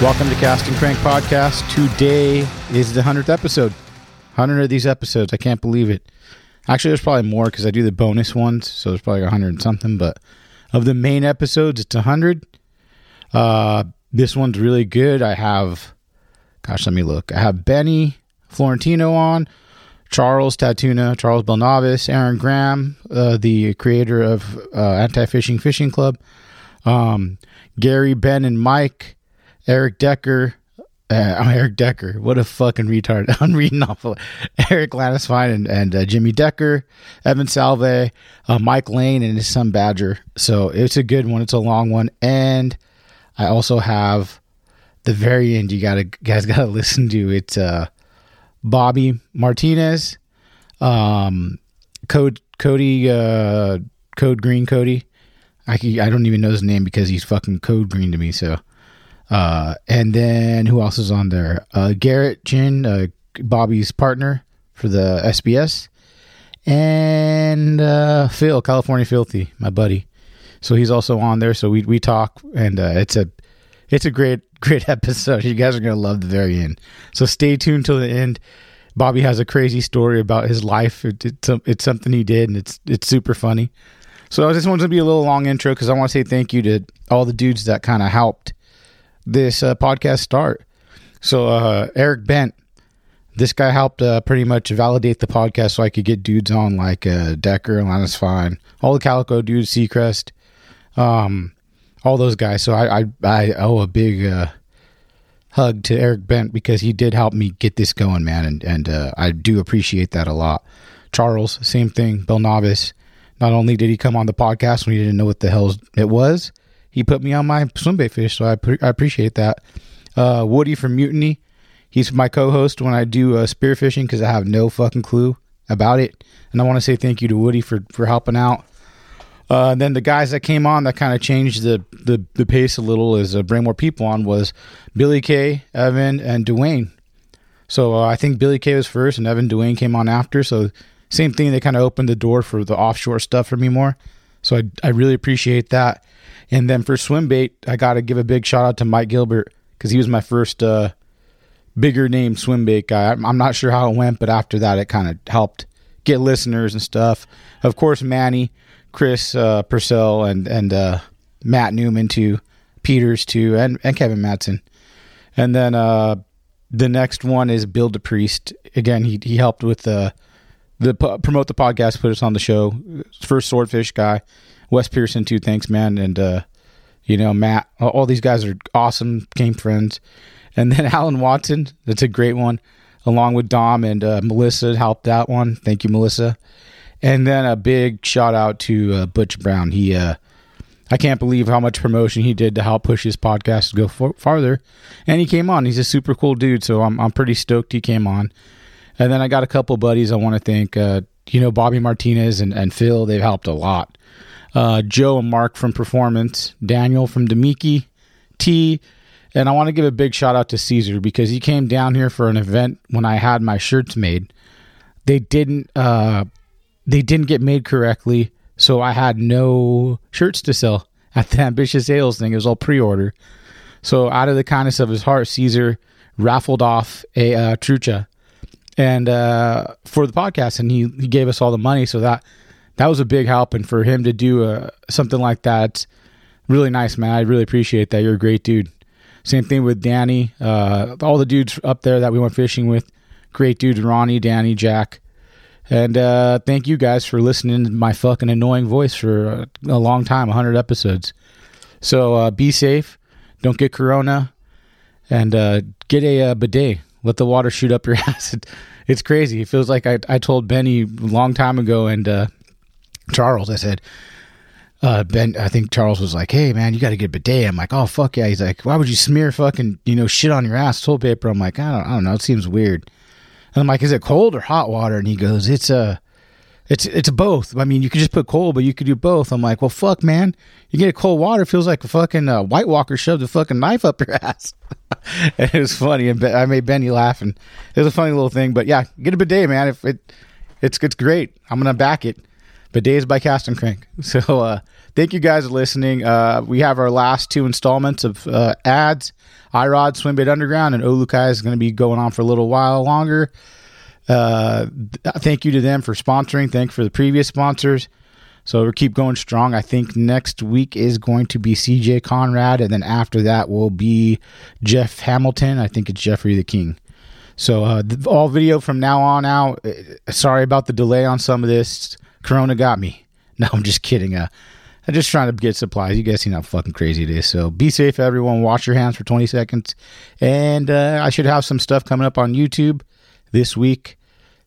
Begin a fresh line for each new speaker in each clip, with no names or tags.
Welcome to Cast and Crank Podcast. Today is the 100th episode. 100 of these episodes. I can't believe it. Actually, there's probably more because I do the bonus ones. So there's probably 100 and something. But of the main episodes, it's 100. Uh, this one's really good. I have, gosh, let me look. I have Benny Florentino on, Charles Tatuna, Charles Belnavis, Aaron Graham, uh, the creator of uh, Anti Fishing Fishing Club, um, Gary, Ben, and Mike. Eric Decker. Uh, oh, Eric Decker. What a fucking retard. I'm reading off of Eric Lanisfine and, and uh, Jimmy Decker, Evan Salve, uh, Mike Lane, and his son Badger. So it's a good one. It's a long one. And I also have the very end you gotta guys gotta listen to. It's uh, Bobby Martinez, um, Code Cody uh, Code Green Cody. I, can- I don't even know his name because he's fucking code green to me. So uh, and then who else is on there? Uh, Garrett Chin, uh, Bobby's partner for the SBS, and uh, Phil, California Filthy, my buddy. So he's also on there. So we we talk, and uh, it's a it's a great great episode. You guys are gonna love the very end. So stay tuned till the end. Bobby has a crazy story about his life. It, it's some- it's something he did, and it's it's super funny. So this one's gonna be a little long intro because I want to say thank you to all the dudes that kind of helped this uh, podcast start. So uh, Eric Bent, this guy helped uh, pretty much validate the podcast, so I could get dudes on like uh, Decker, Linus Fine, all the Calico dudes, Seacrest, um, all those guys. So I I, I owe a big uh, hug to Eric Bent because he did help me get this going, man, and and uh, I do appreciate that a lot. Charles, same thing. Bill Novice. Not only did he come on the podcast when he didn't know what the hell it was, he put me on my swimbait fish, so I, pre- I appreciate that. Uh, Woody from Mutiny, he's my co-host when I do uh, spearfishing because I have no fucking clue about it, and I want to say thank you to Woody for for helping out. Uh, and then the guys that came on that kind of changed the, the the pace a little as uh, bring more people on was Billy K, Evan, and Dwayne. So uh, I think Billy Kay was first, and Evan Duane came on after. So same thing. They kind of opened the door for the offshore stuff for me more. So I I really appreciate that. And then for swim bait, I got to give a big shout out to Mike Gilbert because he was my first uh, bigger name swim bait guy. I'm, I'm not sure how it went, but after that, it kind of helped get listeners and stuff. Of course, Manny, Chris uh, Purcell, and and uh, Matt Newman too, Peters too, and and Kevin Matson. And then uh, the next one is Bill DePriest. Again, he he helped with the the po- promote the podcast, put us on the show. First swordfish guy, Wes Pearson too. Thanks, man, and uh, you know Matt. All- All these guys are awesome, game friends. And then Alan Watson, that's a great one, along with Dom and uh, Melissa helped that one. Thank you, Melissa. And then a big shout out to uh, Butch Brown. He uh, I can't believe how much promotion he did to help push his podcast to go for- farther. And he came on. He's a super cool dude, so I'm I'm pretty stoked he came on. And then I got a couple buddies I want to thank. Uh, you know, Bobby Martinez and, and Phil, they've helped a lot. Uh, Joe and Mark from Performance, Daniel from Demiki, T. And I want to give a big shout out to Caesar because he came down here for an event when I had my shirts made. They didn't uh, they didn't get made correctly, so I had no shirts to sell at the ambitious sales thing. It was all pre-order. So out of the kindness of his heart, Caesar raffled off a uh, trucha and uh, for the podcast, and he, he gave us all the money so that that was a big help, and for him to do uh something like that, really nice, man. I really appreciate that. You're a great dude. Same thing with Danny. Uh, all the dudes up there that we went fishing with, great dudes. Ronnie, Danny, Jack, and uh, thank you guys for listening to my fucking annoying voice for a, a long time, 100 episodes. So uh, be safe, don't get corona, and uh, get a uh, bidet. Let the water shoot up your ass. It, it's crazy. It feels like I, I told Benny a long time ago and uh, Charles. I said, uh, Ben, I think Charles was like, "Hey man, you got to get a bidet." I'm like, "Oh fuck yeah!" He's like, "Why would you smear fucking you know shit on your ass toilet paper?" I'm like, "I don't, I don't know. It seems weird." And I'm like, "Is it cold or hot water?" And he goes, "It's uh, it's it's both. I mean, you could just put cold, but you could do both." I'm like, "Well, fuck, man. You get a cold water, it feels like a fucking uh, White Walker shoved a fucking knife up your ass." and it was funny, and Ben- I made Benny laugh, and it was a funny little thing. But yeah, get a bidet, man. If it, it's it's great. I'm gonna back it. Bidets by Cast and Crank. So uh, thank you guys for listening. Uh, we have our last two installments of uh, ads. Irod, Swimbait Underground, and Olukai is going to be going on for a little while longer. Uh, th- thank you to them for sponsoring. Thank for the previous sponsors. So we'll keep going strong. I think next week is going to be CJ Conrad, and then after that will be Jeff Hamilton. I think it's Jeffrey the King. So uh, th- all video from now on out. uh, Sorry about the delay on some of this. Corona got me. No, I'm just kidding. Uh, I'm just trying to get supplies. You guys seen how fucking crazy it is. So be safe, everyone. Wash your hands for 20 seconds. And uh, I should have some stuff coming up on YouTube this week.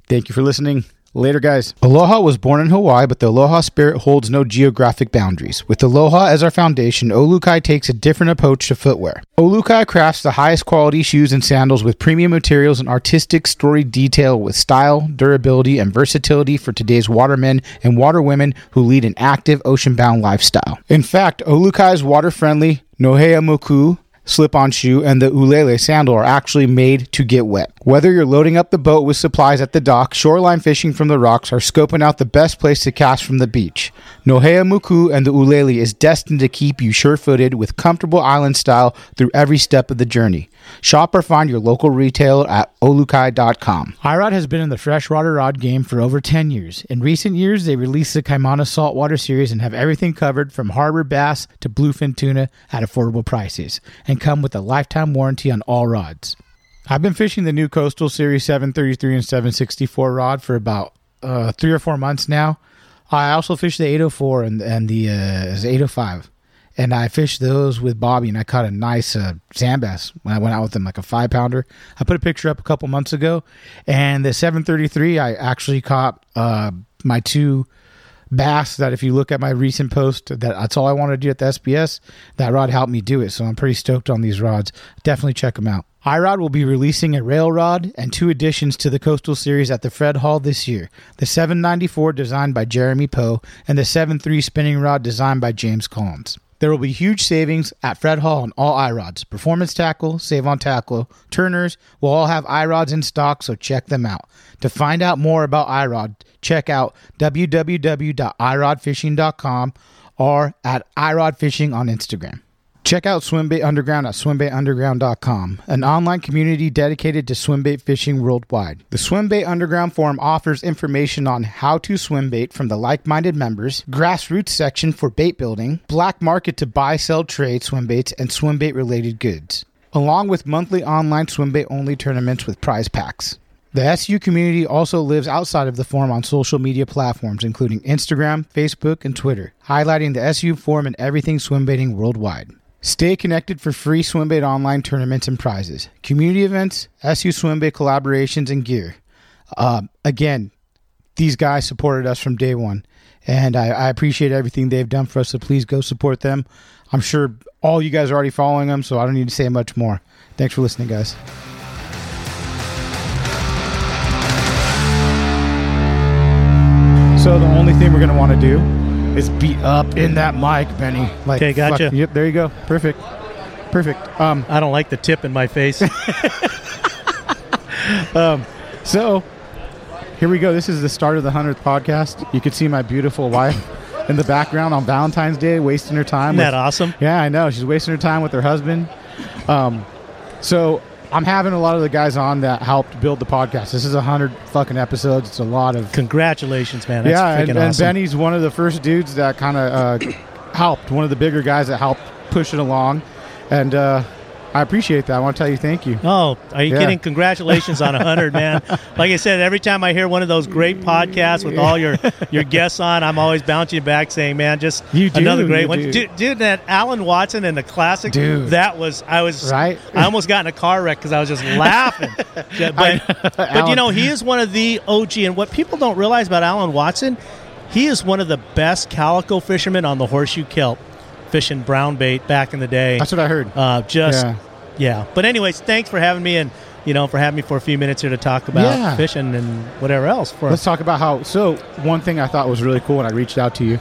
Thank you for listening. Later, guys. Aloha was born in Hawaii, but the Aloha spirit holds no geographic boundaries. With Aloha as our foundation, Olukai takes a different approach to footwear. Olukai crafts the highest quality shoes and sandals with premium materials and artistic story detail with style, durability, and versatility for today's watermen and waterwomen who lead an active ocean-bound lifestyle. In fact, Olukai's water-friendly Nohea Moku slip on shoe, and the ulele sandal are actually made to get wet. Whether you're loading up the boat with supplies at the dock, shoreline fishing from the rocks, or scoping out the best place to cast from the beach, Nohea Muku and the ulele is destined to keep you sure footed with comfortable island style through every step of the journey. Shop or find your local retailer at olukai.com. Irod has been in the freshwater rod game for over 10 years. In recent years, they released the Kaimana Saltwater Series and have everything covered from harbor bass to bluefin tuna at affordable prices and come with a lifetime warranty on all rods. I've been fishing the new Coastal Series 733 and 764 rod for about uh, three or four months now. I also fish the 804 and, and the uh, 805 and I fished those with Bobby, and I caught a nice uh, sand bass when I went out with him, like a five pounder. I put a picture up a couple months ago, and the 733, I actually caught uh, my two bass. That if you look at my recent post, that that's all I wanted to do at the SBS. That rod helped me do it, so I'm pretty stoked on these rods. Definitely check them out. Irod will be releasing a rail rod and two additions to the Coastal Series at the Fred Hall this year the 794 designed by Jeremy Poe and the 73 spinning rod designed by James Collins. There will be huge savings at Fred Hall on all iRods. Performance Tackle, Save on Tackle, Turners will all have iRods in stock, so check them out. To find out more about iRod, check out www.irodfishing.com or at irodfishing on Instagram. Check out Swimbait Underground at swimbaitunderground.com, an online community dedicated to swimbait fishing worldwide. The Swimbait Underground forum offers information on how to swimbait from the like-minded members, grassroots section for bait building, black market to buy, sell, trade swimbaits, and swimbait related goods, along with monthly online swimbait only tournaments with prize packs. The SU community also lives outside of the forum on social media platforms, including Instagram, Facebook, and Twitter, highlighting the SU forum and everything swimbaiting worldwide. Stay connected for free swimbait online tournaments and prizes, community events, SU swimbait collaborations, and gear. Um, again, these guys supported us from day one, and I, I appreciate everything they've done for us. So please go support them. I'm sure all you guys are already following them, so I don't need to say much more. Thanks for listening, guys. So the only thing we're gonna want to do is beat up in that mic, Benny. Like,
'Kay, gotcha.
fuck- Yep, there you go. Perfect. Perfect. Um,
I don't like the tip in my face.
Um, so here we go. This is the start of the hundredth podcast. You can see my beautiful wife in the background on Valentine's Day, wasting her time.
Isn't that
with-
awesome?
Yeah, I know. She's wasting her time with her husband. Um, so I'm having a lot of the guys on that helped build the podcast. This is a hundred fucking episodes. It's a lot of
Congratulations, man. That's
yeah,
freaking
and, and
awesome.
Benny's one of the first dudes that kind of uh, helped. One of the bigger guys that helped push it along, and uh, I appreciate that. I want to tell you thank you.
Oh, are you
Yeah.
kidding? Congratulations on 100, man. Like I said, every time I hear one of those great podcasts with all your, your guests on, I'm always bouncing back saying, man, just
You do,
another great
you
one.
do.
Dude, dude, that Alan Watson and the classic,
Dude.
that was, I was,
Right?
I almost got in a car wreck because I was just laughing. Yeah, but, but you
Alan.
know, he is one of the OG. And what people don't realize about Alan Watson, he is one of the best calico fishermen on the horseshoe kelp fishing brown bait back in the day.
That's what I heard.
Uh, just
Yeah.
yeah. But anyways, thanks for having me and you know for having me for a few minutes here to talk about
Yeah.
fishing and whatever else. For
Let's talk about how. So one thing I thought was really cool when I reached out to you,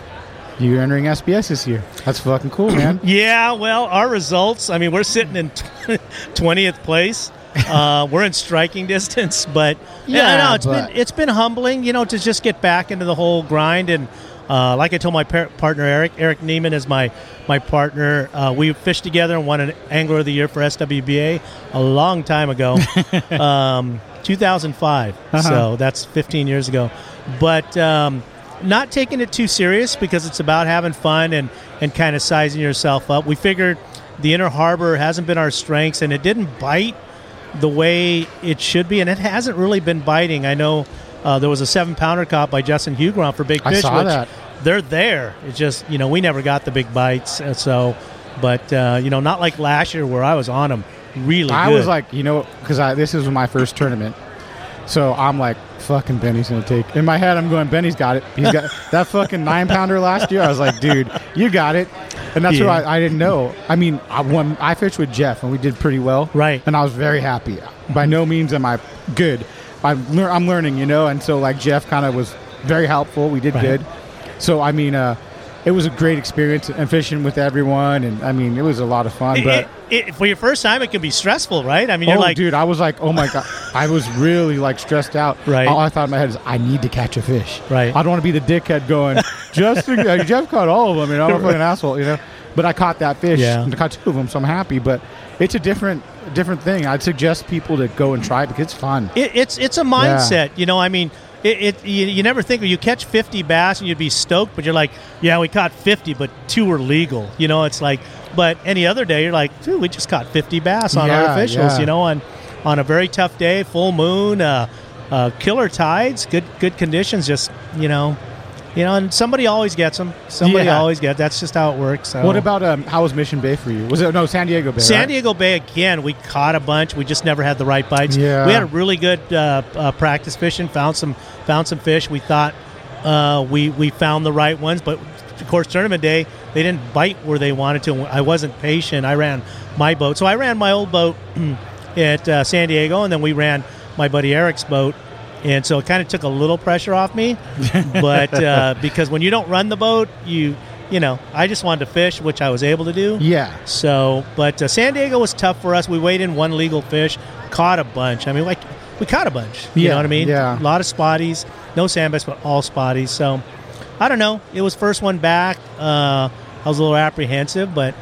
you're entering SBS this year. That's fucking cool, man.
yeah, well, our results. I mean, we're sitting in twentieth place. Uh, we're in striking distance, but yeah,
Yeah,
I know it's
but-
been it's been humbling, you know, to just get back into the whole grind and. Uh, like I told my par- partner Eric, Eric Neiman is my my partner. Uh, we fished together and won an Angler of the Year for SWBA a long time ago. Um, 2005.
Uh-huh.
So that's 15 years ago. But um, not taking it too serious because it's about having fun and, and kind of sizing yourself up. We figured the inner harbor hasn't been our strengths and it didn't bite the way it should be, and it hasn't really been biting. I know uh, there was a seven pounder caught by Justin Hugron for big
I
fish.
saw
which
that.
They're there. It's just you know we never got the big bites, and so but uh, you know not like last year where I was on them really.
I
good.
was like, you know, because I this is my first tournament, so I'm like, fucking Benny's gonna take. In my head, I'm going, Benny's got it. He's got that fucking nine pounder last year. I was like, dude, you got it. And that's
Yeah.
what I, I didn't know. I mean, I won. I fished with Jeff, and we did pretty well.
Right. Mm-hmm.
And I was very happy. By no means am I good. I'm lear- I'm learning, you know. And so like Jeff kind of was very helpful. We did
Right.
good. So I mean, uh, it was a great experience and fishing with everyone. And I mean, it was a lot of fun. but
It- it- for your first time, it can be stressful, right? I mean, you're
oh,
like,
dude, I was like, oh my god, I was really like stressed out.
Right.
All I thought in my head is, I need to catch a fish.
Right.
I don't want to be the dickhead going. Justin, uh, Jeff caught all of them. You know, I'm an asshole. You know, but I caught that fish.
Yeah.
And I caught two of them, so I'm happy. But it's a different, different thing. I'd suggest people to go and try it because it's fun.
it, it's it's a mindset, you know. I mean, it, it you, you never think you catch 50 bass and you'd be stoked, but you're like, yeah, we caught 50, but two were legal. You know, it's like, but any other day, you're like, dude, we just caught 50 bass on
Yeah,
artificials.
yeah.
You know, on on a very tough day, full moon, uh, uh, killer tides, good good conditions. Just you know, you know, and somebody always gets them. Somebody
Yeah.
always gets. That's just how it works. So.
What about um, how was Mission Bay for you? Was it no San Diego Bay?
San
right?
Diego Bay again. We caught a bunch. We just never had the right bites.
Yeah.
We had a really good uh, uh, practice fishing. Found some found some fish. We thought uh, we we found the right ones, but of course tournament day they didn't bite where they wanted to. I wasn't patient. I ran my boat, so I ran my old boat at uh, San Diego, and then we ran my buddy Eric's boat. And so it kind of took a little pressure off me, but uh, because when you don't run the boat, you you know, I just wanted to fish, which I was able to do.
Yeah.
So, but uh, San Diego was tough for us. We weighed in one legal fish, caught a bunch. I mean, like we caught a bunch. You
Yeah,
know what I mean?
yeah.
A lot of spotties, no sand bass, but all spotties. So, I don't know. It was first one back. Uh, I was a little apprehensive, but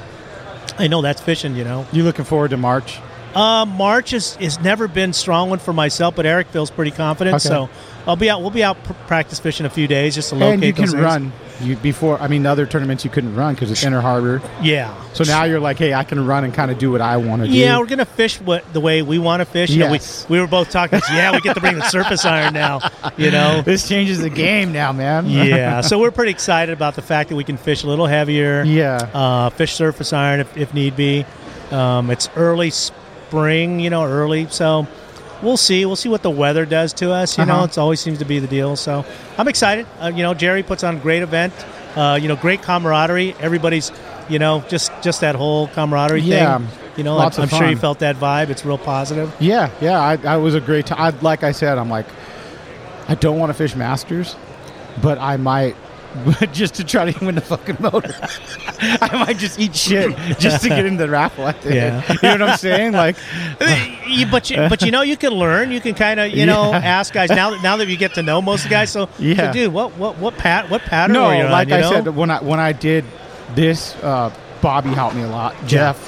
I know that's fishing. You know,
You looking forward to March?
uh, March is has never been strong one for myself, but Eric feels pretty confident.
Okay.
So, I'll be out. We'll be out pr- practice fishing a few days just to locate.
and you can
those things.
run. You before I mean, the other tournaments you couldn't run because it's Inner Harbor.
Yeah.
So now you're like, hey, I can run and kind of do what I want to do.
Yeah, we're gonna fish what the way we want to fish. You know,
Yes.
we, we were both talking. Yeah, we get to bring the surface iron now. You know.
This changes the game now, man.
Yeah, so we're pretty excited about the fact that we can fish a little heavier.
Yeah.
uh, fish surface iron if, if need be. Um, it's early spring, you know, early. So we'll see. We'll see what the weather does to us. You know,
Uh-huh.
it's always seems to be the deal. So I'm excited. Uh, you know, Jerry puts on a great event. Uh, you know, great camaraderie. Everybody's, you know, just just that whole camaraderie
Yeah.
thing. You know,
Lots
I'm,
of
I'm sure you
fun.
felt that vibe. It's real positive.
yeah, yeah. I, I was a great time. Like I said, I'm like, I don't want to fish Masters, but I might. just to try to win the fucking motor, I might just eat shit just to get into the raffle. At the end.
Yeah.
you know what I'm saying? Like,
You- but you, but you know you can learn. You can kind of you know ask guys now that now that you get to know most of the guys. So,
Yeah.
so dude, what what what pat what pattern?
no,
were you on,
like
you
I
know?
said, when I when I did this, uh, Bobby helped me a lot. Jeff,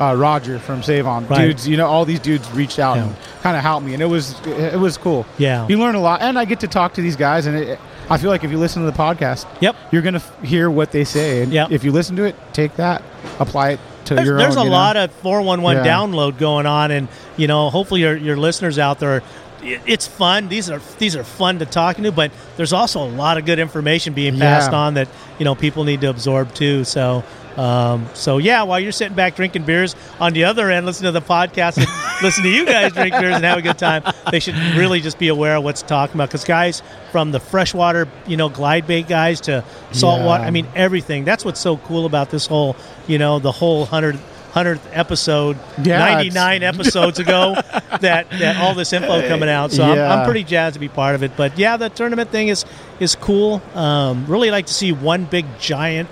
uh, Roger from Save On.
Right.
Dudes, you know, all these dudes reached out
Yeah.
and kind of helped me, and it was it was cool.
Yeah.
you learn a lot, and I get to talk to these guys, and it, I feel like if you listen to the podcast,
Yep.
you're gonna f- hear what they say, and
Yep.
if you listen to it, take that, apply it to
There's,
your
there's
own.
a
you know?
lot of 411
Yeah.
download going on, and you know, hopefully your, your listeners out there, i- it's fun. These are these are fun to talk to, but there's also a lot of good information being passed
Yeah.
on that you know people need to absorb too. So. Um, so yeah, while you're sitting back drinking beers on the other end, listening to the podcast and listen to you guys drink beers and have a good time, they should really just be aware of what's talking about. Because guys, from the freshwater, you know, glide bait guys to saltwater,
Yeah.
I mean, everything. That's what's so cool about this whole, you know, the whole 100, 100th episode,
Yeah,
99 episodes ago, that, that all this info coming out. So I'm,
Yeah.
I'm pretty jazzed to be part of it. But yeah, the tournament thing is is cool. Um, really like to see one big giant,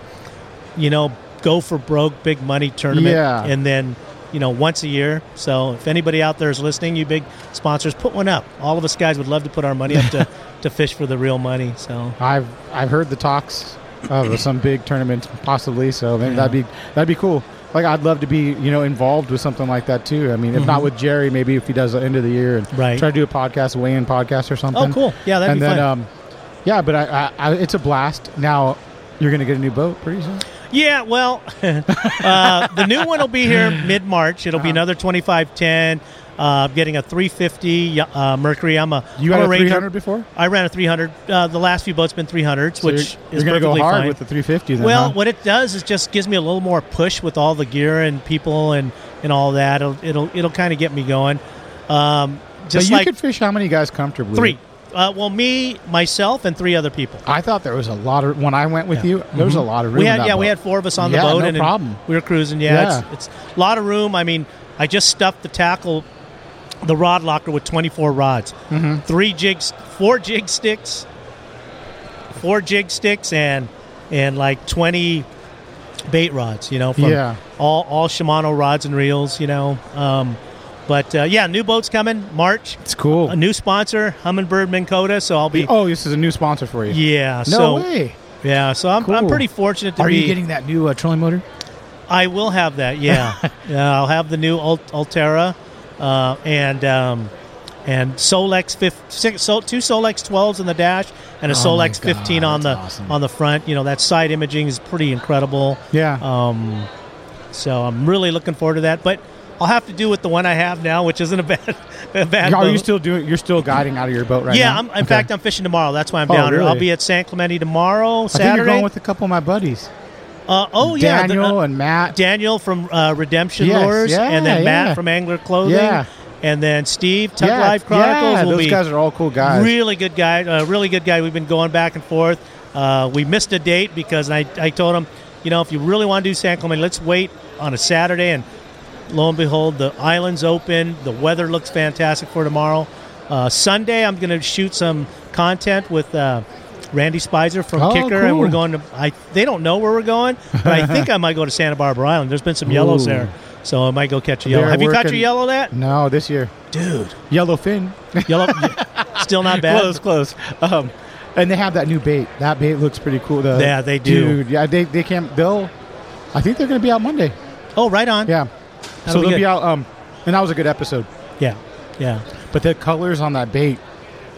you know, go for broke, big money tournament.
Yeah.
And then, you know, once a year. So if anybody out there is listening, you big sponsors, put one up. All of us guys would love to put our money up to, to fish for the real money. So
I've I've heard the talks of some big tournament possibly, so maybe that'd be that'd be cool. Like I'd love to be you know involved with something like that too. I mean, if not with Jerry, maybe if he does the end of the year and
Mm-hmm. Right. Oh,
try to do a podcast, a weigh-in podcast or something.
cool. Yeah, that'd
and
be
then,
fun.
Um, yeah, but I, I, I it's a blast. Now you're gonna get a new boat pretty soon.
Yeah, well, uh, the new one will be here mid March. It'll
Uh-huh.
be another 2510. Uh, I'm getting a 350 uh, Mercury. I'm a
You
I'm
had a
Ranger.
300 before,
I ran a 300. Uh, the last few boats been 300s,
So
which
you're,
is
you're gonna go
perfectly
hard
fine.
with the 350. Then,
Well,
huh?
what it does is just gives me a little more push with all the gear and people and, and all that. It'll it'll, it'll kind of get me going. Um,
so
just
you
like
could fish how many guys comfortably?
three. Uh, well, me, myself, and three other people. Mm-hmm.
I thought there was a lot of when I went with you. There was a lot of room.
we
in
had
that
yeah we
boat.
had four of us on the
Yeah,
boat
no
and
problem.
we were cruising yeah,
Yeah.
It's, it's a lot of room i mean i just stuffed the tackle the rod locker with 24 rods
Mm-hmm.
three jigs four jig sticks four jig sticks and and like 20 bait rods you know from
Yeah.
all all shimano rods and reels you know um but uh, yeah new boat's coming march
It's cool.
a new sponsor hummingbird minn kota so i'll be
oh, this is a new sponsor for you.
yeah
No
so
way.
yeah so i'm, I'm
Cool.
pretty fortunate to
Are
be
you getting that new uh, trolling motor?
I will have that. Yeah, yeah I'll have the new Ult- Altera uh, and um, and Solex fif- six, Sol- two Solex 12s in the dash and a
Oh my
Solex 15
God,
on the
that's awesome.
on the front. You know that side imaging is pretty incredible.
Yeah.
Um, so I'm really looking forward to that, but. I'll have to do with the one I have now, which isn't a bad, a bad.
Are you
boat.
still doing? You're still guiding out of your boat right
yeah,
now?
I'm, in fact, I'm fishing tomorrow. That's why I'm
Oh,
down here. I'll
really?
be at San Clemente tomorrow,
I think you're
Saturday.
going with a couple of my buddies,
uh, oh yeah, the-
Daniel
uh,
and Matt.
Daniel from uh, Redemption
Yes,
Lures,
yeah,
and then
yeah.
Matt from Angler Clothing,
Yeah.
and then Steve Tug
yeah,
Life Chronicles
yeah,
will
those
be
guys are all cool guys.
really good guy, a really good guy. We've been going back and forth. Uh, we missed a date because I, I told him, you know, if you really want to do San Clemente, let's wait on a Saturday. And lo and behold, the island's open. The weather looks fantastic for tomorrow. Uh, Sunday, I'm going to shoot some content with uh, Randy Spicer from
Oh,
Kicker, and we're
cool.
going to. I they don't know where we're going, but I think I might go to Santa Barbara Island. There's been some yellows
Ooh.
there, so I might go catch a yellow.
They're
Have you caught your
working-
yellow that
No, this year,
dude?
yellowfin.
Yellow, still not bad.
close. Um, and they have that new bait. That bait looks pretty cool. The,
Yeah, they do.
Dude, yeah, they they can't. They'll. I think they're going to be out Monday.
Oh, right on.
Yeah, so
be
they'll
good.
be out. Um, and that was a good episode.
Yeah, yeah.
But the colors on that bait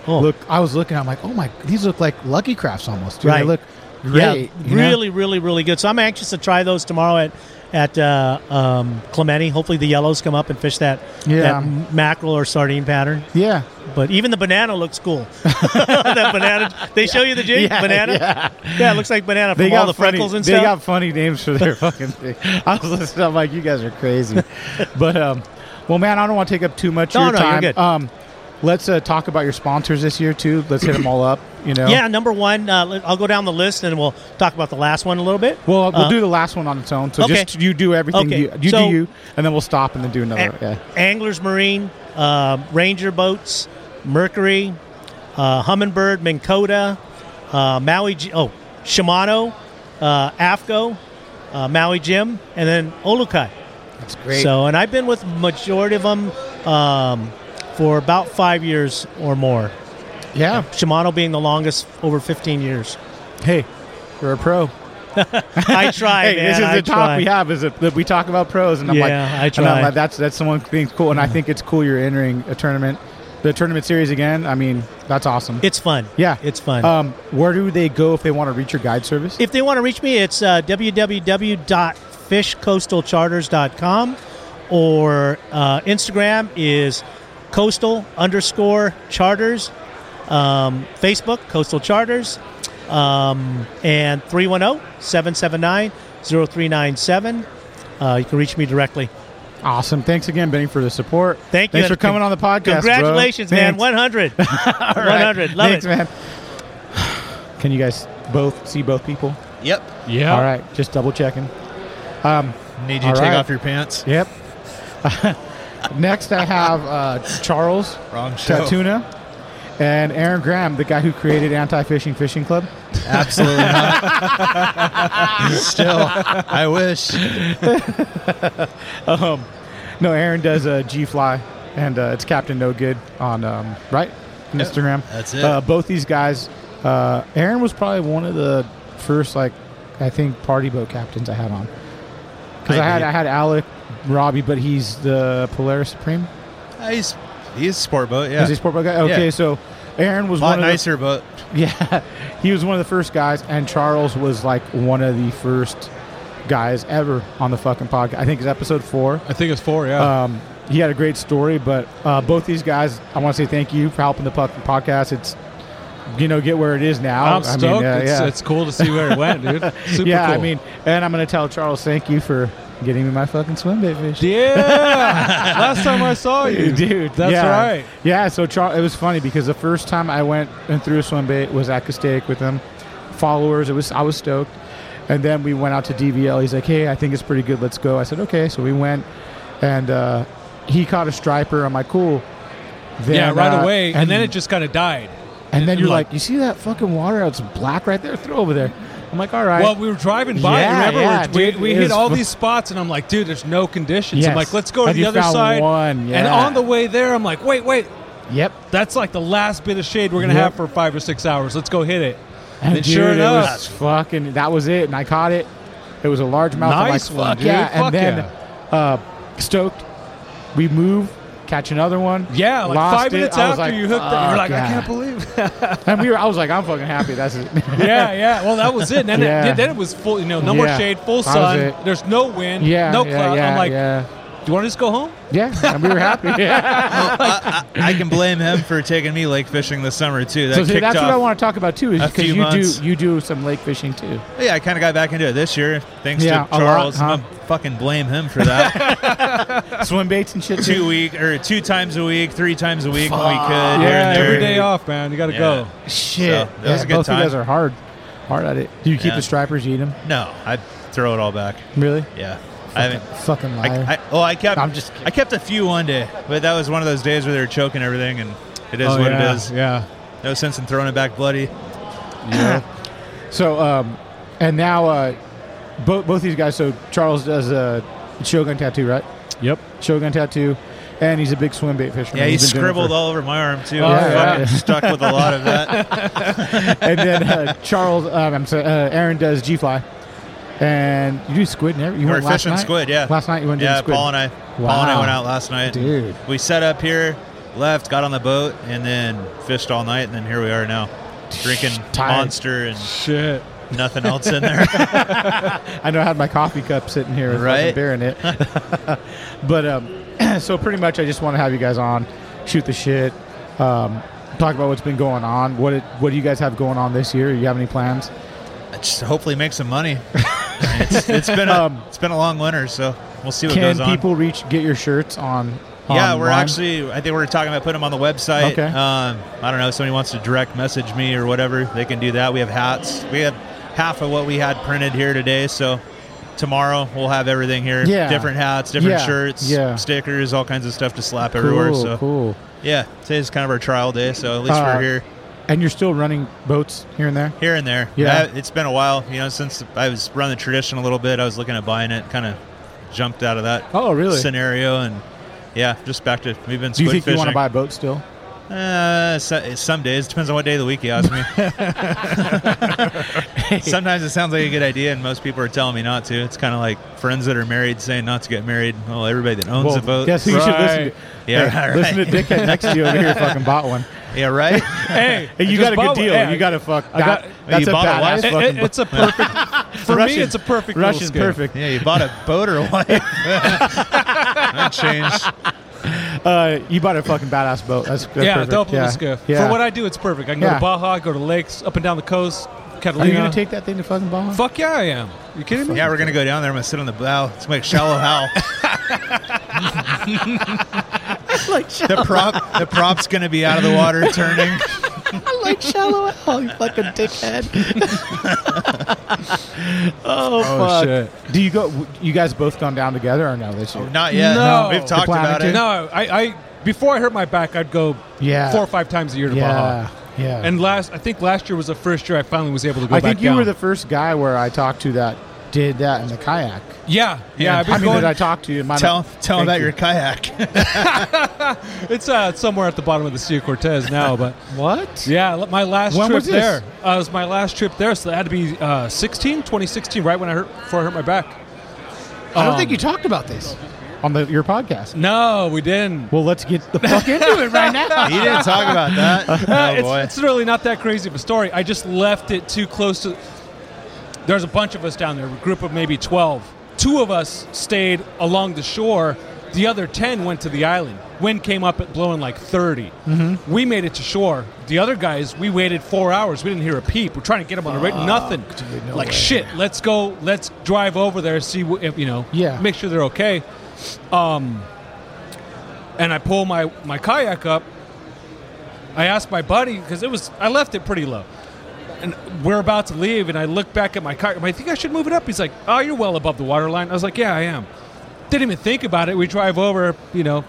Oh,
look. I was looking. I'm like, oh my, these look like Lucky Crafts almost. Dude. They
Right.
look
yeah,
great. you know?
really, really, really good. So I'm anxious to try those tomorrow at at uh, um, Clementi. Hopefully the yellows come up and fish that
Yeah.
that mackerel or sardine pattern.
Yeah.
But even the banana looks cool. that banana, they show you the jig
Yeah,
banana.
yeah.
it looks like banana from all the freckles
funny,
and
they
stuff.
got funny names for their fucking thing. I was listening. I'm like, you guys are crazy. but um, well, man, I don't want to take up too much
No,
of your
no, you're
time.
good.
Um, let's uh, talk about your sponsors this year too. Let's hit them all up. You know.
yeah, number one. Uh, let- I'll go down the list and we'll talk about the last one a little bit.
Well, we'll
Uh,
do the last one on its own. So
okay.
just you do everything.
Okay,
You, you
so- Eh,
do you, and then we'll stop and then do another.
A-
yeah.
Anglers Marine, uh, Ranger Boats, Mercury, uh, Humminbird, Minn Kota, uh, Maui, G- oh, Shimano, uh, AFCO, uh, Maui Jim, and then Olukai.
That's
So, and I've been with majority of them um, for about five years or more.
yeah.
Shimano being the longest, over 15 years.
Hey, you're a pro.
I try,
hey,
man.
this is
I
the
try.
top we have. Is that we talk about pros, and I'm like,
Yeah, I
and I'm
try. Mm.
like, that's that's someone being cool, and I think it's cool you're entering a tournament, the tournament series again. I mean, that's awesome.
It's fun.
yeah,
it's fun.
Um, where do they go if they want to reach your guide service?
If they want to reach me, it's uh, www.fishcoastalcharters.com or uh, Instagram is coastal underscore charters, um, Facebook, coastal charters, um, and oh, 310 779 0397. Uh, You can reach me directly.
Awesome. Thanks again, Benny, for the support.
Thank you.
Thanks for coming on the podcast. bro.
Congratulations, man.
Thanks.
100.
All right.
100. Love
Thanks,
it.
man. Can you guys both see both people?
Yep.
Yeah.
All right. Just double checking. Um,
Need you
All
to take
right.
off your pants.
yep. Next, I have uh, Charles
Wrong show.
Tatuna and Aaron Graham, the guy who created Anti Fishing Fishing Club.
Absolutely not. Still, I wish.
Um, no, Aaron does uh, G Fly, and uh, it's Captain No Good on um, right on Instagram.
that's it.
Uh, both these guys, uh, Aaron was probably one of the first like I think party boat captains I had on because I,
I
had
did.
I had Alec Robbie, but he's the Polaris Supreme.
Uh, He's he's a sport boat. Yeah.
Is he a sport boat guy? Okay,
Yeah.
so Aaron was
a lot
one of the-
nicer boat.
yeah, he was one of the first guys, and Charles was like one of the first guys ever on the fucking podcast. I think it's episode four.
I think it's four, yeah.
Um, he had a great story, but uh, both these guys, I want to say thank you for helping the po- podcast. It's you know get where it is now.
I'm
I mean,
stoked.
yeah,
it's,
yeah,
it's cool to see where it went, dude. Super
yeah.
cool.
I mean, and I'm gonna tell Charles thank you for getting me my fucking swim bait fish.
yeah. Last time I saw you,
Dude,
That's
yeah.
right.
Yeah, so Char- it was funny because the first time I went and threw a swim bait was at Castaic with him. Followers, it was I was stoked. And then we went out to DVL. He's like, "Hey, I think it's pretty good. Let's go." I said, "Okay." So we went, and uh, he caught a striper. I'm like, "Cool." Then,
yeah, right
uh,
away, and, then it just kind of died.
and then
and
you're
like-
like, "You see that fucking water? It's black right there. Throw over there." I'm like, "All right."
Well, we were driving by.
Yeah,
remember,
yeah,
we,
dude,
we, we
it was
hit all
fu-
these spots, and I'm like, dude, there's no conditions.
Yes.
I'm like, let's go to
And
the
you
other
found
side.
one,
And
yeah.
on the way there, I'm like, wait, wait,
yep.
that's like the last bit of shade we're gonna
Yep.
have for five or six hours. Let's go hit it.
And
then sure
dude, it
enough,
was fucking that was it, and I caught it. It was a largemouth. I'm
Nice
like,
one,
fuck
dude.
Yeah, and
Fuck
then Uh, stoked. We move, catch another one.
yeah, like
Lost
five
it.
minutes
I was
after you hooked it, you're
fuck
like, I
yeah.
can't believe.
And we were, I was like, I'm fucking happy. That's it.
yeah, yeah. Well, that was it. And then,
Yeah.
it, yeah, then it was full. You know, no
Yeah.
more shade, full
That was
sun.
it.
There's no wind.
yeah,
no
yeah,
cloud.
Yeah,
I'm like,
yeah,
do you want to just go home?
yeah. And we were happy.
I,
I can blame him for taking me lake fishing this summer too. That
so see,
kicked
that's
off.
what I want to talk about too, is
a
because
few
you
months.
do you do some lake fishing too.
Yeah, I kind of got back into it this year thanks
Yeah,
to
a lot,
Charles.
huh?
I'm gonna fucking blame him for that.
Swim baits and shit.
two week or two times a week, three times a week when we could.
Yeah,
here and there.
every day off, man. You got to
Yeah.
go.
Shit.
So, that was a good
both of
time.
you guys are hard, hard at it. Do you keep
Yeah.
the stripers? You eat them?
No, I throw it all back.
Really?
Yeah, I haven't.
Fucking liar.
I, I, oh, I kept.
I'm just kidding.
I kept a few one day, but that was one of those days where they were choking everything, and it is
Oh,
what
yeah,
it is.
Yeah.
No sense in throwing it back bloody.
So, um, and now uh, both both these guys. So Charles does a Shogun tattoo, right?
Yep.
Shogun tattoo, and he's a big swim bait fisherman.
Yeah, he
He's been doing it for-
scribbled all over my arm too.
Oh,
I'm
yeah.
fucking stuck with a lot of that.
and then uh, Charles, um, I'm sorry, uh, Aaron does G fly, and you do squid and everything. You
We're
went last
fishing
night?
squid, yeah.
Last night you went doing
Yeah,
squid.
Paul and I. Paul and I
Wow.
went out last night.
Dude.
we set up here, left, got on the boat, and then fished all night, and then here we are now, drinking
Tired.
Monster and
Shit.
nothing else in there.
I know I had my coffee cup sitting here with fucking
Right.
beer in it. but um, so pretty much, I just want to have you guys on, shoot the shit, um, talk about what's been going on. What it, what do you guys have going on this year? You have any plans?
Just hopefully make some money. it's, it's been a
Um,
it's been a long winter, so we'll see what
Can
goes on.
people reach get your shirts on?
yeah, we're
online?
actually. I think we're talking about putting them on the website.
Okay.
Um, I don't know. If somebody wants to direct message me or whatever, they can do that. We have hats. We have half of what we had printed here today. So tomorrow we'll have everything here.
Yeah.
Different hats, different
Yeah,
shirts,
yeah.
stickers, all kinds of stuff to slap
cool,
everywhere. So
cool.
yeah, today's kind of our trial day. So at least
Uh,
we're here,
And you're still running boats here and there.
here and there.
yeah.
I- it's been a while. You know, since I was running the tradition a little bit, I was looking at buying it. Kind of jumped out of that
Oh, really?
scenario and. Yeah, just back to we've been.
do you
squid
think you want to
fishing.
buy a boat still?
Uh, so, some days depends on what day of the week you ask me.
right.
Sometimes it sounds like a good idea, and most people are telling me not to. It's kind of like friends that are married saying not to get married. Well, everybody that owns
Well,
a boat.
guess who you should listen to?
Right.
Yeah,
Hey,
right.
Listen to dickhead next to you over here. Fucking bought one.
yeah, right. Oh,
Hey,
Hey, you
I just
got a
bought
good
one.
deal.
Hey,
you got a fuck.
I got-
that- that's
You
a
bought a
badass
wife?
It-
fucking.
it- it's a perfect. For
Russian-
me, it's a perfect. little
Russian's
scale.
perfect.
yeah, you bought a boat or what? that changed.
Uh, you bought a fucking badass boat. That's, that's
yeah,
perfect.
double
yeah.
the skiff.
Yeah.
For what I do, it's perfect. I can go
Yeah.
to Baja, go to lakes, up and down the coast.
Are
Catalina.
you gonna take that thing to fucking Baja?
Fuck yeah, I am. You kidding me?
Yeah, we're gonna go down there. I'm gonna sit on the bow. It's like shallow howl. the prop, the prop's gonna be out of the water turning.
like shallow hell, you fucking dickhead. oh, fuck.
shit. Oh,
Do you go? w- You guys both gone down together or no this year?
Not yet.
No.
we've talked
You're planning to?
about it.
No, I, I before I hurt my back, I'd go
Yeah.
four or five times a year to
Yeah,
Baja.
yeah.
And last, I think last year was the first year I finally was able to go
I
back
think you
down.
were the first guy where I talked to that did that in the kayak.
yeah, yeah.
Yeah.
I've been
I mean,
going.
that I talked to you. My
Tell, tell him
Thank
about
you.
your kayak.
it's uh, it's somewhere at the bottom of the Sea of Cortez now, but
what?
yeah, l- my last
When
trip
was this?
there uh, was my last trip there, so that had to be uh, 16, 2016, right when I hurt before I hurt my back.
I don't
Um,
think you talked about this on the, your podcast.
No, we didn't.
Well, let's get the fuck into it right now.
he didn't talk about that.
Uh,
Oh
it's,
boy.
it's really not that crazy of a story. I just left it too close to. There's a bunch of us down there, a group of maybe 12. Two of us stayed along the shore. The other 10 went to the island. Wind came up at blowing like 30. Mm-hmm. We made it to shore. The other guys, we waited four hours. We didn't hear a peep. We're trying to get them on the radar. Nothing.
Ah. no
like,
way.
shit, let's go. Let's drive over there, see wh- if, you know,
Yeah.
make sure they're okay. Um, and I pull my, my kayak up. I asked my buddy because it was I left it pretty low, and we're about to leave. And I look back at my car. I think I should move it up. He's like, "Oh, you're well above the water line." I was like, "Yeah, I am." Didn't even think about it. We drive over, you know,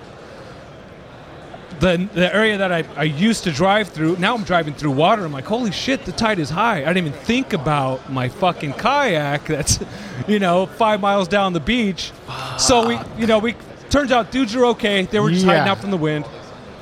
the the area that I, I used to drive through. Now I'm driving through water. I'm like, "Holy shit, the tide is high." I didn't even think about my fucking kayak that's, you know, five miles down the beach. So we, you know, we turns out dudes are okay. They were just
Yeah.
hiding out from the wind.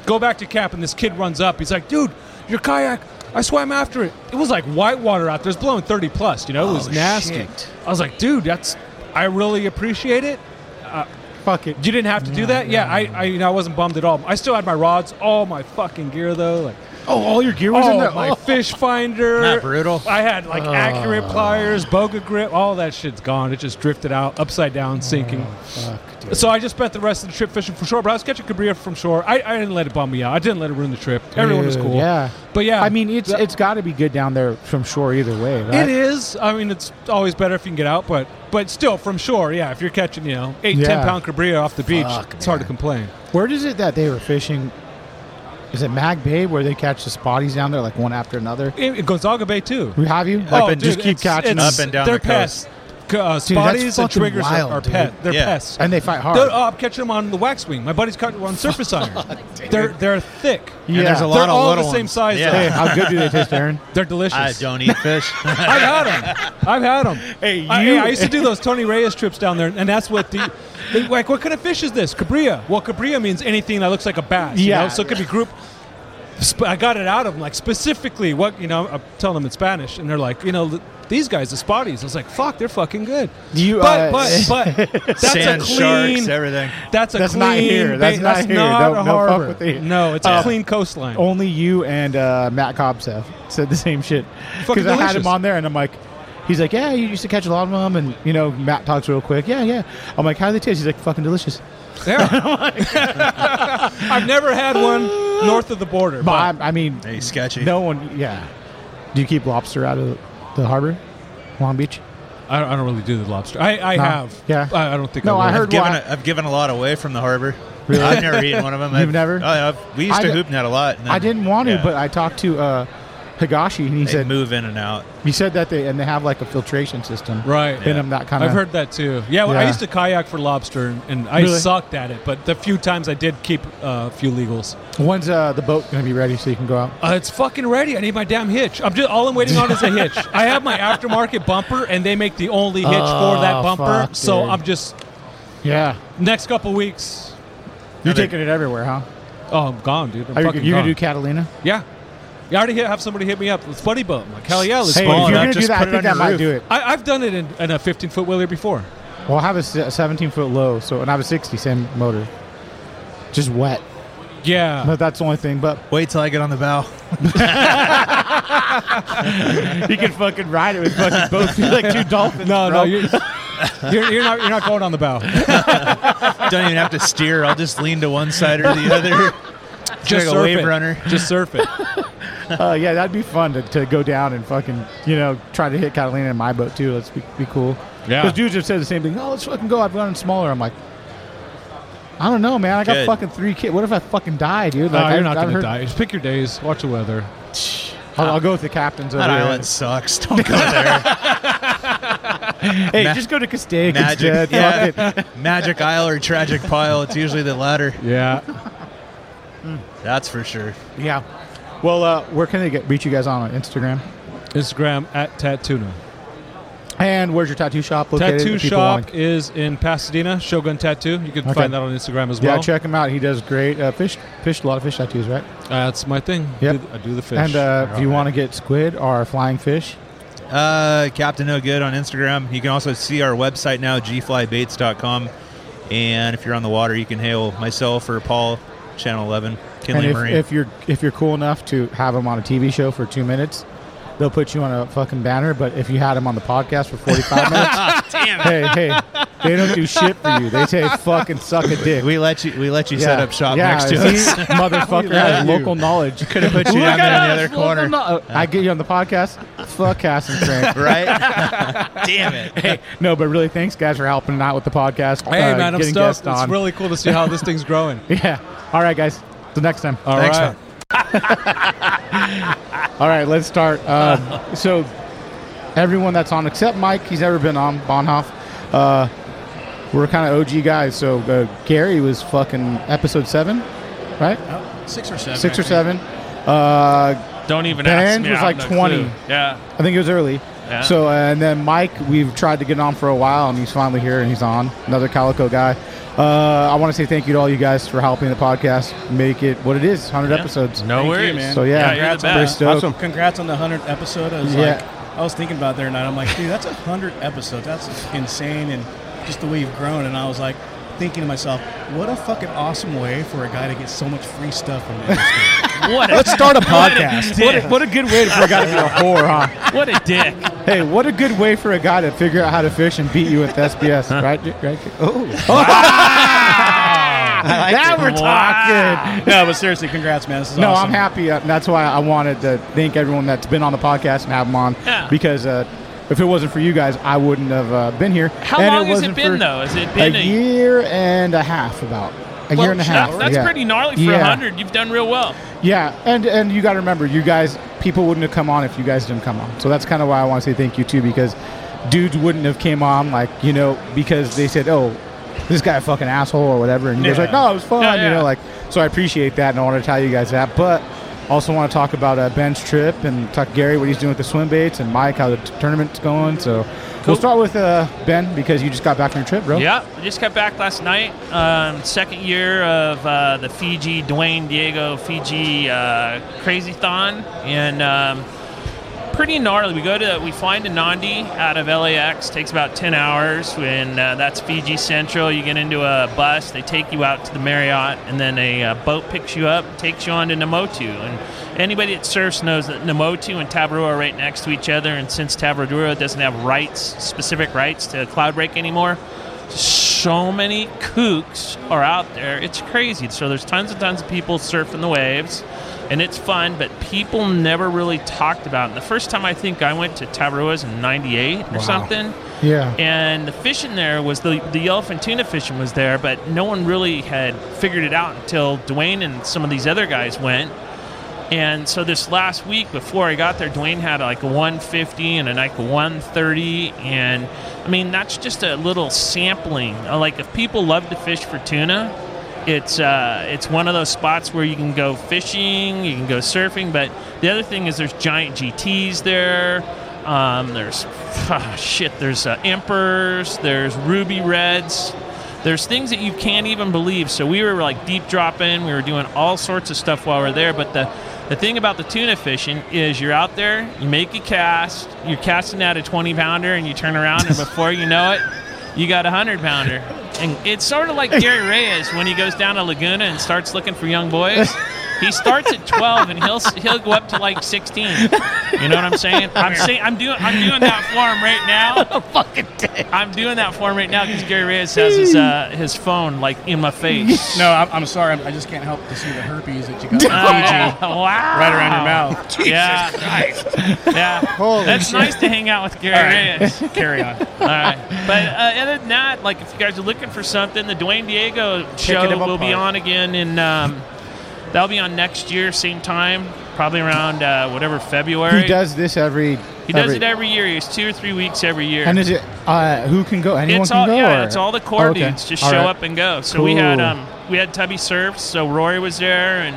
Go back to camp, and this kid runs up. He's like, dude, your kayak. I swam after it. It was like white water out there. It was blowing 30 plus, you know? It was
Oh,
nasty. I was like, dude, that's. I really appreciate it. Uh,
Fuck it.
You didn't have to do that? Yeah, I, I, you know, I wasn't bummed at all. I still had my rods, all my fucking gear, though. Like,
Oh, all your gear was in
oh,
there.
my
Oh.
fish finder.
Not brutal.
I had, like,
Uh,
accurate pliers,
Ah.
boga grip. All that shit's gone. It just drifted out, upside down, sinking.
Oh, Fuck, dude.
So I just spent the rest of the trip fishing from shore, but I was catching cabrilla from shore. I, I didn't let it bum me out. I didn't let it ruin the trip. Everyone was
Dude,
cool.
Yeah.
But yeah,
I mean, it's
that-
it's got to be good down there from shore either way. Right?
it is. I mean, it's always better if you can get out, but but still from shore. Yeah, if you're catching, you know, eight
Yeah.
ten pound cabrilla off the beach,
Fuck,
it's hard to complain.
Where is it that they were fishing? Is it Mag Bay where they catch the spotties down there like one after another?
In, in Gonzaga Bay too.
We have you?
Oh,
and just
dude,
keep
it's-
catching
it's-
Up and down
they're
the coast.
pests. C- Uh,
Dude, that's
spotties and
fucking
triggers are-
wild,
are
dude.
pet. They're
Yeah.
pests.
and they fight hard.
They're- oh, I'm catching them on the wax wing. My buddy's caught on surface iron. they're they're thick.
yeah.
there's a lot
They're
of
all
little
the same
ones.
size,
Yeah.
Hey, how good do they taste, Aaron?
They're delicious.
I don't eat fish.
I've had them. I've had them.
Hey,
I,
you-
I used to do those Tony Reyes trips down there, and that's what the they- like. What kind of fish is this? Cabrilla. Well, cabrilla means anything that looks like a bass. you
Yeah.
know? So it could be group. Sp- I got it out of them, like specifically what you know. I'm telling them in Spanish, and they're like, you know, th- these guys, the spotties. I was like, fuck, they're fucking good.
You,
but
uh,
but but that's
Sand
a clean.
sharks, everything.
That's a
That's
clean.
not here.
ba-
That's not here. Don't-
a
don't fuck
harbor.
with the-
no, it's
Uh,
a clean coastline.
Only you and uh, Matt Cobb Seth said the same shit
Fucking
because I had him
delicious.
on there, and I'm like, he's like, yeah, you used to catch a lot of them, and you know, Matt talks real quick, yeah, yeah. I'm like, how do they taste? He's like, fucking delicious.
Yeah. I've never had one north of the border.
But I, I mean,
Hey, sketchy.
no one, yeah. Do you keep lobster out of the, the harbor, Long Beach?
I don't, I don't really do the lobster. I, I
No.
have.
Yeah.
I, I don't think.
No, I
I, will.
heard
Given
why-
a, I've given a lot away from the harbor.
Really?
I've never eaten one of them.
You've
I've-
never?
Oh, yeah, I've- we used
I
to
di-
hoop net a lot. and then-
I didn't want to,
yeah.
but I talked to uh, Higashi, and he
They
said
move in and out.
he said that they and they have like a filtration system,
Right.
In them that kind of.
I've heard that too. Yeah, well,
Yeah.
I used to kayak for lobster, and, and I
Really?
sucked at it. But the few times I did keep uh, a few legals.
When's uh, the boat going to be ready so you can go out?
Uh, it's fucking ready. I need my damn hitch. I'm just all I'm waiting on is a hitch. I have my aftermarket bumper, and they make the only hitch for
Oh,
that bumper.
fuck,
so
dude.
I'm just
Yeah,
next couple weeks.
you're
they-
taking it everywhere, huh?
Oh, I'm gone, dude. I'm
Are you,
fucking
you're
gone.
gonna do Catalina?
yeah. You already hit, have somebody hit me up with funny bone. Like hell yeah, let's
Hey,
go
if
on.
you're
up,
gonna do
just
that, I
put it
think
on
that
your
might
roof.
do it.
I, I've done it in, in a 15 foot wheeler before.
Well, I have a se- 17 foot low, so and I have a 60 same motor. Just wet,
Yeah,
but that's the only thing. But
Wait till I get on the bow.
you can fucking ride it with fucking both feet like two dolphins.
no,
bro.
no, you're, you're, you're not you're not going on the bow.
Don't even have to steer. I'll just lean to one side or the other.
Just
like a
surf
wave
it.
runner.
Just surf it.
Uh, yeah, that'd be fun to, to go down and fucking you know try to hit Catalina in my boat too. Let's be, be cool.
Yeah.
Because dudes have said the same thing. Oh, let's fucking go. I've gone smaller. I'm like, I don't know, man. I got
Good.
fucking three kids. What if I fucking die, dude?
No,
Like,
Uh, you're
I've-
not
I've
going to
heard-
die. Just pick your days. Watch the weather.
I'll, I'll go with the captains over
That
here.
island sucks. Don't go there.
Hey,
Ma-
just go to Castaic
Magic,
instead. Fuck it.
yeah. Magic Isle or Tragic Pile. It's usually the latter.
Yeah.
That's for sure.
Yeah. Well, uh, where can they get reach you guys on, on Instagram?
Instagram at Tatuna.
And where's your tattoo shop located?
Tattoo
if people wanna-
shop is in Pasadena. Shogun Tattoo. You can
Okay.
find that on Instagram as
Yeah,
well.
check him out. He does great uh, fish, fish, a lot of fish tattoos, right?
That's my thing.
Yep.
I do- I do the fish.
And uh, if
They're
you
all
want to get squid or flying fish,
Uh, Captain No Good on Instagram. You can also see our website now, gflybaits.com. And if you're on the water, you can hail myself or Paul, Channel 11,
and
Kinley
if,
Marine.
if you're if you're cool enough to have him on a TV show for two minutes, they'll put you on a fucking banner. But if you had him on the podcast for 45 minutes, hey, hey, they don't do shit for you. They say fucking suck a dick.
we let you we let you set up shop
yeah,
next to
see?
us.
Motherfucker has local knowledge. Could have
put you down there in the other corner.
I get you on the podcast. Fuck Cass and Frank.
right? Damn it.
No, but really, thanks guys for helping out with the podcast.
hey,
uh,
man, I'm
getting
stoked.
guests
It's
on.
really cool to see how this thing's growing.
yeah. All right, guys. Till next time.
All
Thanks,
right.
man.
All right, let's start. Um, so, everyone that's on except Mike, he's never been on Bonhoff. Uh, we're kind of OG guys. So uh, Gary was fucking episode seven, right?
Six or seven.
Six or seven. Uh,
Don't even ask
Ben
me.
was
I have
like
no
20.
clue. Yeah.
I think it was early.
Yeah.
So uh, and then Mike, we've tried to get on for a while, and he's finally here, and he's on. Another Calico guy. Uh, I want to say thank you to all you guys for helping the podcast make it what it is. 100 episodes.
No
Thank you,
worries.
man.
So yeah,
Yeah, you're the
pretty
best.
stoked.
Awesome. Congrats on the 100th episode. I was
Yeah.
like, I was thinking about it the other night. I'm like, dude, that's 100 episodes. That's insane. And just the way you've grown. And I was like, thinking to myself, what a fucking awesome way for a guy to get so much free stuff from it.
What a,
Let's start a podcast.
What a,
what a good way for a guy to be a whore, huh?
what a dick.
Hey, what a good way for a guy to figure out how to fish and beat you with SBS, right? right? Oh, now we're talking.
no, but seriously, congrats, man. This is
No,
awesome.
I'm happy. Uh, that's why I wanted to thank everyone that's been on the podcast and have them on
Yeah.
because uh, if it wasn't for you guys, I wouldn't have uh, been here.
How
And
long has it
wasn't
been
for
though? Has it
A
been a,
year and a half, about a year and a half.
That's, that's
yeah.
pretty gnarly for a
Yeah.
100. You've done real well.
Yeah, and and you got to remember, you guys, people wouldn't have come on if you guys didn't come on. So that's kind of why I want to say thank you too, because dudes wouldn't have came on, like you know, because they said, oh, this guy a fucking asshole or whatever, and you guys
Yeah.
like, no, it was fun,
Yeah,
you
yeah.
know, like. So I appreciate that, and I want to tell you guys that, but. Also want to talk about uh, Ben's trip and talk Gary what he's doing with the swim baits and Mike how the t- tournament's going. So we'll start with uh, Ben because you just got back from your trip, bro.
Yeah, I just got back last night. Um, second year of uh, the Fiji Dwayne Diego Fiji uh, Crazy Thon, and um, pretty gnarly. We go to we fly into Nandi out of LAX. Takes about ten hours. When uh, that's Fiji Central, you get into a bus. They take you out to the Marriott, and then a uh, boat picks you up, takes you on to Namotu. And anybody that surfs knows that Namotu and Tabarua are right next to each other. And since Tabarua doesn't have rights, specific rights to cloud break anymore, so many kooks are out there. It's crazy. So there's tons and tons of people surfing the waves, and it's fun. But people never really talked about. It. The first time I think I went to Tavarua's in '98 or something,
Yeah.
and the fishing there was the the yellowfin tuna fishing was there, but no one really had figured it out until Dwayne and some of these other guys went. And so this last week before I got there, Dwayne had like a 150 and a like a 130, and I mean that's just a little sampling. Uh, Like if people love to fish for tuna, it's uh, it's one of those spots where you can go fishing, you can go surfing. But the other thing is there's giant GTS there. Um, there's shit. There's uh, emperors. There's ruby reds there's things that you can't even believe. So we were like deep dropping, we were doing all sorts of stuff while we are there, but the The thing about the tuna fishing is you're out there, you make a cast, you're casting out a 20 pounder, and you turn around, and before you know it, you got a 100 pounder. And it's sort of like Gary Reyes when he goes down to Laguna and starts looking for young boys. He starts at 12 and he'll he'll go up to like 16. You know what I'm saying? I'm saying I'm doing I'm doing that for him right now. I'm doing that for him right now because Gary Reyes has his uh, his phone like in my face.
No, I'm, I'm sorry. I'm, I just can't help to see the herpes that you got.
Uh, wow!
Right around your mouth.
yeah. Yeah. That's nice to hang out with Gary Reyes.
Carry on.
All right. But uh, other than that, like if you guys are looking for something, the Dwayne Diego show
them
will be
apart.
on again, and um, that'll be on next year, same time, probably around uh, whatever February.
He does this every.
He does it every year. He's two or three weeks every year.
And is it uh, who can go? Anyone
it's
can
all
go.
yeah,
or-
it's all the core
Oh, okay.
dudes just
All
show
right.
up and go. So we had
Cool.
um we had Tubby Surfs, so Rory was there and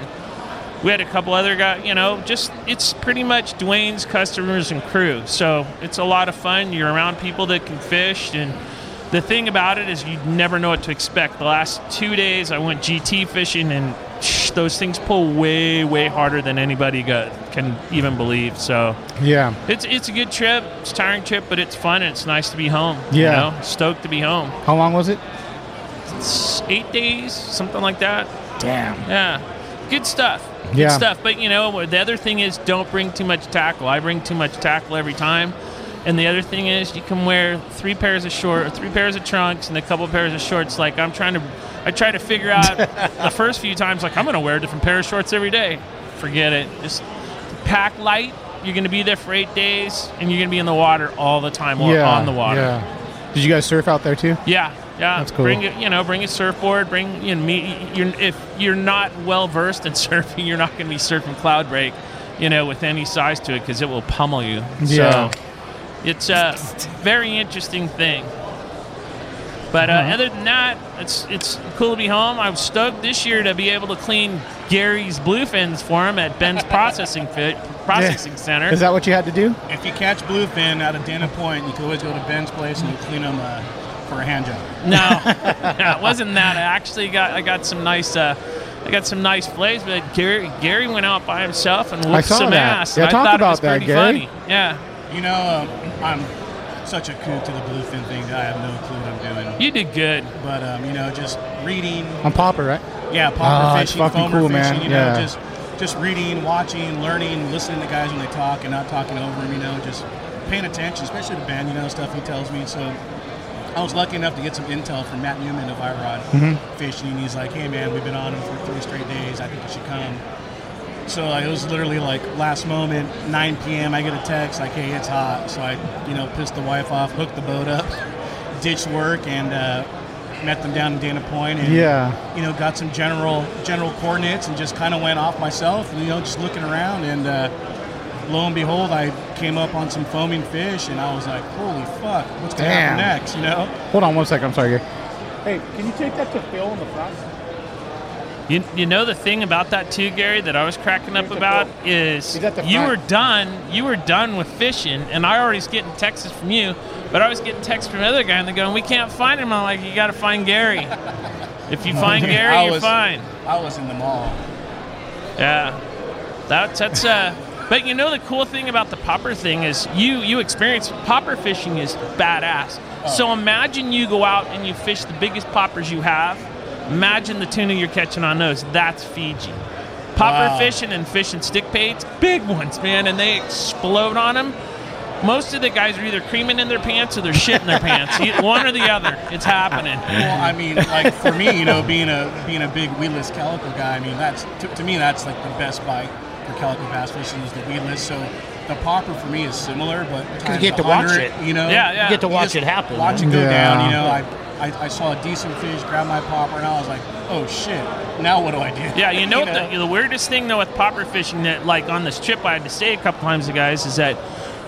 we had a couple other guys, you know, just it's pretty much Dwayne's customers and crew. So it's a lot of fun. You're around people that can fish and the thing about it is you never know what to expect. The last 2 days I went GT fishing and shh, those things pull way way harder than anybody got, can even believe. So
Yeah.
it's it's a good trip. It's a tiring trip, but it's fun and it's nice to be home.
Yeah.
You know? Stoked to be home.
How long was it?
It's eight days, something like that.
Damn.
Yeah. Good stuff. Good
Yeah.
stuff. But you know, the other thing is don't bring too much tackle. I bring too much tackle every time. And the other thing is you can wear three pairs of short or three pairs of trunks and a couple pairs of shorts. Like I'm trying to I try to figure out the first few times like I'm gonna wear a different pair of shorts every day. Forget it. Just pack light. You're gonna be there for eight days and you're gonna be in the water all the time or
yeah.
on the water.
Yeah. Did you guys surf out there too?
Yeah, yeah.
That's cool.
Bring it, you know, bring a surfboard. Bring you know, me. You're, if you're not well versed in surfing, you're not going to be surfing cloud break, you know, with any size to it because it will pummel you.
Yeah.
So it's a very interesting thing. But uh,
Uh-huh.
other than that, it's it's cool to be home. I'm stoked this year to be able to clean Gary's bluefins for him at Ben's processing fit processing center.
Is that what you had to do?
If you catch bluefin out of Dana Point, you can always go to Ben's place and you clean them uh, for a hand job.
No, no, it wasn't that. I actually got I got some nice uh, I got some nice plays, but Gary Gary went out by himself and whooped
saw
some
that.
ass.
Yeah,
I
talk
thought it
about
was
that,
pretty
Gary.
funny. Yeah,
You know, um, I'm such a kook to the bluefin thing that I have no clue what I'm doing.
you did good.
But um, you know, just reading,
On Popper, right?
yeah, popper
Ah, it's
fishing,
fucking
foamer
cool,
fishing.
man.
You
Yeah.
know, just just reading, watching, learning, listening to guys when they talk and not talking over them. You know, just paying attention, especially to Ben. You know, stuff he tells me. So I was lucky enough to get some intel from Matt Newman of Irod
Mm-hmm.
Fishing, and he's like, "Hey, man, we've been on him for three straight days. I think you should come." So I- it was literally like last moment, 9 p.m. I get a text like, "Hey, it's hot." So I, you know, pissed the wife off, hooked the boat up, ditched work, and uh, met them down in Dana Point, and
Yeah.
you know, got some general general coordinates, and just kind of went off myself, you know, just looking around, and uh, lo and behold, I came up on some foaming fish, and I was like, "Holy fuck, what's gonna
Damn.
happen next?" You know.
Hold on one second. I'm sorry, Gary.
Hey, can you take that to Phil in the front?
You, you know the thing about that too, Gary, that I was cracking up about is
He's at the
you
front.
were done. You were done with fishing, and I already was getting texts from you, but I was getting texts from another guy, and they're going, "We can't find him." I'm like, "You got to find Gary. If you find Gary,
I
you're
was-
fine."
I was in the mall.
Yeah, that's that's uh. But you know the cool thing about the popper thing is you you experience popper fishing is badass.
Oh.
So imagine you go out and you fish the biggest poppers you have. Imagine the tuna you're catching on those. That's Fiji. Popper
Wow.
fishing and fishing stick baits, big ones, man, and they explode on them. Most of the guys are either creaming in their pants or they're shitting their pants. You- One or the other. It's happening.
Well, I mean, like for me, you know, being a being a big weedless calico guy, I mean, that's to, to me that's like the best bite for calico bass fishing is the weedless. So the popper for me is similar, but times
get to
100,
watch it.
You know,
Yeah, yeah.
You get to
You
watch
just
it happen.
Watch it go
Yeah.
down. You know, I, I I saw a decent fish grab my popper, and I was like, oh shit, now what do I do?
Yeah, you know, The, the weirdest thing though with popper fishing that like on this trip I had to say a couple times to guys is that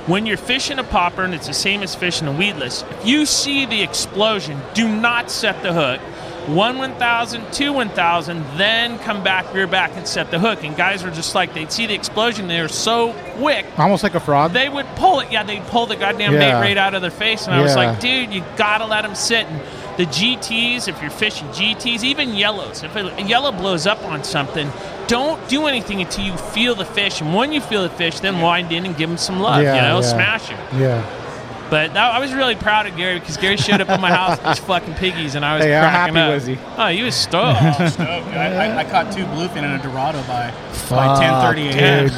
when you're fishing a popper and it's the same as fishing a weedless, if you see the explosion, do not set the hook. One one thousand, two one thousand, then come back rear back and set the hook. And guys were just like they'd see the explosion, they were so quick
Almost like a frog.
they would pull it. Yeah, they'd pull the goddamn
Yeah.
bait right out of their face, and I was
Yeah.
like, dude, you gotta let them sit. And The GTs, if you're fishing GTs, even yellows, if a yellow blows up on something, don't do anything until you feel the fish. And when you feel the fish, then wind in and give them some love. you know, smash it.
Yeah.
But that, I was really proud of Gary because Gary showed up at my house with these fucking piggies, and I was
Hey, how
cracking
happy
up.
was he?
Oh, he was stoked.
Oh, dude, I, I, I caught two bluefin and a Dorado by by ten thirty a.m.
Dude.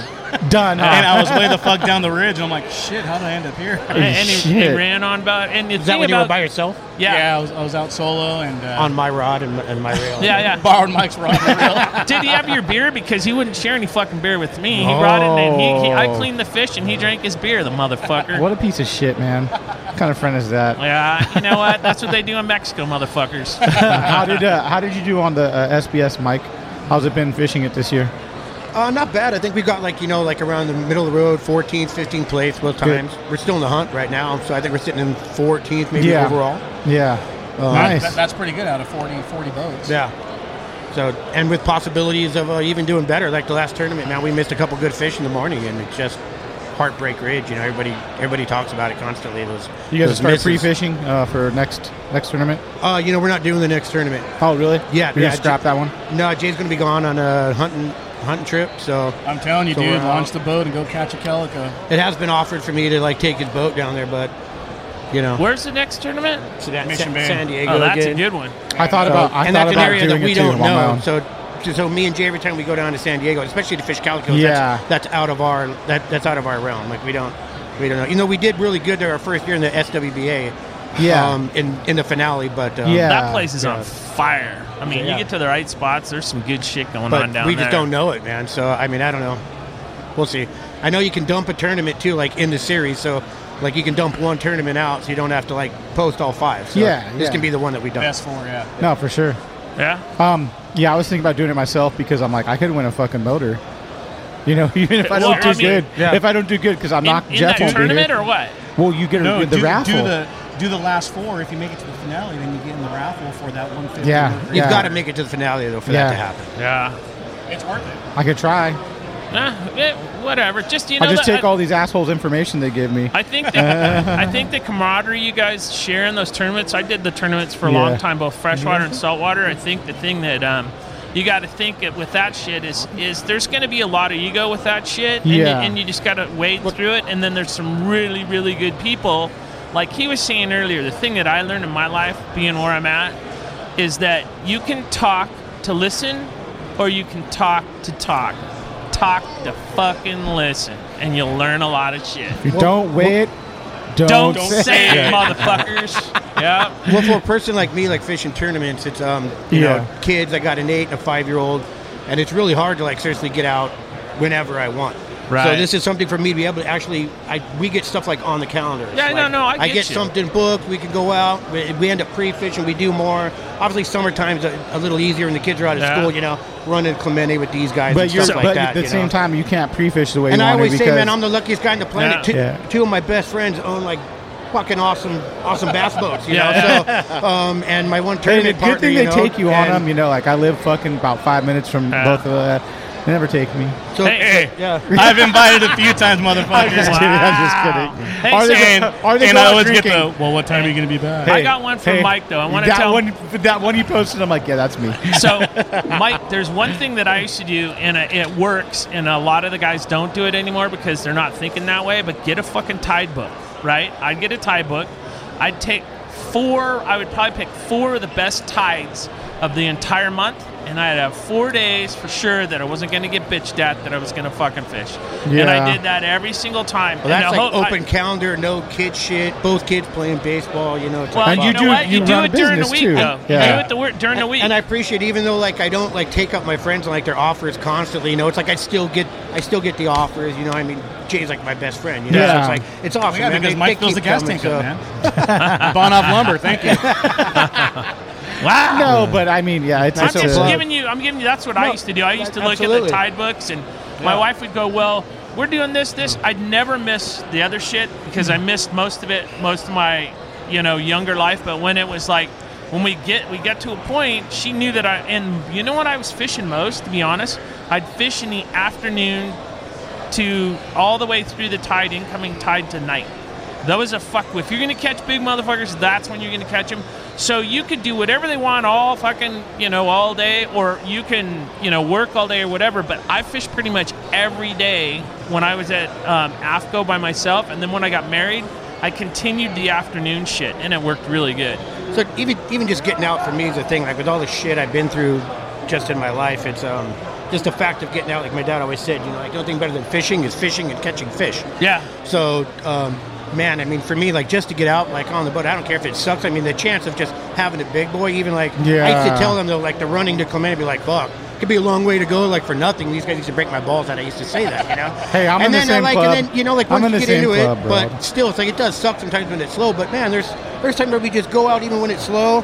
Done.
And I was way the fuck down the ridge. And I'm like, shit, how'd I end up here?
and and he, he
Shit.
ran on about. And the
Is
thing
that when you
about
were by yourself
yeah.
I, was, I was out solo and uh,
on my rod and, and my rail?
Yeah, yeah.
borrowed Mike's rod. and reel.
Did he have your beer? Because he wouldn't share any fucking beer with me. He brought it and he, he, I
Oh.
cleaned the fish and he drank his beer, the motherfucker.
What a piece of shit, man. What kind of friend is that?
Yeah, you know what? That's what they do in Mexico, motherfuckers.
how did uh, how did you do on the uh, SBS mic? How's it been fishing it this year?
Uh, not bad. I think we got like you know like around the middle of the road, 14th, 15th place both
Good.
times. We're still in the hunt right now, so I think we're sitting in 14th maybe
Yeah.
overall. Uh,
Yeah. Oh, nice.
That- that's pretty good out of 40, 40 boats.
Yeah. So and with possibilities of uh, even doing better, like the last tournament, man, we missed a couple good fish in the morning, and it's just heartbreak ridge. You know, everybody everybody talks about it constantly. Those
you guys
those
start
misses.
pre-fishing uh, for next next tournament?
Uh, you know, we're not doing the next tournament.
Oh, really?
Yeah,
You're
yeah,
gonna scrap
ju-
that one.
No, Jay's gonna be gone on a hunting hunting trip, so
I'm telling you,
So
dude,
we're out.
launch the boat and go catch a calico.
it has been offered for me to like take his boat down there, but you know,
Where's the next tournament?
so that
Mission
Sa-
Bay.
San Diego.
oh, that's
again.
a good one.
I thought about I
and
thought
that's an
about
area
doing
that we
it too
don't
on my
know.
own.
So, so me and Jay, every time we go down to San Diego, especially to fish calicos,
Yeah.
that's, that's out of our that, that's out of our realm. Like we don't we don't know. You know, we did really good there our first year in the SWBA.
Yeah.
um, in in the finale, but um,
Yeah.
That place is
yeah.
on fire. I mean,
Yeah.
you get to the right spots, there's some good shit going
but
on down
we just
there.
don't know it, man. So I mean, I don't know. We'll see. I know you can dump a tournament too, like in the series. So like you can dump one tournament out, so you don't have to like post all five. So
Yeah,
this
yeah.
can be the one that we dump.
Best four, yeah.
no, for sure.
Yeah?
Um, yeah, I was thinking about doing it myself because I'm like I could win a fucking motor. You know, even if I
Well,
don't do
I mean-
good,
Yeah.
if I don't do good, because I'm not
in, in
Jeff
that
won't be
tournament
here.
or what?
well, you get
No,
a, the
do,
raffle.
do the do the last four. If you make it to the finale, then you get in the raffle for that one fifty.
Yeah.
You've
Yeah.
got to make it to the finale though for
Yeah.
that to happen.
Yeah.
it's worth it.
I could try.
Nah, eh, whatever. Just, you know,
I just
the-
take all these assholes' information they give me.
I think that, I think the camaraderie you guys share in those tournaments. I did the tournaments for a long
Yeah.
time, both freshwater and saltwater. I think the thing that um, you got to think it- with that shit is is there's going to be a lot of ego with that shit, and,
Yeah.
you, and you just got to wade through it. And then there's some really really good people. Like he was saying earlier, the thing that I learned in my life, being where I'm at, is that you can talk to listen, or you can talk to talk. Talk to fucking listen, and you'll learn a lot of shit.
If you don't wait, don't,
Don't,
say.
say it, motherfuckers. yeah.
well, for a person like me, like fishing tournaments, it's um, you
Yeah.
know, kids. I got an eight and a five year old, and it's really hard to like seriously get out whenever I want. So
Right.
this is something for me to be able to actually. I we get stuff like on the calendar.
Yeah,
like,
no, no, I
I
get
get
you.
something booked. We can go out. We, we end up pre-fishing. We do more. Obviously, summertime's a, a little easier when the kids are out of
Yeah.
school. You know, running Clemente with these guys
But
and
you're,
stuff
but
like that.
at the
you
same
know?
time, you can't pre-fish the way
And
you
I
want to
always say,
because
man, I'm the luckiest guy on the planet.
Yeah.
Two,
Yeah.
two of my best friends own like fucking awesome, awesome bass boats. You
Yeah.
know, so um, and my one
And
tournament
it's good
partner.
thing
you
they
know,
take you on
and
them. You know, like I live fucking about five minutes from
Yeah.
both of that. They never take me.
So,
Hey.
yeah.
I've invited a few times, motherfuckers.
Wow.
kidding, I'm just kidding.
Hey,
Are they
Sam,
gonna- are they going drinking?
well, what time are you going to be back?
I got one from Mike, though. I wanna
that
tell-
one. That one you posted, I'm like, yeah, that's me.
so, Mike, there's one thing that I used to do, and it- it works, and a lot of the guys don't do it anymore because they're not thinking that way. But get a fucking tide book, right? I'd get a tide book. I'd take four. I would probably pick four of the best tides of the entire month, and I'd have four days for sure that I wasn't going to get bitched at, that I was going to fucking fish. And
Yeah.
I did that every single time.
Well, that's
and I
like
hope- I-
open calendar, no kid shit. Both kids playing baseball. You know, it's
Well,
like
And
fun.
you,
you
know
do-
what?
you
You, do
run a
it during the
business,
week,
too.
though.
Yeah.
You do it the, wor- during the week.
And I appreciate, even though like I don't like take up my friends like their offers constantly. You know, it's like I still get, I still get the offers. You know, I mean, Jay's like my best friend. You know,
Yeah.
so it's like it's awesome.
yeah,
man.
because
They-
Mike
they
fills the
keep
gas
coming,
tank
so-
up, man. Bonoff Lumber, thank you.
wow.
No, but I mean, yeah, it's
I'm
just,
just
a-
giving you. I'm giving you. That's what I used to do. I used to look at
absolutely.
the tide books, and my wife would go, "Well, we're doing this,
Mm.
this." I'd never miss the other shit because I missed most of it, most of my, you know, younger life. But when it was like, when we get we got to a point, she knew that I. And you know what I was fishing most, to be honest. I'd fish in the afternoon to all the way through the tide, incoming tide to night. Those are fuck. If you're gonna catch big motherfuckers, that's when you're gonna catch them. So you could do whatever they want all fucking you know all day, or you can you know work all day or whatever. But I fished pretty much every day when I was at um, AFCO by myself, and then when I got married, I continued the afternoon shit, and it worked really good.
So even even just getting out for me is a thing. Like with all the shit I've been through, just in my life, it's um just the fact of getting out. Like my dad always said, you know, like the only thing better than fishing is fishing and catching fish.
Yeah,
So, um, man, I mean, for me, like just to get out, like on the boat, I don't care if it sucks. I mean, the chance of just having a big boy, even like I used
Yeah.
to tell them though, like the running to Clement, I'd be like, fuck. Could be a long way to go, like for nothing. These guys used to break my balls out. I used to say that, you know.
Hey, I'm
and
in the
then,
same
like,
club.
And then you know, like
I'm
once
in
you
the
get into
same club,
it,
bro.
but still, it's like it does suck sometimes when it's slow. But man, there's there's times where we just go out even when it's slow,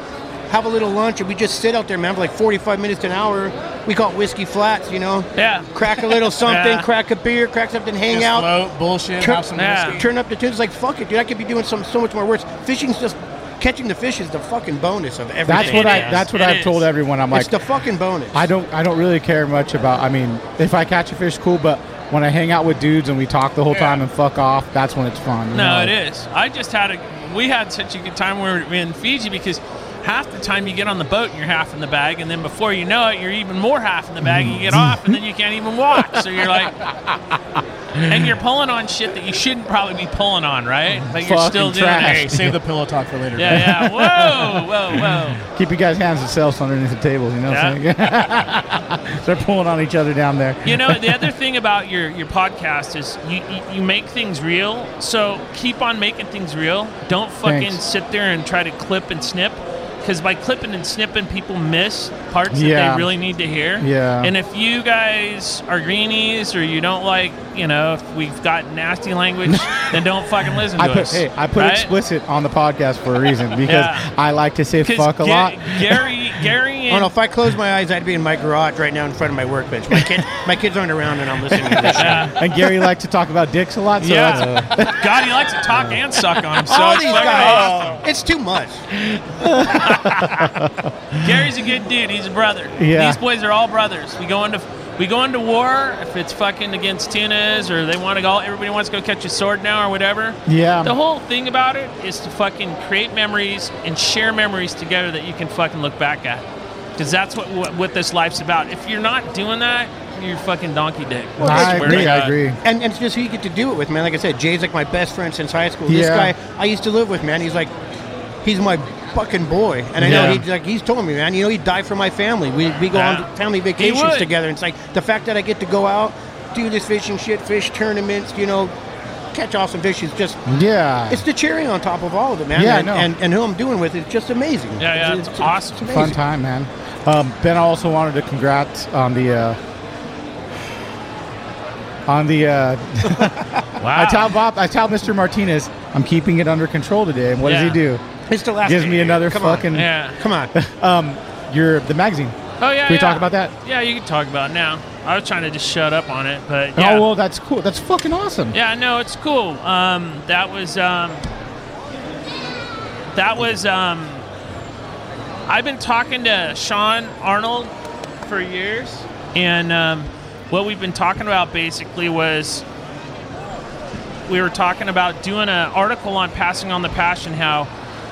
have a little lunch, and we just sit out there, man, for like 45 minutes to an hour. We call it whiskey flats, you know.
Yeah.
Crack a little something,
Yeah.
crack a beer, crack something, hang
Just
out
float, bullshit,
turn,
have some
Yeah.
whiskey.
turn up the tunes. Like fuck it, dude. I could be doing some so much more worse. Fishing's just catching the fish is the fucking bonus of everything.
That's what
It
I.
is.
That's what
It
I've
is.
told everyone. I'm
It's
like,
the fucking bonus.
I don't. I don't really care much about. I mean, if I catch a fish, cool. But when I hang out with dudes and we talk the whole time and fuck off, that's when it's fun. you
No,
know?
it is. I just had a. We had such a good time when we were in Fiji because half the time you get on the boat and you're half in the bag, and then before you know it, you're even more half in the bag, and you get off, and then you can't even walk. So you're like, and you're pulling on shit that you shouldn't probably be pulling on, right? But you're
Fucking
still doing
trash.
Hey, save the pillow talk for later.
it. Yeah, yeah. Whoa, whoa, whoa.
Keep you guys' hands and selves underneath the tables. You know, what I'm saying? they're pulling on each other down there.
You know, the other thing about your your podcast is you you, you make things real. So keep on making things real. Don't fucking
Thanks.
sit there and try to clip and snip. Because by clipping and snipping, people miss parts that
Yeah.
they really need to hear.
Yeah.
And if you guys are greenies or you don't like, you know, if we've got nasty language, then don't fucking listen to
I put
us.
hey, I put
right?
explicit on the podcast for a reason because
Yeah.
I like to say
'Cause
fuck a
Ga-
lot.
Gary, Gary,
I don't
and
know. Oh, If I closed my eyes, I'd be in my garage right now in front of my workbench. My kid, my kids aren't around, and I'm listening to this. shit.
And Gary liked to talk about dicks a lot, so that's
yeah, God, he likes to talk and suck on him. So Oh.
All
it's
these
fucking
guys, it's too much.
Gary's a good dude. He's a brother.
Yeah.
These boys are all brothers. We go into we go into war if it's fucking against tunas or they want to go. Everybody wants to go catch a sword now or whatever.
Yeah.
The whole thing about it is to fucking create memories and share memories together that you can fucking look back at. Because that's what, what what this life's about. If you're not doing that, you're fucking donkey dick.
I
swear to
agree. I
God.
agree.
And, and it's just who you get to do it with, man. Like I said, Jay's like my best friend since high school. This
Yeah.
guy I used to live with, man. He's like, he's my fucking boy. And I
Yeah.
know he's like, he's told me, man, you know, he'd die for my family. We, we go
Yeah.
on family vacations
would.
together. And it's like the fact that I get to go out, do this fishing shit, fish tournaments, you know, catch awesome fish is just,
Yeah,
it's the cherry on top of all of it, man.
Ah. Yeah, I
and,
know.
and, and who I'm doing with is just amazing.
Yeah, yeah, it's awesome.
fun time, man. Um, ben, I also wanted to congrats on the uh, on the. Uh,
Wow.
I tell Bob, I tell Mr. Martinez, I'm keeping it under control today. And what does he
Yeah.
do?
It's the last
Gives
day,
me
dude.
another
Come on.
fucking.
yeah.
Come on.
Um, your the magazine.
Oh yeah.
Can we
yeah.
talk about that?
Yeah, you can talk about it now. I was trying to just shut up on it, but yeah.
Oh well, that's cool. That's fucking awesome.
Yeah, no, it's cool. Um, that was um, that was um, I've been talking to Sean Arnold for years, and um, what we've been talking about basically was we were talking about doing an article on passing on the passion how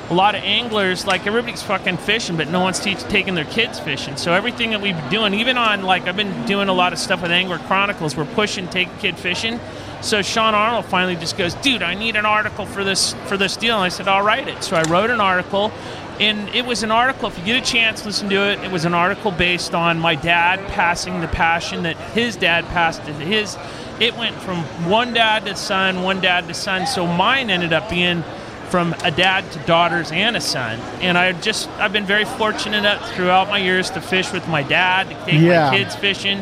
a lot of anglers like everybody's fucking fishing but no one's teach, taking their kids fishing so everything that we've been doing even on like i've been doing a lot of stuff with angler chronicles we're pushing take a kid fishing so sean arnold finally just goes dude i need an article for this for this deal and i said i'll write it so i wrote an article and it was an article if you get a chance listen to it it was an article based on my dad passing the passion that his dad passed to his it went from one dad to son, one dad to son. So mine ended up being from a dad to daughters and a son. And I just I've been very fortunate enough throughout my years to fish with my dad, to take
Yeah.
my kids fishing,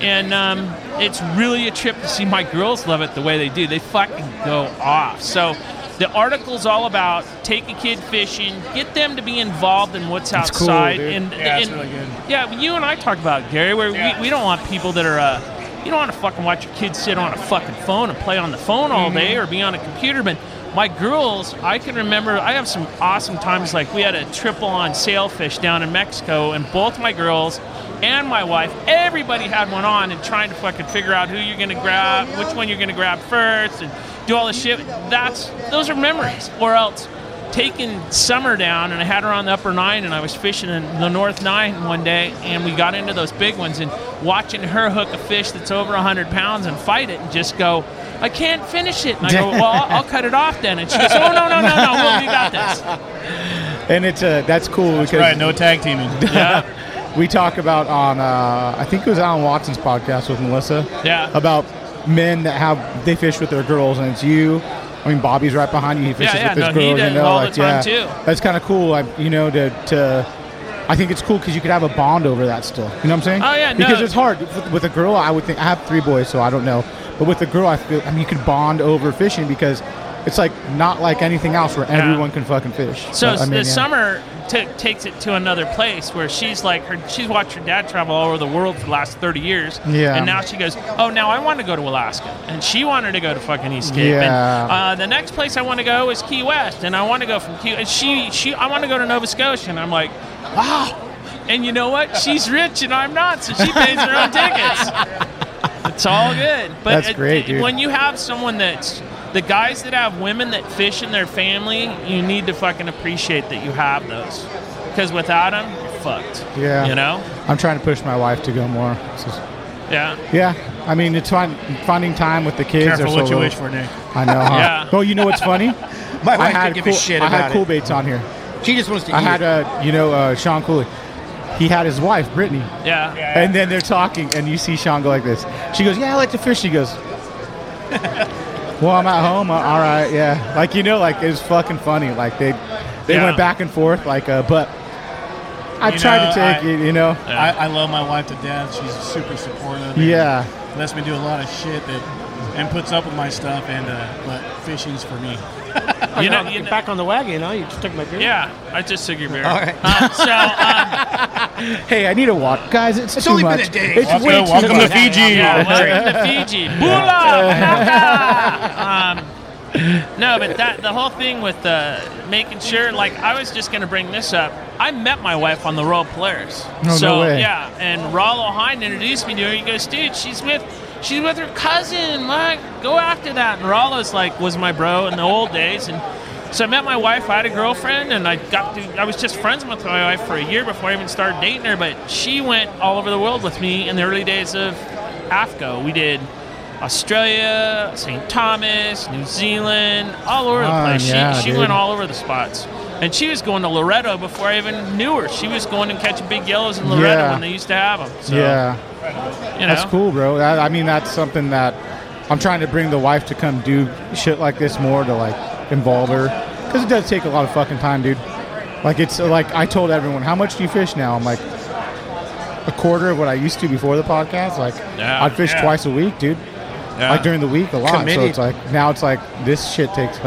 and um, it's really a trip to see my girls love it the way they do. They fucking go off. So. The article's all about take a kid fishing, get them to be involved in what's
cool,
outside,
dude.
and
Yeah, it's
and-
really good.
yeah, but you and I talk about Gary, where
Yeah.
we, we don't want people that are. Uh, you don't want to fucking watch your kids sit on a fucking phone and play on the phone all day or be on a computer. But my girls, I can remember. I have some awesome times. Like we had a triple on sailfish down in Mexico, and both my girls and my wife, everybody had one on and trying to fucking figure out who you're gonna grab, which one you're gonna grab first, and do all this shit. That's those are memories. Or else taking summer down and I had her on the upper nine and I was fishing in the north nine one day and we got into those big ones and watching her hook a fish that's over 100 pounds and fight it and just go, I can't finish it. And I go, well, I'll, I'll cut it off then. And she goes, oh, no, no, no, no, we'll- we got this.
And it's uh, that's cool because
Right, no tag teaming.
we talk about on uh, I think it was Alan Watson's podcast with Melissa.
Yeah.
About men that have they fish with their girls, and it's you. I mean, Bobby's right behind you. He fishes
yeah,
with his
no, he
girls.
does
you know,
all the
like,
time,
yeah,
too.
that's kind of cool. I, you know, to, to I think it's cool because you could have a bond over that still. You know what I'm saying?
Oh, yeah, no.
Because it's hard with, with a girl. I would think I have three boys, so I don't know. But with a girl, I feel I mean you could bond over fishing because it's like not like anything else where everyone can fucking fish.
So
I mean,
the
yeah.
summer t- takes it to another place where she's like her. She's watched her dad travel all over the world for the last thirty years.
Yeah.
And now she goes, oh, now I want to go to Alaska, and she wanted to go to fucking East Cape.
Yeah.
And, uh, the next place I want to go is Key West, and I want to go from Key. And she, she, I want to go to Nova Scotia, and I'm like, wow. And you know what? She's rich and I'm not, so she pays her own tickets. It's all good. But
That's great, dude.
when you have someone that's the guys that have women that fish in their family, you need to fucking appreciate that you have those. Because without them, you're fucked.
Yeah.
You know?
I'm trying to push my wife to go more. It's just-
Yeah.
Yeah, I mean it's fine. Finding time with the kids. are
Careful
so
what you
little.
wish for, Nick.
I know. Huh?
Yeah.
Oh, you know what's funny?
My
I
wife
had
could give
cool,
a shit
I
about
had cool
it.
baits on here.
She just wants to.
I
eat
had
it.
uh, you know, uh, Sean Cooley. He had his wife Brittany,
Yeah.
and then they're talking, and you see Sean go like this. She goes, "Yeah, I like to fish." She goes, "Well, I'm at home. Uh, all right, yeah." Like you know, like it was fucking funny. Like they they
Yeah.
went back and forth. Like, uh, but I
You
tried
know,
to take
I-
it. You know,
I, I love my wife to death. She's super supportive. and
yeah.
Lets me do a lot of shit that, and puts up with my stuff. And uh, but fishing's for me.
You know,
Now,
you know-
back on the wagon. You know, you just took my beer.
Yeah. I just took your beer.
All right.
Um, so, um,
Hey, I need a walk, guys. It's,
It's
too
only
much.
been a day.
It's
Welcome-
way too
welcome to
much.
Fiji.
yeah, welcome to Fiji. Bula! um, no, but that the whole thing with uh, making sure, like, I was just going to bring this up. I met my wife on the Royal Polaris.
No,
so,
no way.
yeah, and Rollo Hine introduced me to her. He goes, dude, she's with. She's with her cousin. Like, go after that. And Rollo's like was my bro in the old days, and so I met my wife. I had a girlfriend, and I got to. I was just friends with my wife for a year before I even started dating her. But she went all over the world with me in the early days of AFCO. We did Australia, St. Thomas, New Zealand, all over the
Fun,
place. She,
yeah,
she
dude.
went all over the spots. And she was going to Loretto before I even knew her. She was going and catching big yellows in Loretto
Yeah.
when they used to have them. So,
Yeah.
you know.
That's cool, bro. I, I mean, that's something that I'm trying to bring the wife to come do shit like this more to like involve her because it does take a lot of fucking time, dude. Like it's like I told everyone, how much do you fish now? I'm like a quarter of what I used to before the podcast. Like
Yeah,
I'd fish
yeah.
twice a week, dude.
Yeah.
Like during the week a lot. So
Committed.
it's like now it's like this shit takes a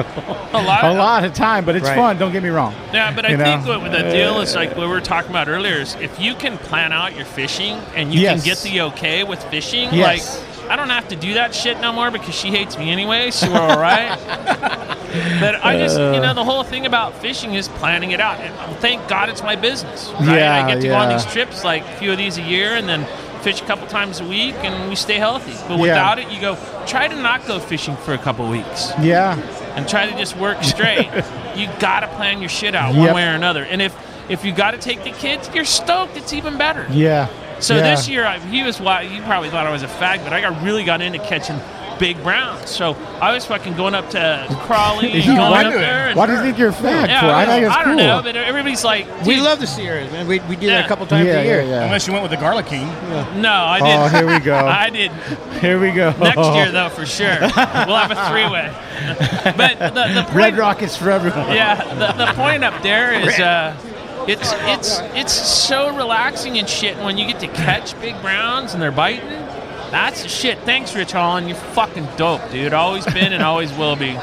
A lot of-
lot of time, but it's
Right.
fun. Don't get me wrong.
Yeah, but I
You
think
know?
what the deal is like what we were talking about earlier is if you can plan out your fishing and you
Yes.
can get the okay with fishing,
Yes.
like I don't have to do that shit no more because she hates me anyway, so we're all right. but I just, you
Uh.
know, the whole thing about fishing is planning it out. And thank God it's my business. Right?
Yeah,
I get to go on
yeah.
these trips, like a few of these a year, and then fish a couple times a week, and we stay healthy. But
Yeah.
without it, you go try to not go fishing for a couple weeks
Yeah.
and try to just work straight. you gotta plan your shit out one
Yep.
way or another. And if if you gotta take the kids, you're stoked. It's even better.
Yeah.
So
Yeah.
this year, I, he was why you probably thought I was a fag, but I got really got into catching big browns. So I was fucking going up to Crawley, and
You-
going
why,
up there. and-
why do you think you're a fag
Yeah,
for? I think it's
I don't
cool.
know, but everybody's like,
We
dude,
love the Sierras, man. We, we do that
Yeah.
a couple times
yeah,
a year.
yeah, yeah.
Unless you went with the Garlic King.
no, I didn't.
Oh, here we go.
I did.
Here we go.
Next year, though, for sure, we'll have a three-way. but the, the point,
Red Rockets for everyone.
yeah, the, the point up there is uh, it's it's it's so relaxing and shit when you get to catch big browns and they're biting. That's the shit. Thanks, Rich Holland. You're fucking dope, dude. Always been and always will be.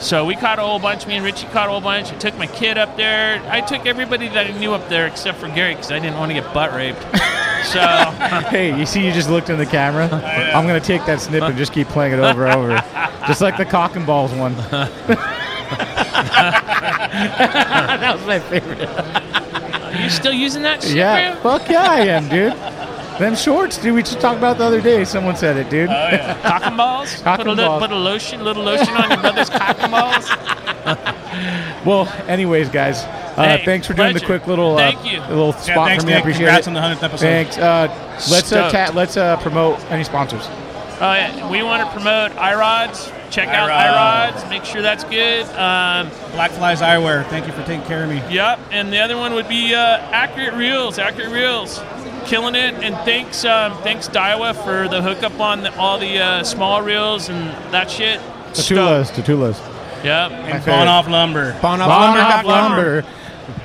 So we caught a whole bunch. Me and Richie caught a whole bunch. I took my kid up there. I took everybody that I knew up there except for Gary because I didn't want to get butt raped. So
Hey, you see, you just looked in the camera. I'm gonna take that snip and just keep playing it over and over, just like the cock and balls one. that was my favorite.
you still using that shit,
Yeah,
Drew?
fuck yeah, I am, dude. Them shorts, dude. We just talked about the other day. Someone said it, dude.
Oh yeah, cock and balls.
Cock
put a
and
little,
balls.
put a lotion, little lotion on your brother's cock and balls.
well, anyways, guys, uh,
Hey,
thanks for doing the
pleasure.
quick little uh,
Thank you.
little
Yeah,
spot
thanks,
for me. I
Nick.
appreciate
Congrats
it.
on the 100th episode.
Thanks. Uh, let's uh, ta-
Stoked.
let's uh, promote any sponsors.
Oh, yeah. We want to promote iRods. Check out
iRod.
iRods. Make sure that's good. Um,
Black Flies Eyewear, thank you for taking care of me.
yep. And the other one would be uh, Accurate Reels. Accurate Reels. Killing it. And thanks um, thanks Daiwa for the hookup on the, all the uh, small reels and that shit.
Tatulas, Tatulas.
Stoked. Yep.
And
favorite.
Bonoff Lumber.
Bonoff
Lumber.
Lumber.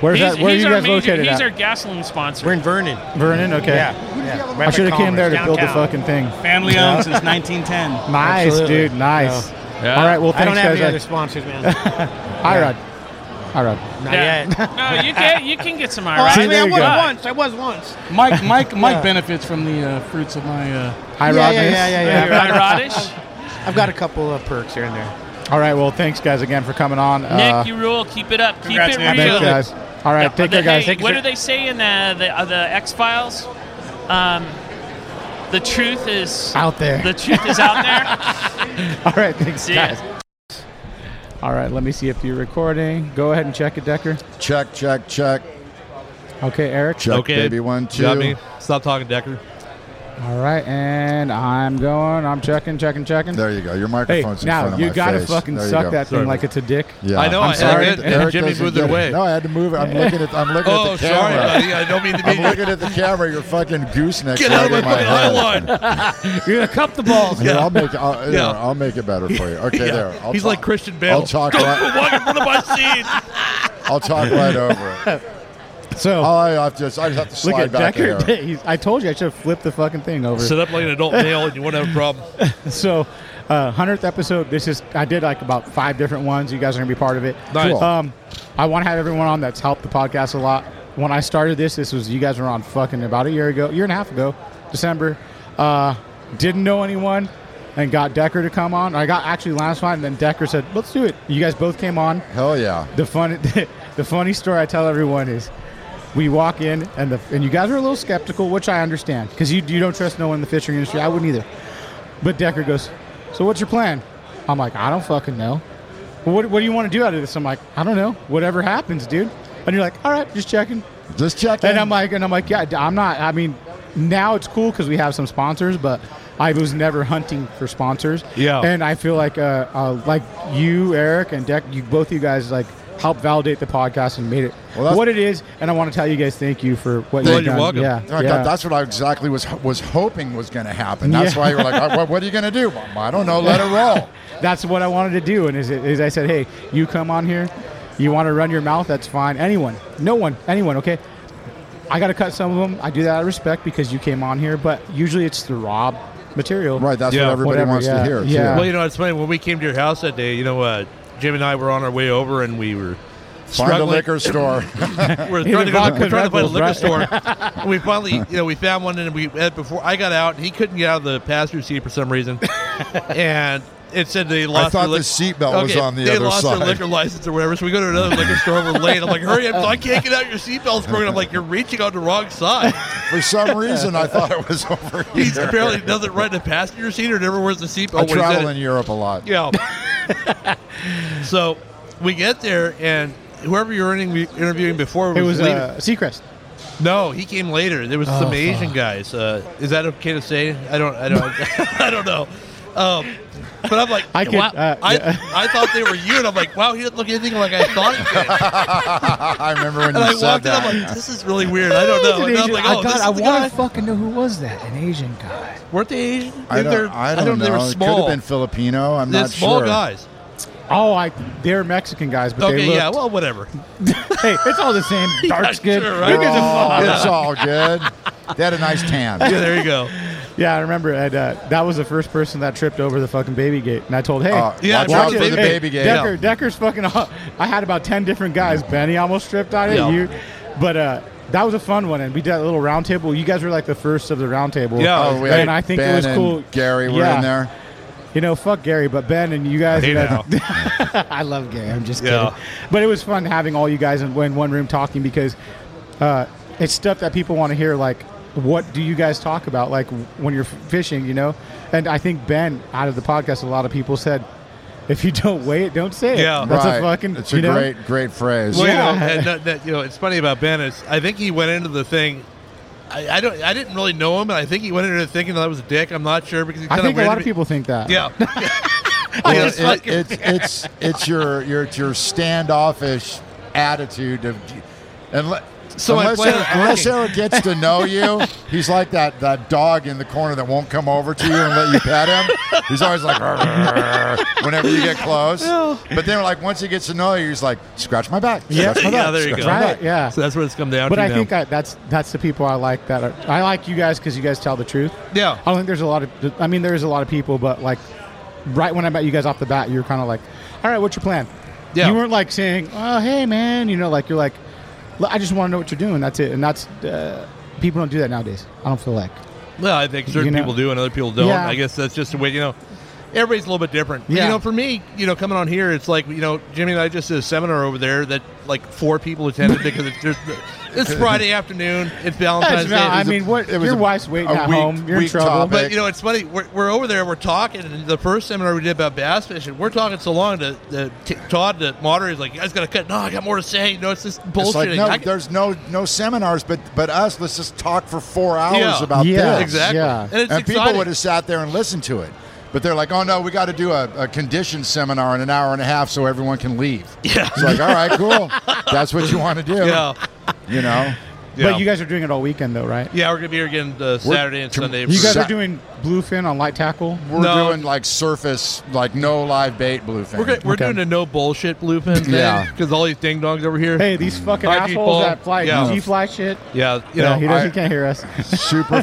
Where's
He's-
that? Where are
he's
you
our
guys
major-
located
He's
at?
our gasoline sponsor.
We're in Vernon.
Vernon. Okay.
Yeah. yeah. Right
I
by
should have came
Commerce,
there to build the
downtown.
fucking thing.
Family owned since 1910.
Nice,
Absolutely.
dude. Nice.
Yeah.
All right. Well,
I
thanks,
don't have any other
guys.
sponsors, man.
I, Irod. Irod.
Not
Yeah.
yet.
no, you can you can get some
Oh,
iRods.
See,
I mean,
there
I
you
was
go.
once. I was once.
Mike Mike Mike benefits from the uh, fruits of my uh,
Irodness.
yeah, yeah, yeah, yeah, yeah.
iRodish.
I've got a couple of perks here and there.
All right. Well, thanks, guys, again for coming on. Uh,
Nick, you rule. Keep it up. Keep
congrats,
it
man.
real.
thanks, guys. All right. Take
the-
care, guys.
hey,
Take
what
care.
do they say in the the, uh, the X Files? Um, the truth is
out there.
The truth is out there.
All right. Thanks,
See ya.
guys. All right. Let me see if you're recording. Go ahead and check it, Decker.
Check, check, check,
Okay, Eric.
check,
okay,
baby. One, two.
Got me. Stop talking, Decker.
All right. And I'm going. I'm checking, checking, checking.
There you go. Your
Hey,
microphone's in front
now
of
you
my
gotta
face.
fucking
There you
suck
go.
that
Sorry.
thing like it's a dick.
Yeah,
I know,
I'm
I- I
sorry.
did, and
Eric
Jimmy
doesn't
moved it
get it.
away.
No, I had to move it. I'm looking at. I'm looking
Oh,
at the
sorry.
camera.
buddy. I don't mean to be.
I'm looking at the camera. Your fucking gooseneck.
Get
right
out of my
in my
fucking
head.
eyeline.
You're gonna cup the balls.
Here, I'll make. I'll, here,
Yeah.
I'll make it better for you. Okay,
Yeah.
there. I'll
He's
talk-
like Christian Bale.
I'll talk.
Don't
Right,
walk in front of my seat.
I'll talk right over it.
So
All I have to. I just have to
look
slide
at
back
Decker.
here.
He's- I told you I should have flipped the fucking thing over.
Sit up like an adult male, and you won't have a problem.
So, uh, hundredth episode. This is I did like about five different ones. You guys are gonna be part of it.
Nice. Cool.
Um, I want to have everyone on that's helped the podcast a lot. When I started this, this was you guys were on fucking about a year ago, year and a half ago, December. Uh, didn't know anyone, and got Decker to come on. I got actually last night, and then Decker said, "Let's do it." You guys both came on.
Hell yeah.
The fun, the funny story I tell everyone is, we walk in and the and you guys are a little skeptical, which I understand because you you don't trust no one in the fishing industry. I wouldn't either. But Decker goes, so what's your plan? I'm like, I don't fucking know. "Well, What what do you want to do out of this? I'm like, I don't know. Whatever happens, dude. And you're like, all right, just checking.
Just checking.
And I'm like, and I'm like, yeah, I'm not. I mean, now it's cool because we have some sponsors, but I was never hunting for sponsors.
Yeah.
And I feel like, uh, uh like you, Eric, and Deck, you both you guys like helped validate the podcast and made it
Well, that's-
what it is. And I want to tell you guys thank you for what
Well,
you've
you're
done.
welcome.
Yeah.
I
yeah.
thought that's what I exactly was was hoping was going to happen. That's
Yeah.
why you were like, "Uh, what, "What are you going to do?" Mom? I don't know. Let it roll.
That's what I wanted to do, and is, it, is I said, hey, you come on here, you want to run your mouth, that's fine. Anyone, no one, anyone, okay. I got to cut some of them. I do that out of respect because you came on here, but usually it's the Rob material.
Right. That's
Yeah,
what everybody
whatever,
wants
yeah,
to hear. too.
yeah.
Well, you know, it's funny. When we came to your house that day, you know, uh, Jim and I were on our way over, and we were
Find a
struggling.
liquor store.
We're trying to, go,
vodka
we're trying to find a
Rebels,
liquor
right?
store. And we finally, you know, we found one, and we and before I got out, he couldn't get out of the passenger seat for some reason, and it said they lost.
thought
their
the seatbelt was on the
they
other
lost
side.
their liquor license or whatever. So we go to another liquor store over late. I'm like, hurry up! I can't get out. Your seatbelt's broken. I'm like, you're reaching on the wrong side.
For some reason, I thought it was over here.
He's apparently doesn't ride in the passenger seat Oh, or never wears the seatbelt.
I
when he's in
travel
it.
in Europe a lot.
Yeah. so we get there, and whoever you were interview- interviewing before was,
It was
leaving.
uh, Oh, Seacrest.
no, he came later. There was some Asian guys. Uh, is that okay to say? I don't. I don't. I don't know. Um, but I'm like,
I could,
wow,
uh,
I,
yeah.
I thought they were you, and I'm like, wow, he didn't look anything like I thought he did.
I remember when
And
you
I
said
walked in, I'm
that.
like, this is really weird. I don't
It was
know.
an
And I'm
Asian-
like,
I thought-
oh, this is
I
the
wanna
guy.
fucking know who was that? An Asian guy.
weren't they Asian?
I
They're-
don't, I don't, know.
They were
It
small.
could have been Filipino. I'm
They're
not
small
sure.
guys.
Oh, I they're Mexican guys, but they
Okay,
look.
yeah. Well, whatever.
hey, it's all the same. Dark skin.
sure,
Who
right?
gives a
Oh,
fuck?
it's all good. They had a nice tan.
Yeah, there you go.
Yeah, I remember. And, uh, that was the first person that tripped over the fucking baby gate, and I told, hey,
Uh,
Yeah,
watch
watch
out
it.
for the
Hey,
baby gate.
Decker, Decker's fucking. I had about ten different guys. Benny almost tripped on it.
Yeah.
You, but uh, that was a fun one, and we did a little round table. You guys were like the first of the round table.
Yeah.
Oh, we had
and I think
ben
it was cool.
And Gary were
Yeah.
in there.
You know, fuck Gary, but Ben and you guys.
Hey,
you guys-
now.
I love Gary. I'm just kidding.
Yeah.
but it was fun having all you guys in, in one room talking because uh, it's stuff that people want to hear. Like what do you guys talk about like w- when you're f- fishing you know and i think ben out of the podcast a lot of people said if you don't weigh it don't say it
Yeah.
that's
Right.
a fucking
It's
a
you know?
great, great phrase.
Well, yeah.
Yeah.
and that, that, you know, it's funny about Ben is I think he went into the thing. I, I don't. I didn't really know him, and I think he went into it thinking that I was a dick. I'm not sure because he
i
kinda
think a
weirded
lot of
me-
people think that
Yeah.
Well,
Yeah, it-
it, it's it's it's your your it's your standoffish attitude of, unless,
So my
unless,
plan
Eric,
is
unless
working.
Eric gets to know you, he's like that that dog in the corner that won't come over to you and let you pet him. He's always like "Arr, arr," whenever you get close. But then like once he gets to know you, he's like scratch my back.
yeah,
scratch my
yeah,
back,
there you
scratch
go.
my back."
yeah.
So that's what it's come down
but
to.
I
now.
think I, that's that's the people I like that are, I like you guys because you guys tell the truth.
Yeah.
I don't think there's a lot of I mean there's a lot of people, but like right when I met you guys off the bat, you were kind of like, all right, what's your plan?
Yeah.
You weren't like saying, oh hey man, you know, like you're like, "Look, I just want to know what you're doing. That's it, and that's uh, people don't do that nowadays. I don't feel like.
Well, I think certain
You know-
people do and other people don't.
Yeah.
I guess that's just the way, you know, everybody's a little bit different.
Yeah.
You know, for me, you know, coming on here, it's like, you know, Jimmy and I just did a seminar over there that like four people attended because it's, there's, it's Friday afternoon, it's Valentine's
That's
Day.
not- I
It's a-
mean, what
it was
your
a-
wife's waiting
a
at
weak-
home. You're in
weak
trouble.
topic.
But you know, it's funny. We're, we're over there. We're talking. And the first seminar we did about bass fishing, we're talking so long to, to t- Todd, the moderator, is like, "You guys got to cut." No, I got more to say. No, it's just bullshitting.
It's like no,
I-
there's no no seminars, but but us, let's just talk for four hours
Yeah.
about
Yeah,
this.
exactly.
yeah.
And it's
and people
exciting.
would have sat there and listened to it. But they're like, oh no, we got to do a, a condition seminar in an hour and a half so everyone can leave.
Yeah.
It's like, all right, cool. That's what you want to do.
yeah,
You know?
yeah.
But you guys are doing it all weekend though, right?
yeah, we're gonna be here again uh, Saturday and
com-
Sunday.
You guys
Sa-
are doing bluefin on light tackle.
We're
No.
doing like surface, like no live bait bluefin.
We're, gonna, we're
Okay.
doing a no bullshit bluefin thing
Yeah.
because all these ding dongs over here.
Hey, these fucking
Hi,
assholes
people.
that fly
Yeah.
G fly shit.
yeah, you
yeah,
know,
he doesn't
I-
can't hear us.
Super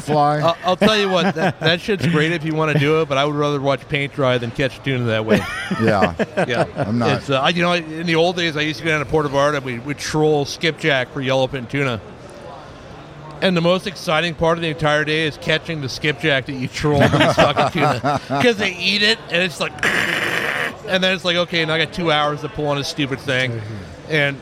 fly.
I, will tell you what, that, that shit's great if you want to do it, but I would rather watch paint dry than catch a tuna that way.
yeah.
Yeah,
I'm not-
It's, uh, I- you know, in the old days, I used to go down to Puerto Vallarta. and We would troll skipjack for yellowfin tuna. And the most exciting part of the entire day is catching the skipjack that you troll for these fucking tuna because they eat it and it's like, and then it's like, okay, now I got two hours to pull on this stupid thing,
Mm-hmm.
and.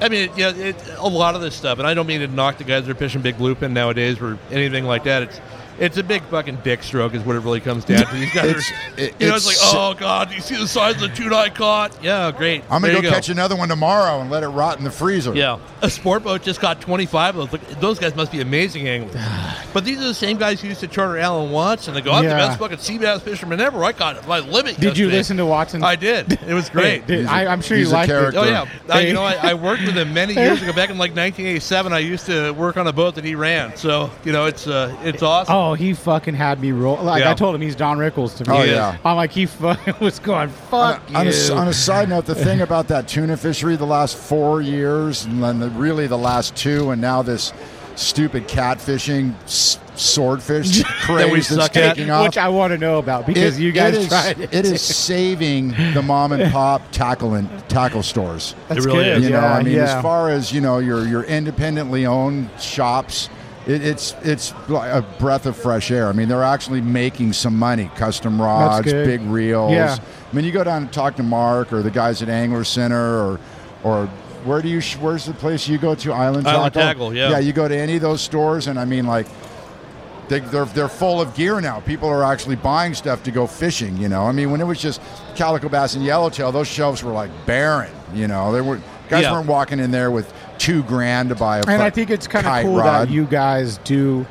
I mean, yeah, it, a lot of this stuff, and I don't mean to knock the guys that are fishing big bluefin nowadays or anything like that. It's it's a big fucking dick stroke, is what it really comes down to. These guys
It's-
are,
it-
you know, it's,
it's
like,
so-
oh god, do you see the size of the tuna I caught? Yeah, great.
I'm
There
going to
you
go catch another one tomorrow and let it rot in the freezer.
Yeah, a sport boat just caught 25 of those. Look, those guys must be amazing anglers. but these are the same guys who used to charter Alan Watson. They go, I'm the
Yeah.
best fucking sea bass fisherman ever. I caught my limit.
Did you
yesterday."
listen to Watson?
I did. It was
Hey,
great.
did- I, I'm sure you
he's a
liked it.
character.
Oh yeah, I,
Hey.
you know I, I worked with him many years ago. Back in like 1987, I used to work on a boat that he ran. So you know it's uh, it's awesome.
Oh, he fucking had me roll. Like
Yeah.
I told him, he's Don Rickles to me.
Oh, yeah.
I'm like, he fucking was going, fuck you.
uh, on, a, s- on a side note, the thing about that tuna fishery the last four years, and then the, really the last two, and now this stupid catfishing s- swordfish craze that's
suck at.
taking off.
Which I want to know about because you guys
it is,
tried it.
It is saving the mom and pop tackle and tackle stores.
That's
really
good.
is.
You
yeah,
know, I mean,
yeah.
as far as you know, your your independently owned shops, it, it's it's like a breath of fresh air. I mean, they're actually making some money. Custom rods,
good.
big reels.
Yeah.
I mean, you go down and talk to Mark or the guys at Angler Center or or. Where do you? sh- Where's the place you go to? Island Tackle.
Island Tackle, yeah.
Yeah, you go to any of those stores, and I mean, like, they, they're they're full of gear now. People are actually buying stuff to go fishing. You know, I mean, when it was just calico bass and yellowtail, those shelves were like barren. You know, they were guys
Yeah.
weren't walking in there with two grand to buy a.
And
fu-
I think it's kind of
kite
cool
rod.
that you guys do.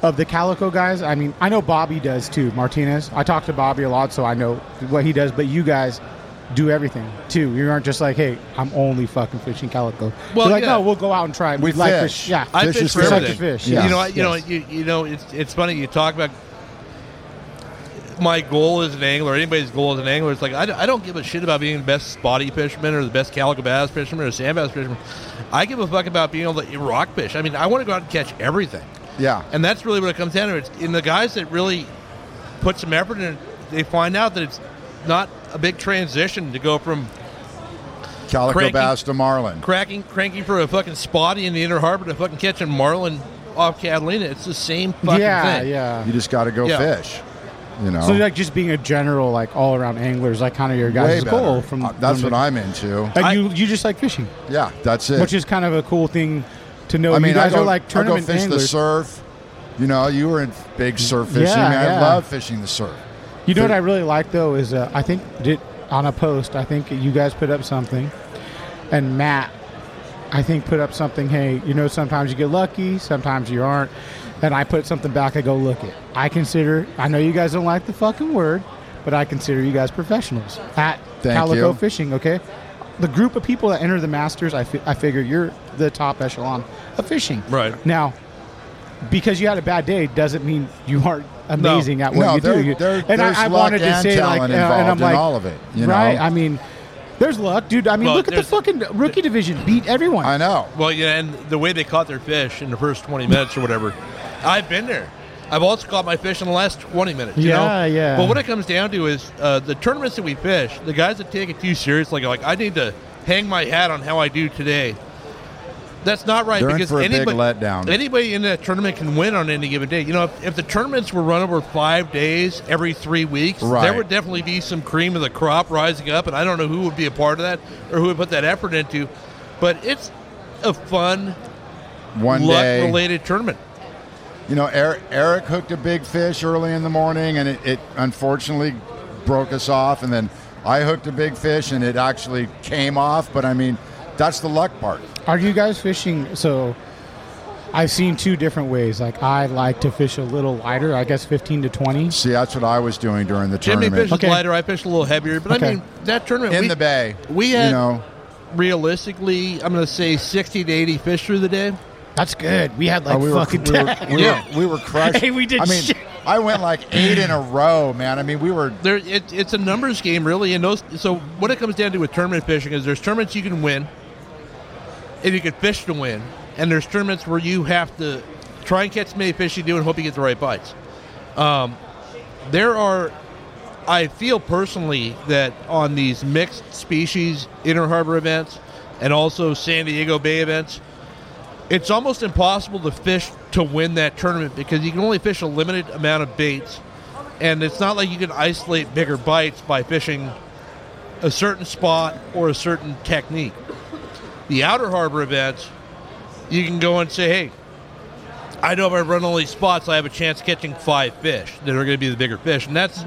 Of the calico guys, I mean, I know Bobby does too. Martinez, I talk to Bobby a lot, so I know what he does. But you guys do everything too. You aren't just like, hey, I'm only fucking fishing calico.
Well,
You're like,
yeah.
no, we'll go out and try.
We
like
fish.
Yeah,
I
I
Fish
fish
is
for
fish.
everything.
Like to fish,
yes.
You know, I, you know,
Yes.
you, you know. It's it's funny you talk about. My goal as an angler, anybody's goal as an angler, it's like I, d- I don't give a shit about being the best spotty fisherman or the best calico bass fisherman or sand bass fisherman. I give a fuck about being able to eat rock fish. I mean, I want to go out and catch everything,
yeah.
and that's really what it comes down to. It's in the guys that really put some effort in. They find out that it's not a big transition to go from
calico
cranking-
bass to marlin.
cracking cranking for a fucking spotty in the inner harbor to fucking catching marlin off Catalina. It's the same fucking
yeah,
thing.
yeah.
You just got to go
Yeah.
fish. You know,
So like just being a general like all around angler is like kind of your guys'
better.
goal from
Uh, that's
from
what I'm into.
Like
I-
you you just like fishing,
Yeah, that's it.
which is kind of a cool thing to know.
I mean,
you guys
I go,
are like
I go
tournament
fish the
anglers.
surf. You know, you were in big surf fishing.
Yeah,
man. I
yeah.
love fishing the surf.
You know what I really like though is uh, I think did on a post I think you guys put up something, and Matt, I think put up something. Hey, you know sometimes you get lucky, sometimes you aren't, and I put something back. I go look it. I consider. I know you guys don't like the fucking word, but I consider you guys professionals at
Thank
Calico
you.
Fishing. Okay, the group of people that enter the Masters, I fi- I figure you're the top echelon of fishing.
Right.
Now, because you had a bad day doesn't mean you aren't amazing at what
No,
you
there-
do. You-
there-
and
there's
I, I
luck
wanted to
and
say like,
talent
uh, and
involved
I'm
in
like,
all of it, you
right?
know?
I mean, there's luck, dude. I mean,
Well,
look at the
there's-
fucking rookie division beat everyone. I
know.
Well, yeah, and the way they caught their fish in the first 20 minutes or whatever, I've been there. I've also caught my fish in the last 20 minutes. You
Yeah,
know?
yeah.
But what it comes down to is uh, the tournaments that we fish, the guys that take it too seriously, like, I need to hang my hat on how I do today. That's not right
They're in
because
for a big
anybody,
letdown.
anybody in that tournament can win on any given day. You know, if, if the tournaments were run over five days every three weeks, there
Right.
would definitely be some cream of the crop rising up, and I don't know who would be a part of that or who would put that effort into. But it's a fun,
One day.
luck-related tournament.
You know, Eric, Eric hooked a big fish early in the morning, and it, it unfortunately broke us off. And then I hooked a big fish, and it actually came off. But I mean, that's the luck part.
Are you guys fishing? So, I've seen two different ways. Like, I like to fish a little lighter. I guess 15 to 20.
See, that's what I was doing during the
Jimmy
tournament.
fishes lighter. I fish a little heavier, but I
Okay.
mean that tournament
In
we-
the bay,
We
you
had
know.
realistically, I'm going to say 60 to 80 fish through the day.
That's good. We had
Oh, we were- we were- we were- we were crushed.
Hey, we did
I mean,
shit.
I went like eight in a row, man. I mean, we were
there it, it's a numbers game really and those so what it comes down to with tournament fishing is there's tournaments you can win and you can fish to win and there's tournaments where you have to try and catch as many fish you do and hope you get the right bites um, there are i feel personally that on these mixed species inner harbor events and also san diego bay events it's almost impossible to fish to win that tournament because you can only fish a limited amount of baits and it's not like you can isolate bigger bites by fishing a certain spot or a certain technique the outer harbor events you can go and say hey i know if i run all these spots i have a chance of catching five fish that are going to be the bigger fish and that's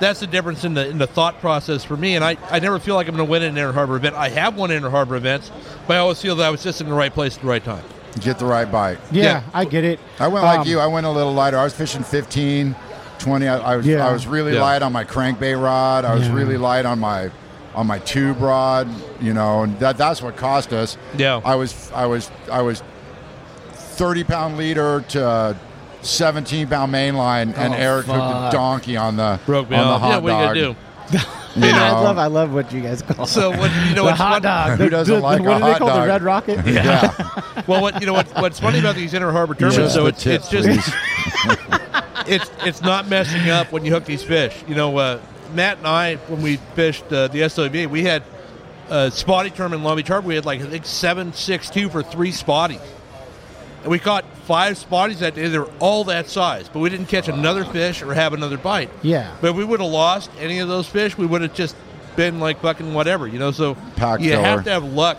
that's the difference in the in the thought process for me and i, I never feel like i'm going to win an inner harbor event i have won inner harbor events but i always feel that i was just in the right place at the right time
get the right bite.
Yeah, I get it.
I went like
Um,
you. I went a little lighter. I was fishing 15, 20. I, I was
Yeah.
I was really
Yeah.
light on my crankbait rod. I was
Yeah.
really light on my on my tube rod. You know, and that that's what cost us.
Yeah.
I was I was I was 30 pound leader to 17 pound mainline, and
Oh,
Eric hooked a
fuck.
donkey on the
Broke me
on the
off.
hot
Yeah, what are
dog.
you gonna
You
I
know?
love, I love what you guys call.
So what- you know
the
what's fun-
hot dog?
Who
The-
doesn't
the-
like
What
a
do they
hot
call
dog?
the red rocket?
Yeah. well, what you know what, what's funny about these inner harbor tournaments
Just
though
the
it's,
tip,
it's just it's it's not messing up when you hook these fish. You know, uh, Matt and I when we fished uh, the SOB, we had uh, spotty tournament in Long Beach Harbor. We had like I think seven six two for three spotties, and we caught five spotties that day. They were all that size, but we didn't catch another fish or have another bite.
Yeah.
But if we would have lost any of those fish, we would have just been like fucking whatever, you know. So
Pack
you
filler.
have to have luck.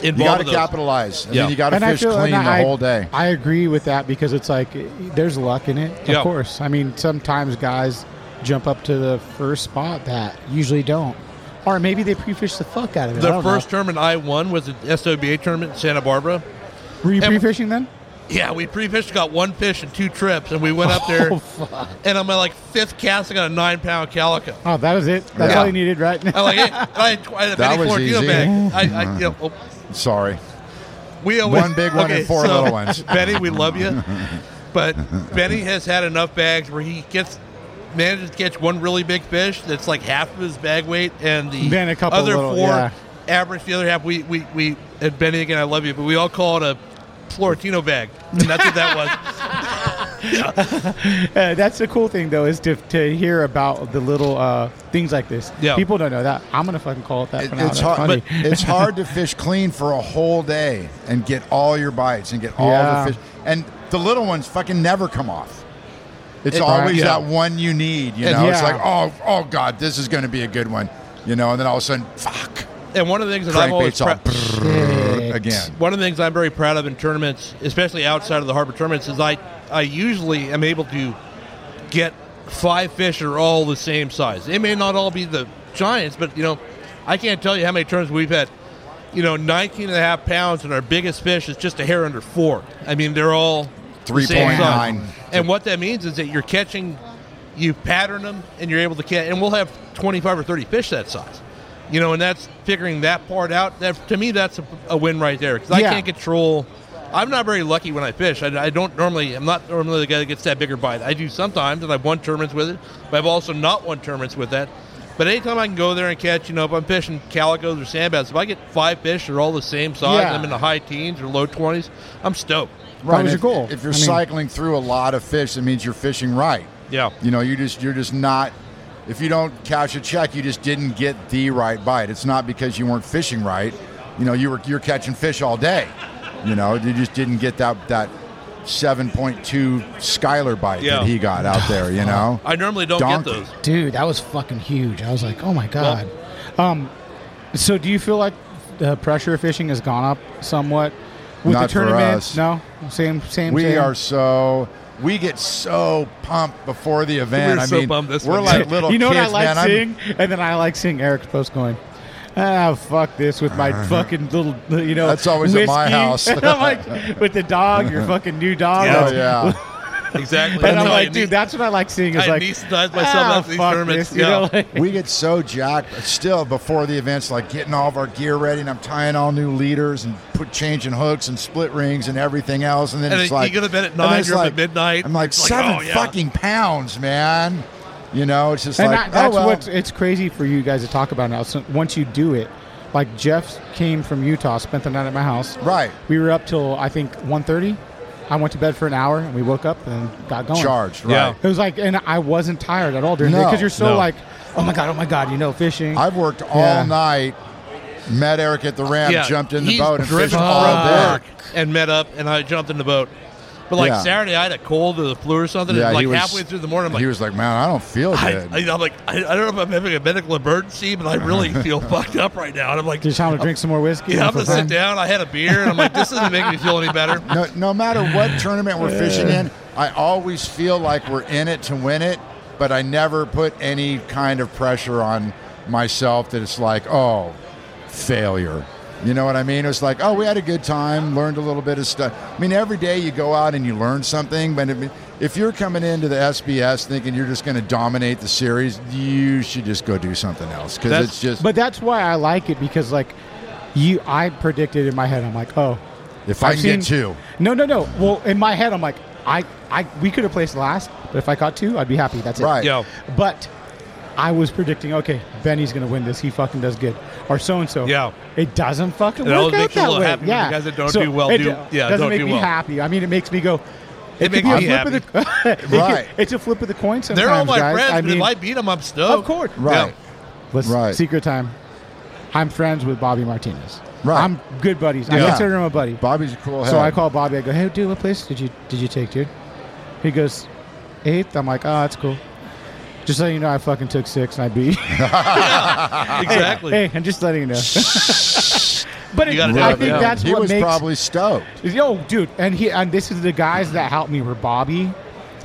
You
involved
gotta
with those.
capitalize. I mean, you gotta
And I
fish
feel-
clean
and
the
I-
whole day.
I agree with that because it's like eh, there's luck in it,
Yeah.
of course. I mean, sometimes guys jump up to the first spot that usually don't, or maybe they pre-fish the fuck out of it. I
The
don't know.
first tournament I won was the SOBA tournament in Santa Barbara.
were you pre-fishing then?
Yeah, we pre-fished, got one fish in two trips, and we went up there.
Oh, fuck.
And I'm like fifth cast, I got a nine-pound calico.
Oh, that was it. That's
Yeah.
all you needed, right?
I like it. I had, tw- I had a
That
mini
was
four kilo
easy.
bag. I, I, you know, oh,
Sorry.
we always,
One big one and four little ones.
Benny, we love you, but Benny has had enough bags where he gets manages to catch one really big fish that's like half of his bag weight, and the
Then a couple
other
little-
four
yeah.
average the other half. We we we and Benny again, I love you, but we all call it a Florentino bag, and that's what that was.
Uh, that's the cool thing though is to, to hear about the little uh, things like this.
Yeah.
People don't know that. I'm gonna fucking call it that. for now. That's
it's hard,
funny.
but it's hard to fish clean for a whole day and get all your bites and get all
Yeah.
the fish. And the little ones fucking never come off. It's
It-
always
Yeah.
that one you need, you
And-
know. It's
Yeah.
like, oh, oh God, this is going to be a good one, you know. And then all of a sudden, fuck.
And one of the things that I'm always
Crankbait's all
proud.
Right.
again.
One of the things I'm very proud of in tournaments, especially outside of the harbor tournaments, is I, I usually am able to get five fish that are all the same size. They may not all be the giants, but you know, I can't tell you how many tournaments we've had. You know, 19 and a half pounds, and our biggest fish is just a hair under four. I mean, they're all the same size.
3.9.
And what that means is that you're catching, you pattern them, and you're able to catch. And we'll have 25 or 30 fish that size. You know, and that's figuring that part out. That to me, that's a, a win right there because
Yeah.
I can't control. I'm not very lucky when I fish. I, I don't normally. I'm not normally the guy that gets that bigger bite. I do sometimes, and I've won tournaments with it, but I've also not won tournaments with that. But anytime I can go there and catch, you know, if I'm fishing calicos or sandbass, if I get five fish, they're all the same size.
Yeah.
I'm in the high teens or low twenties. I'm stoked.
and if, If you're
I mean-
cycling through a lot of fish, that means you're fishing right.
Yeah.
You know, you just you're just not. If you don't cash a check, you just didn't get the right bite. It's not because you weren't fishing right. You know, you were you're catching fish all day. You know, you just didn't get that that. 7.2 Skylar bite
Yeah.
that he got out there, you know?
I normally don't
Donkey.
get those.
Dude, that was fucking huge. I was like, oh my god. um,
So, do you feel like the pressure of fishing has gone up somewhat with
Not
the
for
tournament?
us.
No, same, same.
we
same?
are so we get so pumped before the event.
We're
I
so
mean,
bummed this
we're
one.
like little.
You know
kids,
what I like
man. I'm-
seeing, and then I like seeing Eric's post going. Ah, fuck this with my
Uh-huh.
fucking little, you know.
That's always at my
whiskey."
house.
I'm like, with the dog, your fucking new dog.
Yeah.
that's-
Yeah.
exactly.
And I'm
No,
like,
I
dude, that's what I like seeing. Is
I
like,
anesthetized
myself
"Ah,
after these
fuck
tournaments,
this," you know, like-
we get so jacked but still before the events, like getting all of our gear ready, and I'm tying all new leaders and put changing hooks and split rings and everything else, and then
And
it's
then you
like
go to bed at
and then
nine,
it's
you're up at
like-
midnight.
I'm like
It's like,
seven
oh, yeah."
fucking pounds, man. You know, it's just
and that,
like
that's
oh well.
what's it's crazy for you guys to talk about now. So once you do it, like Jeff came from Utah, spent the night at my house.
Right.
We were up till I think 1.30. I went to bed for an hour, and we woke up and got going.
Charged, right. Yeah.
It was like, and I wasn't tired at all during the
No.
day because you're so
No.
like, oh my god, oh my god, you know, fishing.
I've worked all night. Met Eric at the ramp,
Yeah,
jumped in the
he's
boat, and
driven
fished all
from
day.
work and met up, and I jumped in the boat. But like
Yeah.
Saturday, I had a cold or the flu or something. and like
he was-
halfway through the morning, I'm like,
he was like, "Man, I don't feel
I,
good."
I, am like, I, I don't know if I'm having a medical emergency, but I really feel fucked up right now. And I'm like,
Just having to drink some more whiskey.
yeah, I'm
for
gonna sit
fun.
down. I had a beer, and I'm like, this isn't making me feel any better.
no, no matter what tournament we're fishing in, I always feel like we're in it to win it, but I never put any kind of pressure on myself that it's like, oh, failure. You know what I mean? It's like, oh, we had a good time, learned a little bit of stuff. I mean, every day you go out and you learn something, but if- if you're coming into the SBS thinking you're just going to dominate the series, you should just go do something else because it's just.
But that's why I like it because like you, I predicted in my head. I'm like, oh,
If I
I've
can get two.
No, no, no. Well, in my head, I'm like, I, I, we could have placed last, but if I caught two, I'd be happy. That's it.
Right. Yeah.
But I was predicting, okay, Benny's gonna win this. He fucking does good, or so and so.
Yeah.
It doesn't fucking
It always
work out
makes you a
that
little
way.
happy when the
yeah.
guys that don't do well
it
do-
do-
yeah,
doesn't
don't
make
do
me
well.
happy. I mean, it makes me go.
It
could
makes
be a
me
flip of the- it could-
Right.
it's a flip of the coin. Sometimes
They're all my
guys.
friends,
I
but
mean,
if I beat them, I'm stoked.
Of course. Right. Let's
Right.
secret time. I'm friends with Bobby Martinez.
Right.
I'm good buddies. I
Yeah.
consider him a buddy.
Bobby's a cool
So
head.
I call Bobby. I go, hey, dude, what place did you did you take, dude? He goes, eighth. I'm like, oh, that's cool. Just letting you know, I fucking took six and I beat.
Yeah, exactly.
Hey, I'm just letting you know. but
You
it,
gotta
I
do it,
think
yeah.
that's
He
what
was
makes
probably stoked.
Yo, dude, and he and this is the guys that helped me were Bobby,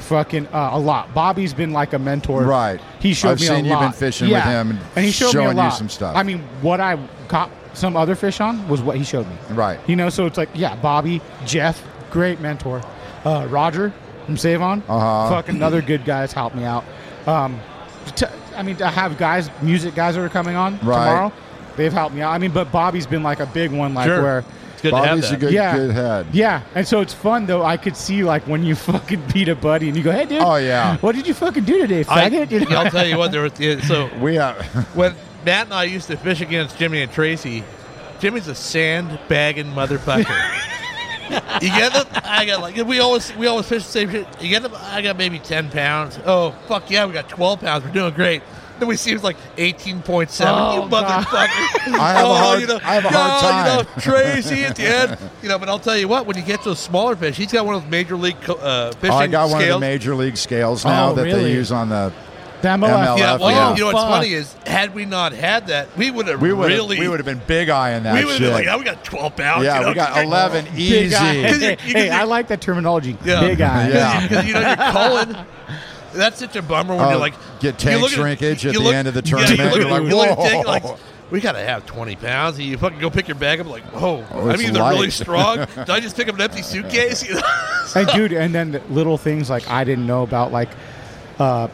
fucking uh, a lot. Bobby's been like a mentor,
Right.
He showed
I've
me
seen
a
you've
lot.
been fishing with him and
he showed me a
showing you
lot.
some stuff.
I mean, what I caught some other fish on was what he showed me,
Right.
You know, so it's like, yeah, Bobby, Jeff, great mentor, uh, Roger from Save On,
Uh-huh.
fucking another good guy that's helped me out. Um, t- I mean, I have guys, music guys that are coming on
Right.
tomorrow. They've helped me out. I mean, but Bobby's been like a big one, like
Sure.
where
It's good to have Bobby's a that. good-
yeah.
good head. Oh,
Yeah, and so it's fun though. I could see like when you fucking beat a buddy and you go, "Hey, dude,
Oh, yeah.
what did you fucking do today,
I,
faggot?" You know?
will tell you what. There was yeah, so
we are
when Matt and I used to fish against Jimmy and Tracy. Jimmy's a sandbagging motherfucker. you get it? I got like we always we always fish the same shit. You get them? I got maybe ten pounds. Oh fuck yeah, we got twelve pounds. We're doing great. Then we see it's like eighteen point seven.
Oh,
you
God.
motherfucker!
I have a
oh,
hard-
you know,
I have a hard
God,
time.
You know, Tracy at the end. You know, but I'll tell you what. When you get those smaller fish, he's got one of those major league co- uh, fishing
I Oh, got one of the
scales.
major league scales now
Oh,
that they
really?
use on the.
MLF. MLF.
Yeah, well,
yeah.
you know what's
Fuck.
funny is, had we not had that, we would have
We would
really.
we would have been big eye in that
we would've
shit.
been like, oh, we got 12 pounds.
Yeah,
you know?
we got 11
Big
easy.
eye. 'Cause you-
Hey,
you-
hey, I like that terminology.
Yeah.
Big eye.
Yeah.
Because you know you're calling. That's such a bummer when
Oh,
you're like
get
you
tank
look at-
shrinkage at
you
the end of the
yeah,
tournament.
you
You're
look,
like,
you look at tank,
"Whoa."
like, we gotta have 20 pounds. And you fucking go pick your bag up like, whoa,
Oh,
I'm
it's
either really
light.
strong. Did I just pick up an empty suitcase? You know?
Hey, dude, and then the little things like I didn't know about, like, uh,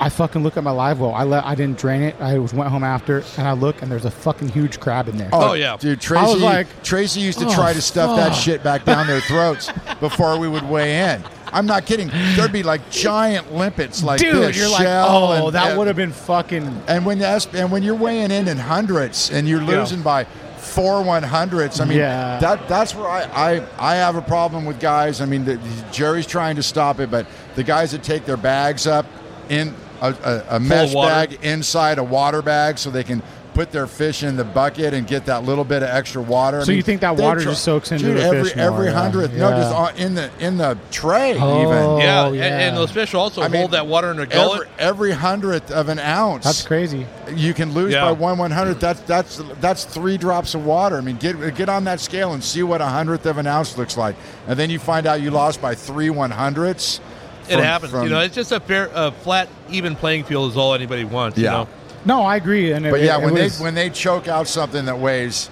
I fucking look at my live well. I let I didn't drain it. I was went home after, and I look, and there's a fucking huge crab in there.
Oh,
Oh, dude. Tracy,
I was like,
Tracy used to
"Oh,
try to stuff that
fuck."
shit back down their throats before we would weigh in. I'm not kidding. There'd be like giant limpets, like
dude,
this,
you're like,
shell
oh,
and-
that
and-
would have been fucking.
And when that's and when you're weighing in in hundreds and you're
Yeah.
losing by four one hundredths, I mean
Yeah.
that that's where I, I I have a problem with guys. I mean, the, Jerry's trying to stop it, but the guys that take their bags up in a, a, a mesh
water.
bag inside a water bag so they can. Put their fish in the bucket and get that little bit of extra water. I
So you
mean,
think that
they
water
try-
just soaks into
Dude,
the
every,
fish more,
every
yeah.
hundredth? No,
Yeah.
just on- in the in the tray.
Oh,
even
yeah, and- And, those fish also
I mean,
hold that water in their
every,
gullet.
every hundredth of an ounce.
That's crazy.
You can lose
Yeah.
by one one hundredth. That's that's that's three drops of water. I mean, get get on that scale and see what a hundredth of an ounce looks like, and then you find out you lost by three one hundredths.
It
from-
happens.
from-
you know, it's just a fair, a flat, even playing field is all anybody wants.
Yeah.
You know?
No, I agree. And it-
but
it-
yeah,
it
when
was-
they when they choke out something that weighs,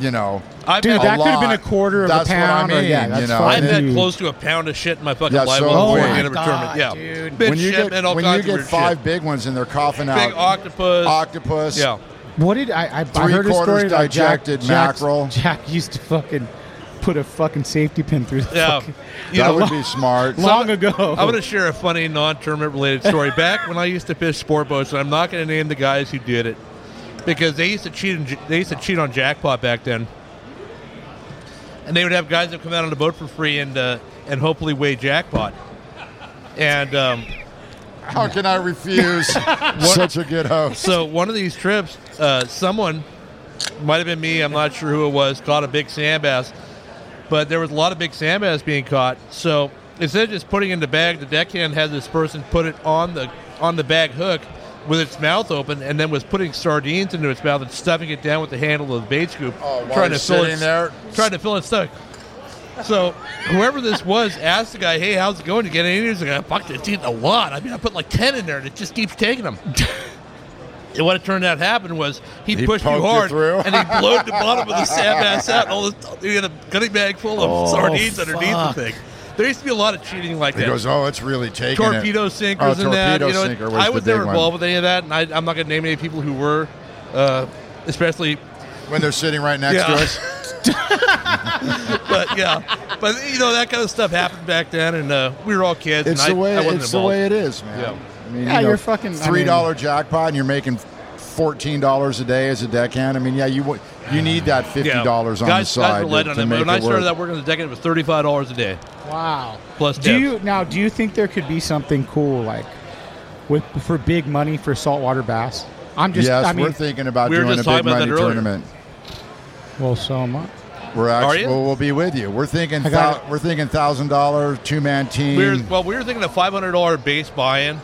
you know,
I've
Dude,
had-
that could have been
lot.
a quarter of a
That's what I
pound. or-
mean,
Oh, yeah,
you
that's
know.
fucking
I've had
huge.
close to a pound of shit in my fucking
Yeah,
life
so
while
have
I'm
we.
Oh
in a tournament. Yeah, Big
when you
shit,
get
man, all
when you
kinds of
get
weird
five
shit.
big ones and they're coughing out
Big octopus.
octopus,
Yeah.
What did I? I, I
Three
heard a
quarters
story that Jack,
dejected
Jack's-
mackerel.
Jack used to fucking put a fucking safety pin through. The
Yeah.
fucking,
You
that
know,
would be smart.
So I'm
long
gonna-
ago.
I'm going to share a funny non-tournament related story. Back when I used to fish sport boats, and I'm not going to name the guys who did it because they used to cheat. And, they used to cheat on jackpot back then, and they would have guys that come out on the boat for free and uh, and hopefully weigh jackpot. And um,
How can I refuse? Such a good host.
so one of these trips, uh, someone might have been me. I'm not sure who it was. Caught a big sand bass, but there was a lot of big sand bass being caught. So instead of just putting it in the bag, the deckhand had this person put it on the on the bag hook with its mouth open, and then was putting sardines into its mouth and stuffing it down with the handle of the bait scoop,
Oh, while
trying to
he's
fill
sitting
its,
there?
trying to fill its stomach. So whoever this was asked the guy, "Hey, how's it going to get in?" He's like, "Ah, "Fuck, it's eating a lot. I mean, I put like ten in there, and it just keeps taking them." And what it turned out happened was he,
He
pushed you
poked you
hard
through?
and he blowed the bottom of the sand bass out. And all this, he had a goodie bag full of
Oh,
sardines
fuck.
underneath the thing. There used to be a lot of cheating like
He
that.
goes, oh, it's really taking it."
torpedo
Oh,
sinkers and that.
torpedo
You know,
sinker was
I
the
was
big
never
one.
involved with any of that, and I, I'm not going to name any people who were, uh, especially.
when they're sitting right next to
Yeah.
us.
But yeah, but you know that kind of stuff happened back then, and uh, we were all kids.
It's
and
the
I-
way
I, wasn't
it's the
involved.
way it is, man.
Yeah.
I mean,
Yeah, you're fucking- I
three dollar
mean-
jackpot, and you're making fourteen dollars a day as a deckhand. I mean, yeah, you wa- you need that fifty dollars on
guys,
the side
Guys were led
to,
on
to
it.
make
When I
it
started
work.
that work on the decade, it was thirty-five dollars a day
Wow.
plus
Do
tips.
you now? Do you think there could be something cool like with for big money for saltwater bass? I'm just.
yes,
I mean,
we're thinking about
we were
doing a
just
big
talking about
money
that earlier.
tournament.
well, so am I.
We're
Are
actually
you?
well, we'll be with you. We're thinking
I got
thou- we're thinking thousand dollar two man team,
We were, well, we were thinking a five hundred dollar base buy-in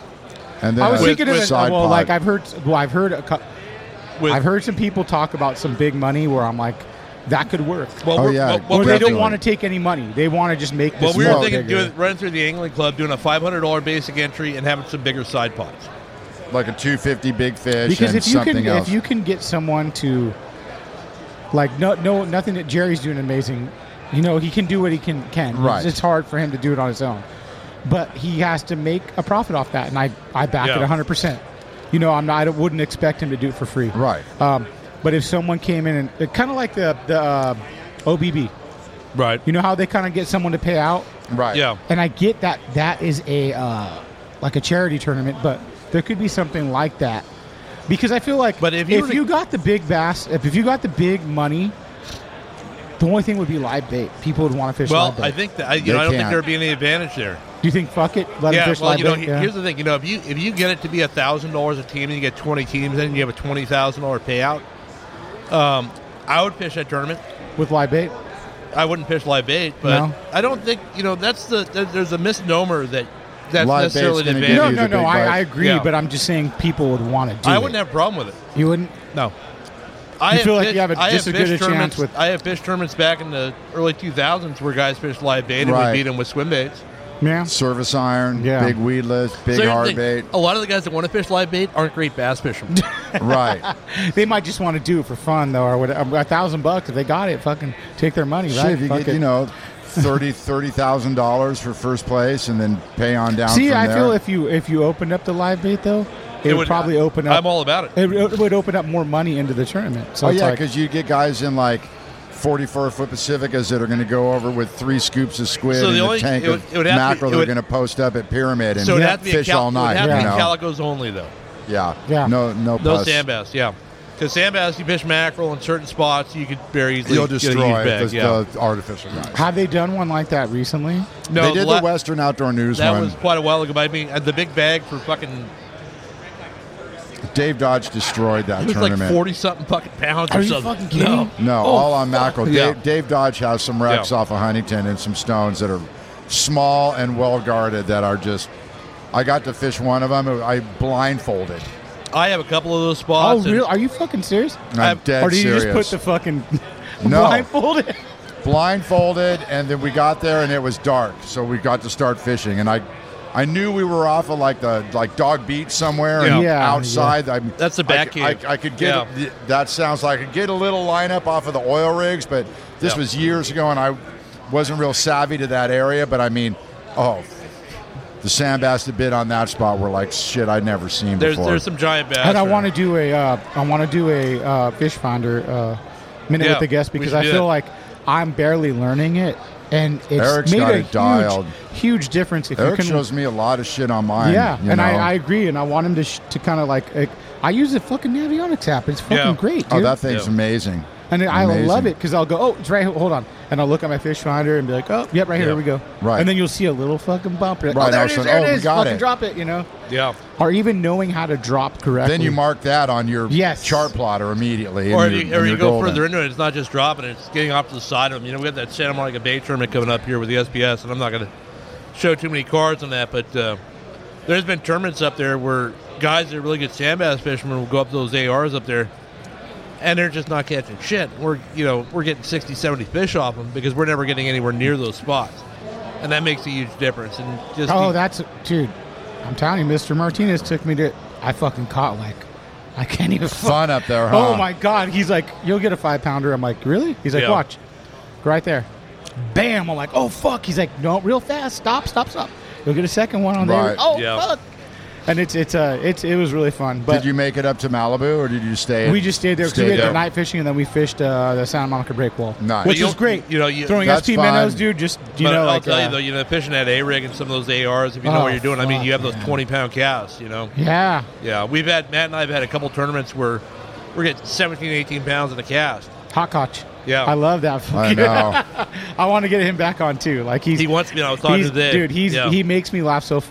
and then
I was
a
thinking of it.
side
Well,
pod.
like I've heard. Well, I've heard. A, cou-
with.
I've heard some people talk about some big money where I'm like, that could work.
well,
Oh,
we're-
yeah,
well,
Well,
what
or
we were
they
doing-
don't want to take any money. They want to just make this.
well, we were
look
thinking
bigger.
doing running through the angling club, doing a five hundred dollar basic entry, and having some bigger side pots.
like a two fifty big fish
because
and
if you
something
can
else.
if you can get someone to like no no nothing that Jerry's doing amazing, you know he can do what he can can.
Right.
It's, it's hard for him to do it on his own, but he has to make a profit off that, and I I back
Yeah.
it 100. percent You know I'm not I wouldn't expect him to do it for free.
right,
Um, but if someone came in and kind of like the the uh, OBB,
Right.
you know how they kind of get someone to pay out
right,
Yeah.
and I get that that is a uh, like a charity tournament, but there could be something like that because I feel like
But if you were to-
got the big bass, if, if you got the big money, the only thing would be live bait. People would want to fish
Well,
live bait.
I think that I, you
They
know I don't
can't.
think there'd be any advantage there.
Do you think fuck it, let 'em
yeah.
fish
Well,
live
you know,
bait?
he-
Yeah.
here's the thing. You know, if you if you get it to be a thousand dollars a team and you get twenty teams, then you have a twenty thousand dollar payout. Um, I would fish that tournament.
with live bait.
I wouldn't fish live bait, but
No?
I don't think you know that's the there- there's a misnomer that that's
Live bait's
necessarily the
gonna
advantage.
give
No,
you
no,
the
no.
big
I,
bite.
I agree,
Yeah.
but I'm just saying people would want to do
I
it.
wouldn't have a problem with it.
You wouldn't?
No.
You feel like you have a- just as good a chance
tournaments-
with-
I have fish tournaments back in the early 2000s where guys fished live bait and
Right.
we beat them with swim baits.
Yeah.
Service iron, big weedless, big
So here's the
hard
thing,
bait.
A lot of the guys that want to fish live bait aren't great bass fishermen.
right.
They might just want to do it for fun, though, or whatever. A thousand bucks if they got it, fucking take their money,
Shit,
right?
if you
Fuck
get,
it.
you know, thirty thirty thousand dollars for first place and then pay on down.
See,
from
I
there.
feel if you if you opened up the live bait though, it,
It
would,
would-
probably open up.
I'm all about it.
It, would- it would open up more money into the tournament. So
oh
it's
yeah,
like,
because you get guys in like forty-four foot Pacificas that are going to go over with three scoops of squid
So the
and
only-
a tank
it would-
of
it would have to be-
mackerel.
it
They're
would-
going to post up at Pyramid and
so it has to be a
fish
cal-
all night.
It would have
you
to
know?
be calicos only though.
yeah,
Yeah.
No, no,
No
pus.
sand bass, yeah. Because sand bass, you fish mackerel in certain spots, you could very easily
You'll
get a
destroy
huge bag.
the,
yeah.
the artificial guys.
have they done one like that recently?
no,
they did
la-
the Western Outdoor News
that
one.
was quite a while ago. But I mean, uh, the big bag for fucking
Dave Dodge destroyed that
it was like
tournament.
forty something fucking pounds
Are
or
you
something.
fucking kidding
No.
me?
No, all on mackerel.
Yeah.
Dave, Dave Dodge has some wrecks
Yeah.
off of Huntington and some stones that are small and well guarded that are just. I got to fish one of them. I blindfolded.
I have a couple of those
Oh,
spots. and-
real? Are you fucking serious?
I'm
I've-
dead
or do you
serious.
just put the fucking
No.
blindfolded?
blindfolded, and then we got there and it was dark, so we got to start fishing. And I, I knew we were off of like the like Dog Beach somewhere and
Yeah. Yeah,
outside. I'm-
That's the back
I,
cave.
I, I could get
Yeah.
th- that sounds like I could get a little lineup off of the oil rigs, but this
Yeah.
was years ago, and I wasn't real savvy to that area. But I mean, oh. The sand bass that bid on that spot were like shit I'd never seen
there's
before.
there's some giant bass.
And I
there.
want to do a uh, I want to do a uh, fish finder uh, minute
Yeah,
with the guest
we
because
should
I
do
feel
that.
like I'm barely learning it, and it's
Eric's
made
got
a
it dialed.
huge huge difference if
Eric
you can
shows me a lot of shit on mine.
Yeah,
you
and
know?
I, I agree, and I want him to sh- to kind of like uh, I use the fucking Navionics app. It's fucking
Yeah.
great, dude.
oh, that thing's
Yeah.
amazing.
and I
Amazing.
love it because I'll go, oh, it's right. Hold on, and I'll look at my fish finder and be like, oh, yep, right here,
Yeah.
here we go.
Right.
and then you'll see a little fucking bump. You're Like,
Right,
oh, there
all
it
of a
is.
sudden,
There it
oh, we
is.
got
fucking
it.
drop it, you know,
Yeah.
or even knowing how to drop correctly.
Then you mark that on your
Yes.
chart plotter immediately.
Or
and
you,
you're-
or
and
you
you're
go
golden.
further into it, it's not just dropping, it's getting off to the side of them. You know, we have that Santa Monica Bay tournament coming up here with the SPS, and I'm not going to show too many cards on that, but uh, there's been tournaments up there where guys that are really good sand bass fishermen will go up to those ARs up there, and they're just not catching shit. We're, you know, we're getting 60, 70 fish off them because we're never getting anywhere near those spots. And that makes a huge difference. And just
Oh,
the-
that's dude. I'm telling you, Mr. Martinez took me to. I fucking caught like, I can't even.
Fun up there, huh?
Oh my god, he's like, you'll get a five pounder. I'm like, really? He's like,
Yeah.
watch, right there, bam. I'm like, oh fuck. He's like, no, real fast, stop, stop, stop. You'll get a second one on
Right.
there. Oh
Yeah.
fuck. And it's it's uh it's it was really fun. But
did you make it up to Malibu, or did you stay?
we just stayed there because
stayed
we had the
there?
night fishing and then we fished uh, the Santa Monica break wall, which
Nice.
But
is
you'll-
great.
you know, you-
throwing
That's
SP
fun.
minnows, dude. Just you
but
know,
I'll
like,
tell
uh,
you though, you know, fishing that A rig and some of those ARs, if you know
Oh,
what you're doing, I mean,
fuck,
you have those
man.
20 pound casts, you know.
yeah.
Yeah, we've had Matt and I have had a couple tournaments where we're getting 17, 18 pounds in a cast.
Hot Koch.
Yeah.
I love that.
I
fucking-
know.
I want to get him back on too. Like he's
He wants me. I was talking
he's-
to Dave.
dude. He's
yeah.
he makes me laugh so. F-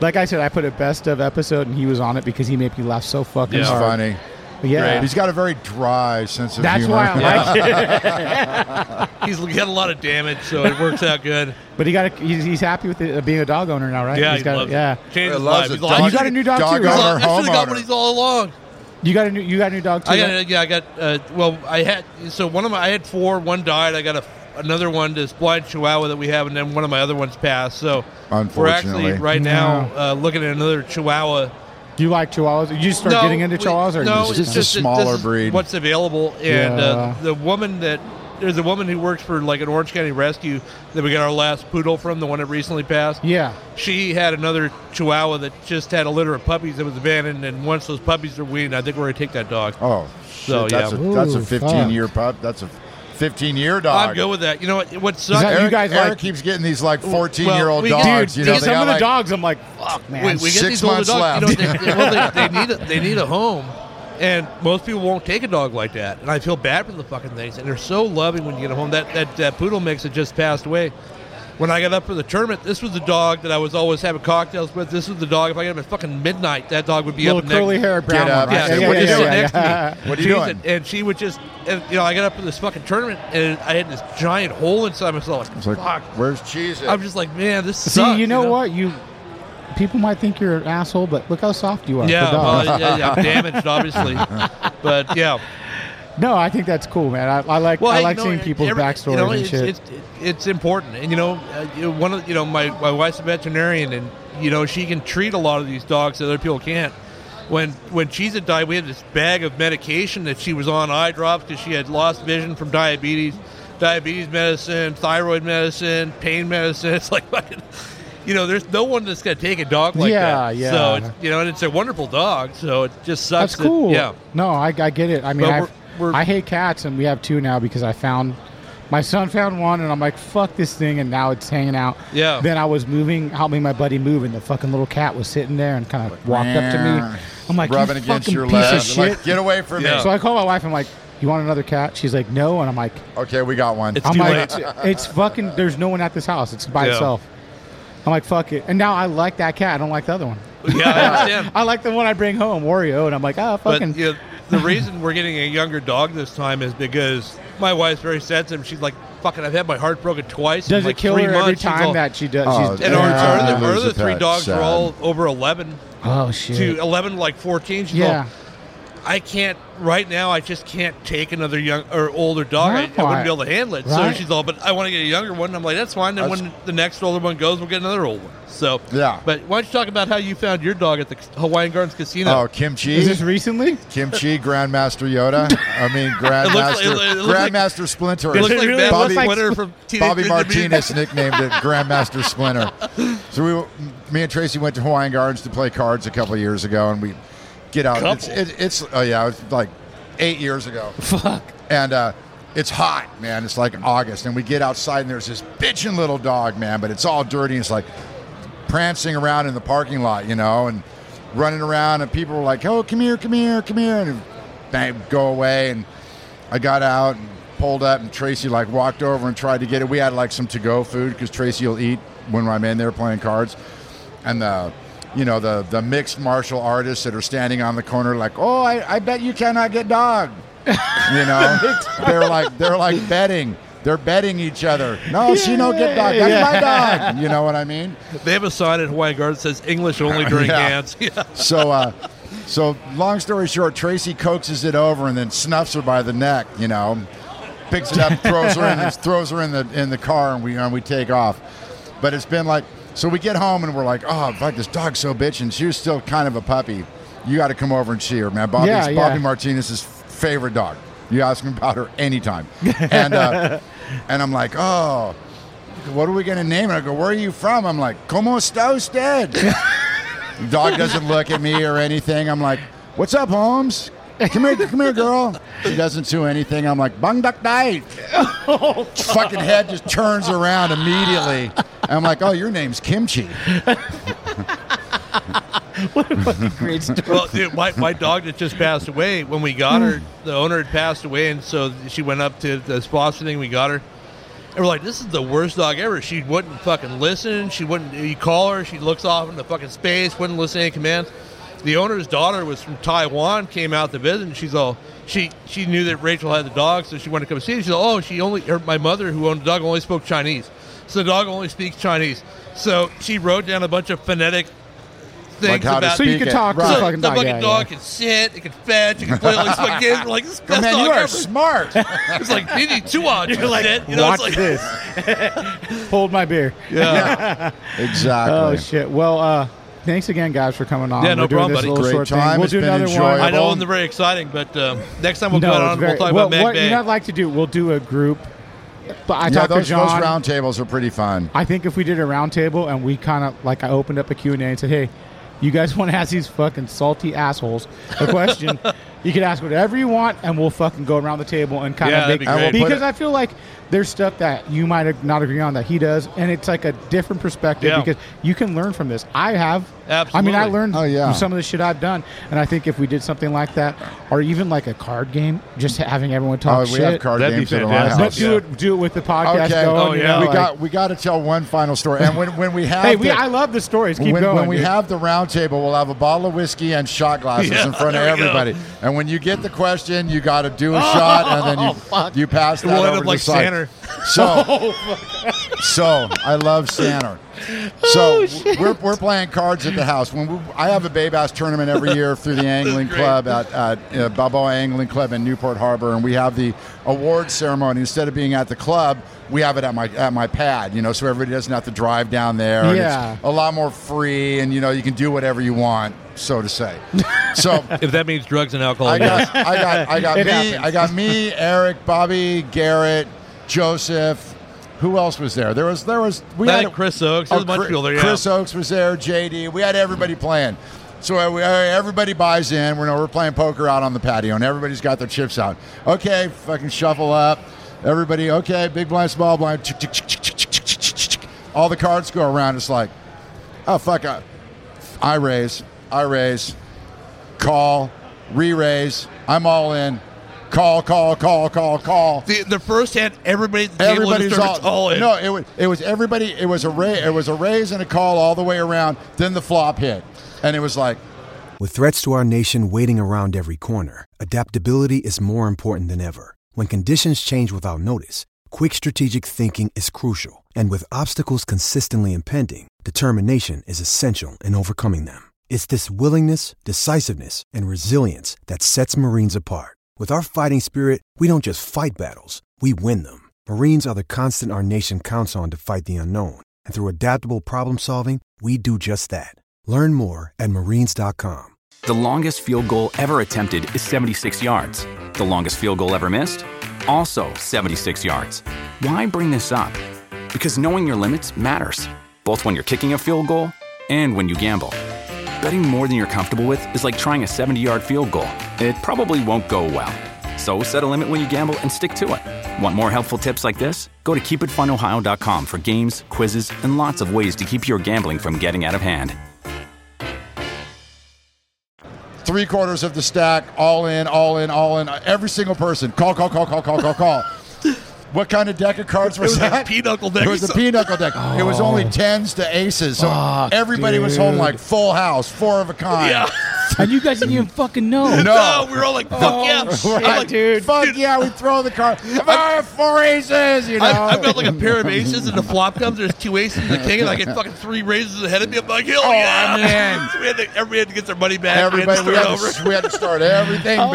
like I said, I put a best of episode and he was on it because he made me laugh so fucking
He's
Yeah.
hard.
funny.
Yeah,
He's got a very dry sense of
that's
humor.
why I like it.
he's got a lot of damage, so it works out good.
But he got a, he's, he's happy with it, uh, being a dog owner now, right?
Yeah,
he's
he
got a-
loves it.
yeah.
Changed
I
his
love
life.
the
He's like,
dog-
You got a new dog
dog
too, right?
he's
owner,
like, I should have got
homeowner.
one of these all along.
You got a new you got a new dog too.
I
right?
got, yeah, I got. Uh, well, I had so one of my, I had four. One died. I got a, another one, this blind Chihuahua that we have, and then one of my other ones passed. So we're actually
Unfortunately.
right now uh, looking at another Chihuahua.
you like Chihuahuas? Did You just start getting into
we-
Chihuahuas, or
no,
you
it's
just,
just,
It's a
that
smaller
this is
breed.
What's available, and
Yeah.
uh, the woman that there's a woman who works for like an Orange County rescue that we got our last poodle from, the one that recently passed.
yeah.
She had another Chihuahua that just had a litter of puppies that was abandoned, and once those puppies are weaned, I think we're gonna take that dog.
Oh,
So,
shit, that's
yeah.
a that's a
Ooh,
15 year pup. That's a 15 year dog.
I'm good with that. You know what? What
Is
sucks?
that
Eric,
you guys
Eric
like-
keeps getting these like 14 year old
we- dude,
dogs. you know,
these-
they
some
got
of the
like,
dogs, I'm like, fuck, man.
we, we get
Six
these older
months
dogs.
left.
You know, they, they- well, they, they need a they need a home, and most people won't take a dog like that. And I feel bad for the fucking things. And they're so loving when you get a home. That that, that poodle mix had just passed away. When I got up for the tournament, this was the dog that I was always having cocktails with. This was the dog. If I got him at fucking midnight, that dog would be
Little
up next-
curly hair brown
Get
one,
up.
right?
yeah,
Yeah,
she
yeah,
would
yeah,
just sit
yeah,
next to me.
What are you
She was-
doing?
and she would just, and, you know, I got up for this fucking tournament, and I had this giant hole inside myself. Like,
It's like,
fuck.
where's cheese?
I'm just like, man, this
See,
sucks.
you know, what? You people might think you're an asshole, but look how soft you are. for
Yeah,
dogs.
well, yeah, yeah, I'm damaged, obviously. but yeah.
No, I think that's cool, man. I, I like I
hey,
like
you know,
seeing people's
every- you
backstories
know,
and
it's,
shit.
It's, it's important, and you know, uh, you- one of you know my my wife's a veterinarian, and you know she can treat a lot of these dogs that other people can't. When when Cheez It died, we had this bag of medication that she was on eye drops because she had lost vision from diabetes, diabetes medicine, thyroid medicine, pain medicine. It's like fucking. You know, there's no one that's gonna take a dog like
Yeah,
that.
yeah.
So it's, you know, and it's a wonderful dog. So it just sucks.
that's cool.
That, yeah.
No, I, I get it. I mean,
But
I've,
we're- we're-
I hate cats, and we have two now because I found my son found one, and I'm like, fuck this thing, and now it's hanging out.
Yeah.
Then I was moving, helping my buddy move, and the fucking little cat was sitting there and kind of walked up to me. I'm like,
Rubbing
you
against
fucking
your
piece
leg.
of shit.
Like, "Get away from me." Yeah.
So I call my wife. I'm like, you want another cat? She's like, no, and I'm like,
okay, we got one.
I'm like, It's, it's fucking. There's no one at this house. It's by
Yeah.
itself. I'm like, fuck it. And now I like that cat. I don't like the other one.
Yeah, I understand.
I like the one I bring home, Wario, and I'm like, ah,
But
fucking.
you know, the reason we're getting a younger dog this time is because my wife's very sensitive. She's like, "Fucking, I've had my heart broken twice." in,
Does it
like
kill
three
her every
months." She's
time
all-
that she does- Oh, she's-
and our,
yeah.
our,
Yeah.
other- our
Lose
other
a
three
pet,
dogs
sad.
are all over eleven.
Oh, shit.
To eleven, like fourteen. She's
Yeah.
all, I can't right now. I just can't take another young or older dog. I, I
Right.
wouldn't be able to handle it.
Right.
So she's all, but I want to get a younger one. And I'm like, that's fine. Then
That's-
when the next older one goes, we'll get another old one. So
Yeah.
But why don't you talk about how you found your dog at the Hawaiian Gardens Casino?
Oh, kimchi!
Is this
recently?
Kimchi, Grandmaster Yoda. I mean,
It looks
Grandmaster
like- it looks like-
Grandmaster Splinter.
It looks like It really Bobby- looks like Splinter from Teenage
Bobby
Mutant Ninja
Martinez nicknamed it Grandmaster Splinter. So we, were- me and Tracy went to Hawaiian Gardens to play cards a couple of years ago, and we get out. It's,
Couple.
it, it's oh yeah, it's like eight years ago. Fuck. And uh, it's hot, man. It's like August, and we get outside, and there's this bitching little dog, man. But it's all dirty. And it's like prancing around in the parking lot, you know, and running around, and people were like, "Oh, come here, come here, come here," and bang, go away. And I got out and pulled up, and Tracy like walked over and tried to get it. We had like some to-go food because Tracy will eat when I'm in there playing cards, and the. You know the the mixed martial artists that are standing on the corner, like, oh, I, I bet you cannot get dog. You know, they're like they're like betting. They're betting each other. No, she don't get dog. That's my
Yeah.
dog. You know what I mean?
They have a sign at Hawaiian Gardens that says English only during
Yeah.
dance. Yeah.
so uh so long story short tracy coaxes it over and then snuffs her by the neck you know picks it up throws her in throws her in the in the car and we and we take off but it's been like so we get home and we're like oh fuck this dog's so bitch and she was still kind of a puppy you got to come over and see her man bobby's
Yeah, yeah.
bobby martinez's favorite dog you ask him about her anytime and uh and i'm like oh what are we going to name it i go where are you from i'm like como está usted Dog doesn't look at me or anything. I'm like, "What's up, Holmes? Come here, come here, girl." She doesn't do anything. I'm like, "Bang duck die." Fucking head just turns around immediately. I'm like, "Oh, your name's Kimchi."
great story.
Well, dude, my, my dog that just passed away, when we got her,
Hmm.
the owner had passed away, and so she went up to the sponsor thing. We got her. And we're like, this is the worst dog ever. She wouldn't fucking listen. She wouldn't, you call her, she looks off into fucking space, wouldn't listen to any commands. The owner's daughter was from Taiwan, came out to visit, and she's all, she she knew that Rachel had the dog, so she wanted to come see it. She's all, oh, she only, her, my mother who owned the dog only spoke Chinese. So the dog only speaks Chinese. So she wrote down a bunch of phonetic things
Like how to
about
So you speak can it. talk to the
So
fucking
the
dog,
fucking
yeah,
dog
yeah.
can sit, it can fetch, it can play all these fucking games. We're like, this is the best
Man,
dog
you are
ever.
smart.
It's like, Didi Tuan, you sit. You know,
watch
it's like,
this. Hold my beer.
Yeah.
exactly.
Oh shit. Well, uh, thanks again, guys, for coming on.
Yeah, no
We're doing
problem,
this
buddy.
Little
Great
short
time.
Thing. We'll
It's
do
been
another one.
I know, and they're very exciting, but um, next time we'll go
it's
out on,
very-
we'll talk
well,
about Mag
what
Bay.
you know, I'd like to do. We'll do a group. But I
yeah,
talked
those,
to John.
those round tables are pretty fun.
I think if we did a round table and we kind of like I opened up a Q and A and said, "Hey, you guys want to ask these fucking salty assholes a question? you can ask whatever you want, and we'll fucking go around the table and kind
Yeah,
of make
that'd be great. And we'll put
because
it-
I feel like there's stuff that you might ag- not agree on that he does, and it's like a different perspective
Yeah.
because you can learn from this. I have. I mean, I
Absolutely.
learned
Oh, yeah.
from some of the shit I've done, and I think if we did something like that, or even like a card game, just having everyone
Oh,
talk
we
shit.
have card That'd be games at our fantastic.
But
house.
do it, do it with the podcast
Okay.
going.
Oh,
you know,
We
like-
got we got to tell one final story. And when, when we have
Hey, we,
the-
I love the stories. Keep
when,
going.
when we
dude.
have the round table, we'll have a bottle of whiskey and shot glasses
Yeah,
in front of
there we go.
everybody. And when you get the question, you got to do a shot, and
Oh,
Oh,
then you you pass that
We'll end
over
up
to
like
Oh,
the side.
Sanner.
So, so I love Sanner.
Oh,
So we're, we're playing cards at the house. When we, I have a Bay Bass tournament every year through the Angling Club at, at uh, Balboa Angling Club in Newport Harbor, and we have the award ceremony. Instead of being at the club, we have it at my at my pad. You know, so everybody doesn't have to drive down there. and it's
Yeah.
a lot more free, and you know, you can do whatever you want, so to say. So
if that means drugs and alcohol,
I
yes.
got, I got, I got
It
me,
happens.
I got me, Eric, Bobby, Garrett, Joseph. Who else was there? There was, there was. We
I
had
think Chris Oakes. There was a bunch of
Oh, Chris-
people there, yeah.
Chris Oakes was there. JD. We had everybody playing. So uh, we, uh, everybody buys in. We're, we're playing poker out on the patio, and everybody's got their chips out. Okay, fucking shuffle up. Everybody, okay, big blind, small blind. Chick, chick, chick, chick, chick, chick, chick, chick, chick. All the cards go around. It's like, oh fuck, I, I raise, I raise call, re-raise. I'm all in. Call, call, call, call, call.
The, the first hand, everybody, the table
Everybody's all,
disturbance, all in.
No, it was it was everybody. It was a ra- it was a raise and a call all the way around. Then the flop hit, and it was like,
With threats to our nation waiting around every corner, adaptability is more important than ever. When conditions change without notice, quick strategic thinking is crucial, and with obstacles consistently impending, determination is essential in overcoming them. It's this willingness, decisiveness, and resilience that sets Marines apart. With our fighting spirit, we don't just fight battles, we win them. Marines are the constant our nation counts on to fight the unknown, and through adaptable problem solving, we do just that. Learn more at marines.com.
The longest field goal ever attempted is 76 yards. The longest field goal ever missed? Also 76 yards. Why bring this up? Because knowing your limits matters, both when you're kicking a field goal and when you gamble. Betting more than you're comfortable with is like trying a 70 yard field goal, it probably won't go well. So set a limit when you gamble and stick to it. Want more helpful tips like this? Go to keepitfunohio.com for games, quizzes, and lots of ways to keep your gambling from getting out of hand.
three quarters of the stack, all in, all in, all in. Every single person, call, call, call, call, call, call, call. What kind of deck of cards was,
was a
that?
pinochle deck. Oh.
It was a pinochle deck. It was only tens to aces, so
Fuck,
everybody was home
dude.
like full house, four of a kind.
Yeah. and you guys didn't even fucking know. Oh,
No.
we were all like, fuck yeah.
Right, dude. Fuck yeah, we throw the card. Ah, four aces, you know.
I've, I've got like a pair of aces, and the flop comes. There's two aces and a king, and I get fucking three raises ahead of me. I'm like, hell
Oh,
yeah!
man.
So we had to, everybody had to get their money back.
Everybody, we
we had to
had,
start
to,
over.
we had to start everything
Oh,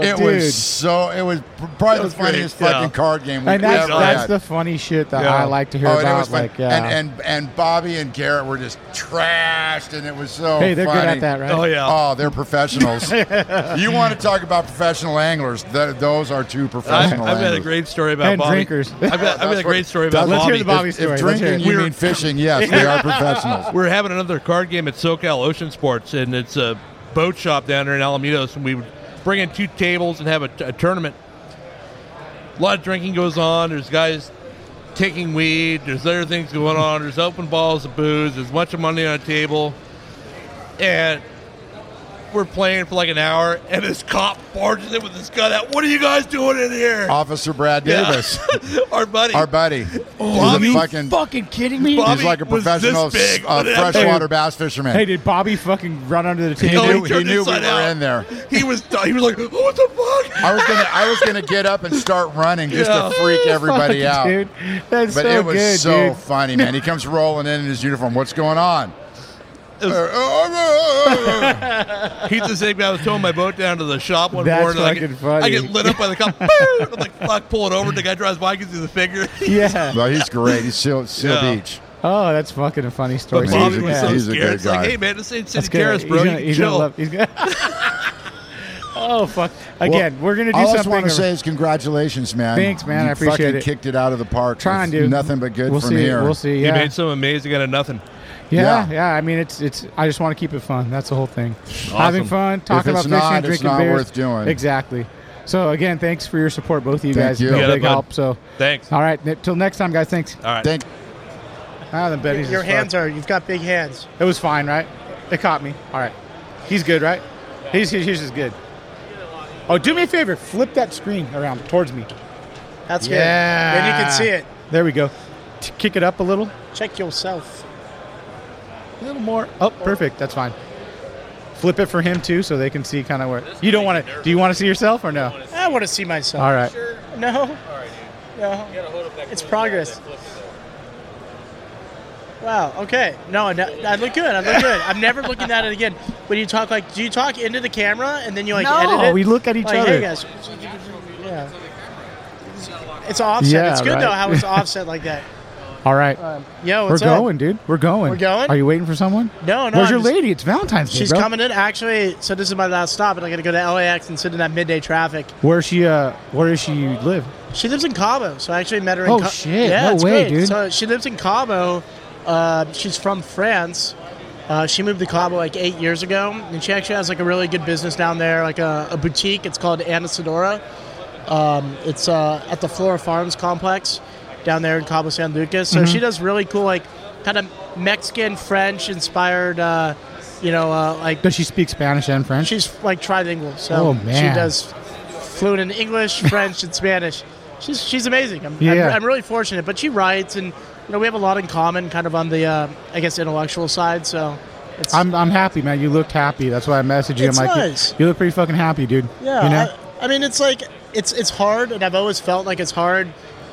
back. It
dude.
was so. It was probably the
was great,
funniest
yeah.
fucking card game we
and that's,
ever
that's
had.
the funny shit that I like to hear
oh, and
about.
It was fun.
like, yeah.
and, and and Bobby and Garrett were just trashed, and it was so.
Hey, they're good
funny.
at that, right? Oh, yeah.
Oh, they're professionals. you want to talk about professional anglers? Th- those are two
I've,
professional.
I've got a
anglers.
great story about
And
Bobby.
drinkers.
I've got, I've got a
That's
great
what-
story about
that's- Let's
Bobby.
hear the Bobby If- if story. Let's drinking hear it. you
We were-
mean fishing, yes, they are professionals.
We We're having another card game at SoCal Ocean Sports, and it's a boat shop down there in Alamitos, and we would bring in two tables and have a, a tournament. A lot of drinking goes on. There's guys taking weed. There's other things going on. There's open balls of booze. There's a bunch of money on the table, and we're playing for like an hour. And this cop barges in with his gun out. What are you guys doing in here?
Officer Brad
Yeah.
Davis,
Our buddy.
our buddy.
Oh,
Bobby-
he's a fucking,
kidding
me? Bobby
he's like a
was this
professional s-
big
uh,
when it happened.
freshwater bass fisherman.
hey, did Bobby fucking run under the
he
Oh,
table?
knew, he knew we were in there.
He was he was like, what the fuck?
I was gonna I was gonna get up and start running just
Yeah.
to freak everybody
Fuck,
out.
dude. That's
but
so
it was
good,
so
dude.
funny, man. He comes rolling in in his uniform. What's going on?
He's the same guy I was towing my boat down to the shop one
That's
morning. I
fucking
get,
funny.
I get lit up by the cop. I'm like, fuck, pull it over. The guy drives by, gives you the finger.
Yeah.
Well, he's great. He's Seal, Seal
Yeah.
Beach.
Oh, that's fucking a funny story.
But Bobby was so He's a
Garrett's
good
like,
guy.
hey, man, this ain't
That's good.
City Terrace, bro.
He's
You
gonna,
can
he's gonna
chill.
love. He's gonna, oh fuck! Again,
Well,
we're gonna do
all I just
something.
want to
over-
say is congratulations, man.
Thanks, man.
You
I appreciate
fucking
it.
kicked it out of the park.
Trying,
It's
dude.
Nothing but good
We'll
from
see.
here.
We'll see.
He
Yeah.
made some amazing out of nothing.
yeah, yeah, I mean, it's it's. I just want to keep it fun. That's the whole thing. Having fun,
If
talking
it's
about fishing,
not, it's
drinking
not
beers.
worth doing.
Exactly. So again, thanks for your support, both of you
Thank
guys.
you.
It's been
You
a
got it,
big
bud.
help. So
Thanks.
All right. n- Till next time, guys. Thanks.
All right.
Thank
Ah, the Betty's
Your
is fucked.
hands are. You've got big hands.
It was fine, right? It caught me. All right. He's good, right? He's he's, he's just good. Oh, do me a favor. Flip that screen around towards me.
That's good.
yeah.
Then you can see it.
There we go. T- kick it up a little.
Check yourself.
A little more. Oh, perfect. That's fine. Flip it for him too, so they can see kind of where. You don't want to. Do you want to see yourself or no?
I want to see myself.
All right.
No. No. It's progress. Wow. Okay. No, I I look good. I look good. I'm never looking at it again. But you talk like, do you talk into the camera and then you like
No, Oh,
edit it?
we look at each
Like,
other.
Hey guys. Yeah. It's offset.
Yeah,
it's good
right.
though how it's offset like that.
All right.
Um, yo,
we're
what's up?
going, dude. We're going.
We're going?
Are you waiting for someone?
No, no,
Where's
I'm
your
just-
lady? It's Valentine's Day.
She's
bro.
coming in. Actually, so this is my last stop, and I'm gonna go to LAX and sit in that midday traffic.
Where's she? Uh, where does she live?
She lives in Cabo, so I actually met her. in
Oh,
Ca-
shit.
Yeah,
No
it's
way,
great.
dude.
So she lives in Cabo. Uh, she's from France. Uh, she moved to Cabo like eight years ago, and she actually has like a really good business down there, like a, a boutique. It's called Ana Sedora. Um, it's uh, at the Flora Farms complex down there in Cabo San Lucas. So
Mhm.
she does really cool, like kind of Mexican French inspired, uh, you know, uh, like
Does she speak Spanish and French?
She's like trilingual, so
Oh, man.
she does fluent in English, French, and Spanish. She's she's amazing. I'm,
Yeah.
I'm, I'm really fortunate, but she writes, and you know we have a lot in common, kind of on the uh, I guess intellectual side. So it's
I'm, I'm happy, man. You looked happy. That's why I messaged you.
It's
I'm like, you-
nice.
you, look pretty fucking happy, dude.
yeah.
You know?
I, I mean, it's like it's it's hard, and I've always felt like it's hard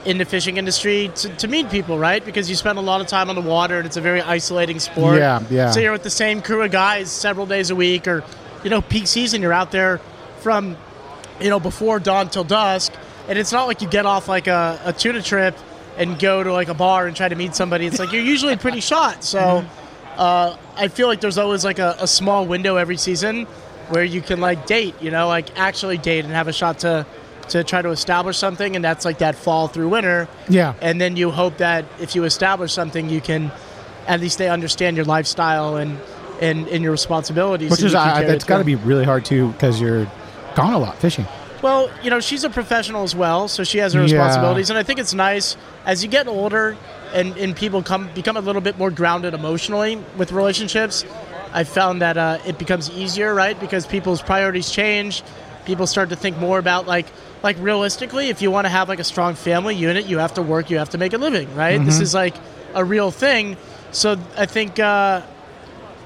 in the fishing industry to, to meet people, right? Because you spend a lot of time on the water, and it's a very isolating sport.
Yeah, yeah.
So you're with the same crew of guys several days a week, or you know, peak season, you're out there from you know before dawn till dusk, and it's not like you get off like a, a tuna trip and go to like a bar and try to meet somebody. It's like you're usually pretty shot. So
Mm-hmm.
uh, I feel like there's always like a, a small window every season where you can like date, you know, like actually date and have a shot to to try to establish something, and that's like that fall through winter.
Yeah.
And then you hope that if you establish something, you can at least they understand your lifestyle and and, and your responsibilities.
Which
and
is,
you can
I,
carry
that's
it
got to
through.
be really hard too, because you're gone a lot fishing.
Well, you know, she's a professional as well, so she has her
Yeah.
responsibilities, and I think it's nice as you get older and, and people come become a little bit more grounded emotionally with relationships. I found that uh, it becomes easier, right? Because people's priorities change. People start to think more about like like realistically, if you want to have like a strong family unit, you have to work, you have to make a living, right?
Mm-hmm.
This
Mhm.
is like a real thing. So I think. Uh,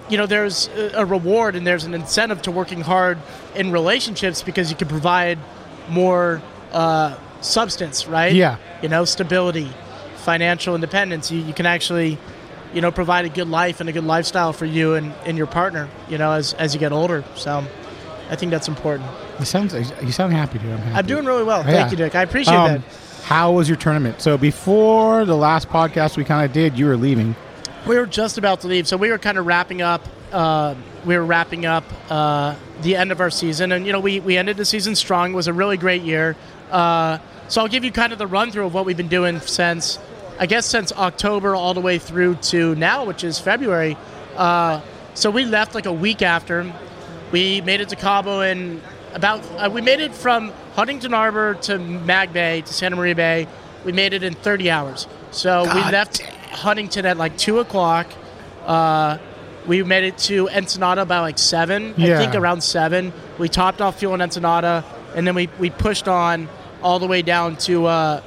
you know there's a a reward and there's an incentive to working hard in relationships because you can provide more uh, substance right
Yeah.
you know stability financial independence you, you can actually you know provide a good life and a good lifestyle for you and, and your partner you know as, as you get older so i think that's important
You sound you sound happy, dude. I'm happy.
i'm doing really well thank
Yeah.
you dick i appreciate
Um,
that
How was your tournament? So before the last podcast we kind of did, you were leaving.
We were just about to leave, so we were kind of wrapping up. Uh, we were wrapping up uh, the end of our season, and you know we, we ended the season strong. It was a really great year. Uh, so I'll give you kind of the run through of what we've been doing since, I guess, since October all the way through to now, which is February. Uh, so we left like a week after. We made it to Cabo in about. Uh, we made it from Huntington Harbor to Mag Bay to Santa Maria Bay. We made it in 30 hours. So we left Huntington at like two o'clock. Uh, we made it to Ensenada by like seven. I
Yeah.
think around seven. We topped off fuel in Ensenada, and then we, we pushed on all the way down to uh,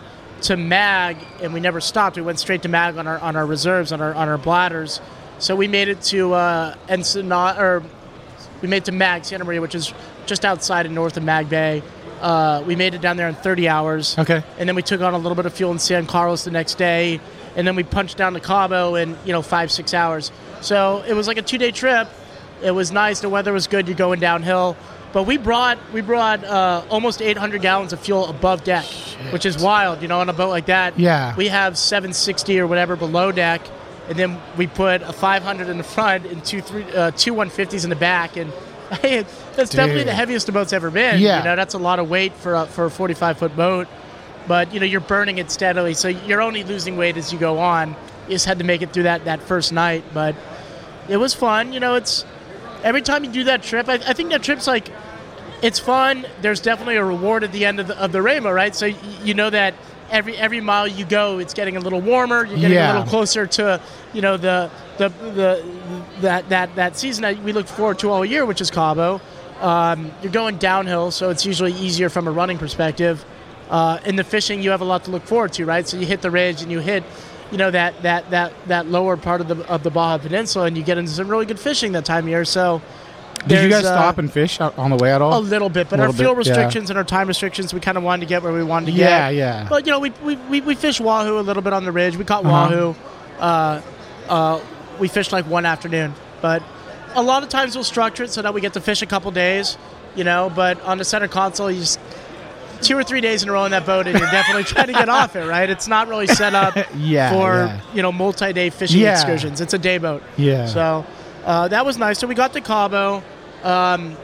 to Mag, and we never stopped. We went straight to Mag on our on our reserves on our on our bladders. So we made it to uh, Ensenada or we made it to Mag Santa Maria, which is just outside and north of Mag Bay. Uh, we made it down there in 30 hours.
Okay.
And then we took on a little bit of fuel in San Carlos the next day, and then we punched down to Cabo in you know five six hours. So it was like a two day trip. It was nice. The weather was good. You're going downhill, but we brought we brought uh, almost 800 gallons of fuel above deck, which is wild. You know, on a boat like that.
Yeah.
We have 760 or whatever below deck, and then we put a 500 in the front and two three uh, two 150s in the back, and that's definitely
Dude.
the heaviest the boat's ever been.
Yeah.
You know, that's a lot of weight for a, for a 45 foot boat, but you know you're burning it steadily, so you're only losing weight as you go on. You just had to make it through that that first night, but it was fun. You know, it's every time you do that trip, I, I think that trip's like it's fun. There's definitely a reward at the end of the, of the rainbow, right? So y- you know that every every mile you go, it's getting a little warmer. You're getting
Yeah.
a little closer to you know the the the that that that season that we look forward to all year, which is Cabo. Um, you're going downhill, so it's usually easier from a running perspective. Uh, in the fishing, you have a lot to look forward to, right? So you hit the ridge and you hit, you know, that that that that lower part of the of the Baja Peninsula, and you get into some really good fishing that time of year. So
Did you
there's,
guys
uh,
stop and fish out on the way at all?
a little bit, but
A
our
little
fuel
bit, yeah.
restrictions and our time restrictions, we kind of wanted to get where we wanted to get.
Yeah, yeah.
But you know, we we, we, we fished wahoo a little bit on the ridge. We caught
Uh-huh.
wahoo. Uh, uh, we fish like one afternoon. But a lot of times we'll structure it so that we get to fish a couple days, you know. But on the center console, you just two or three days in a row in that boat, and you're definitely trying to get off it, right? It's not really set up
Yeah,
for
yeah.
you know multi-day fishing
Yeah.
excursions. It's a day boat.
Yeah.
So uh, that was nice. So we got to Cabo, um,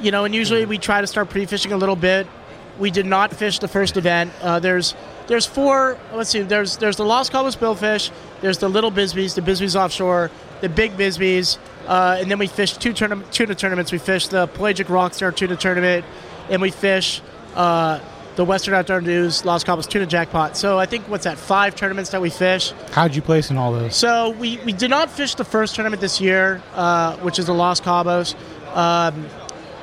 you know, and usually we try to start pre-fishing a little bit. We did not fish the first event. Uh, there's there's four. Let's see. There's there's the Los Cabos billfish. There's the little Bisbees, the Bisbees offshore, the big Bisbees, uh, and then we fished two tourna- tuna tournaments. We fished the Pelagic Rockstar tuna tournament, and we fish uh, the Western Outdoor News Los Cabos tuna jackpot. So I think what's that? Five tournaments that we fish.
How'd you place in all those?
So we, we did not fish the first tournament this year, uh, which is the Los Cabos. Um,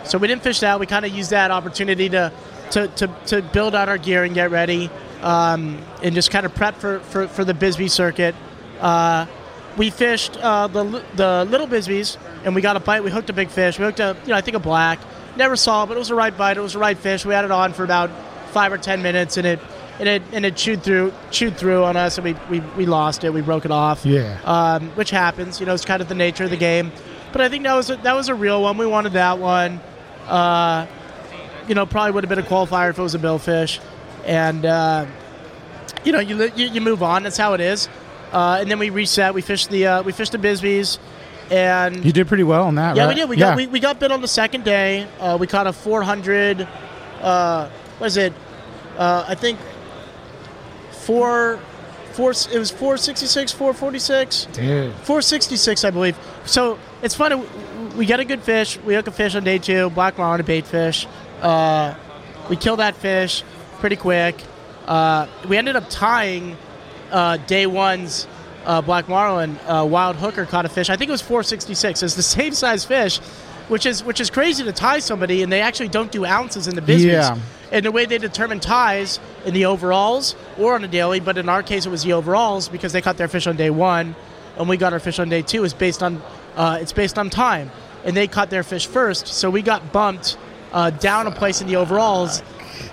so we didn't fish that. We kind of used that opportunity to, to, to, to build out our gear and get ready um, and just kind of prep for, for, for the Bisbee circuit. Uh, we fished uh, the, li- the Little Bisbees and we got a bite. We hooked a big fish. We hooked a, you know, I think a black. Never saw it, but it was the right bite. It was the right fish. We had it on for about five or ten minutes and it, and it, and it chewed through chewed through on us and we, we, we lost it. We broke it off
Yeah.
um, which happens. You know, it's kind of the nature of the game. But I think that was a, that was a real one. We wanted that one. Uh, you know, probably would have been a qualifier if it was a billfish, and uh, you know, you, li- you you move on. That's how it is. Uh, and then we reset. We fished the uh, we fished the Bisbees, and
You did pretty well on that,
yeah,
right?
we did. We got we, we got bit on the second day. Uh, we caught a 400. Uh, what is it? Uh, I think four, four. It was 466, 446.
Dude.
466, I believe. So it's funny. We got a good fish. We hook a fish on day two, black marlin, a bait fish. Uh, we kill that fish pretty quick. Uh, we ended up tying uh, day one's uh, black marlin. Uh, wild hooker caught a fish. I think it was 466. It's the same size fish, which is which is crazy to tie somebody, and they actually don't do ounces in the business.
Yeah.
And the way they determine ties in the overalls or on a daily, but in our case it was the overalls because they caught their fish on day one, and we got our fish on day two. Is based on uh, it's based on time, and they caught their fish first, so we got bumped uh, down a place in the overalls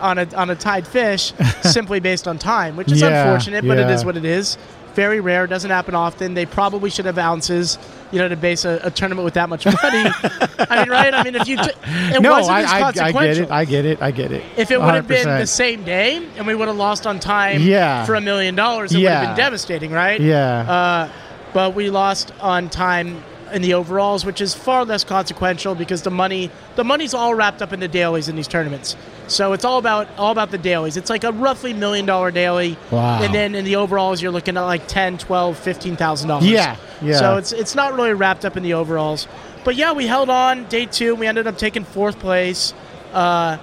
on a on a tied fish simply based on time, which is
Yeah,
unfortunate, but it
yeah.
is what it is. Very rare, doesn't happen often. They probably should have ounces, you know, to base a, a tournament with that much money. I mean, right? I mean, if you t- it
no,
wasn't
I,
as
I, I
consequential.
get it. I get it. I get it.
If it would have been the
100%.
same day and we would have lost on time
Yeah.
for a million dollars, it would have
Yeah.
been devastating, right?
Yeah.
Uh, but we lost on time in the overalls, which is far less consequential because the money the money's all wrapped up in the dailies in these tournaments. So it's all about all about the dailies. It's like a roughly million dollar daily.
Wow.
And then in the overalls you're looking at like 10, 12, 15,000 dollars.
Yeah, yeah.
So it's it's not really wrapped up in the overalls. But yeah, we held on day two. and We ended up taking fourth place. Uh,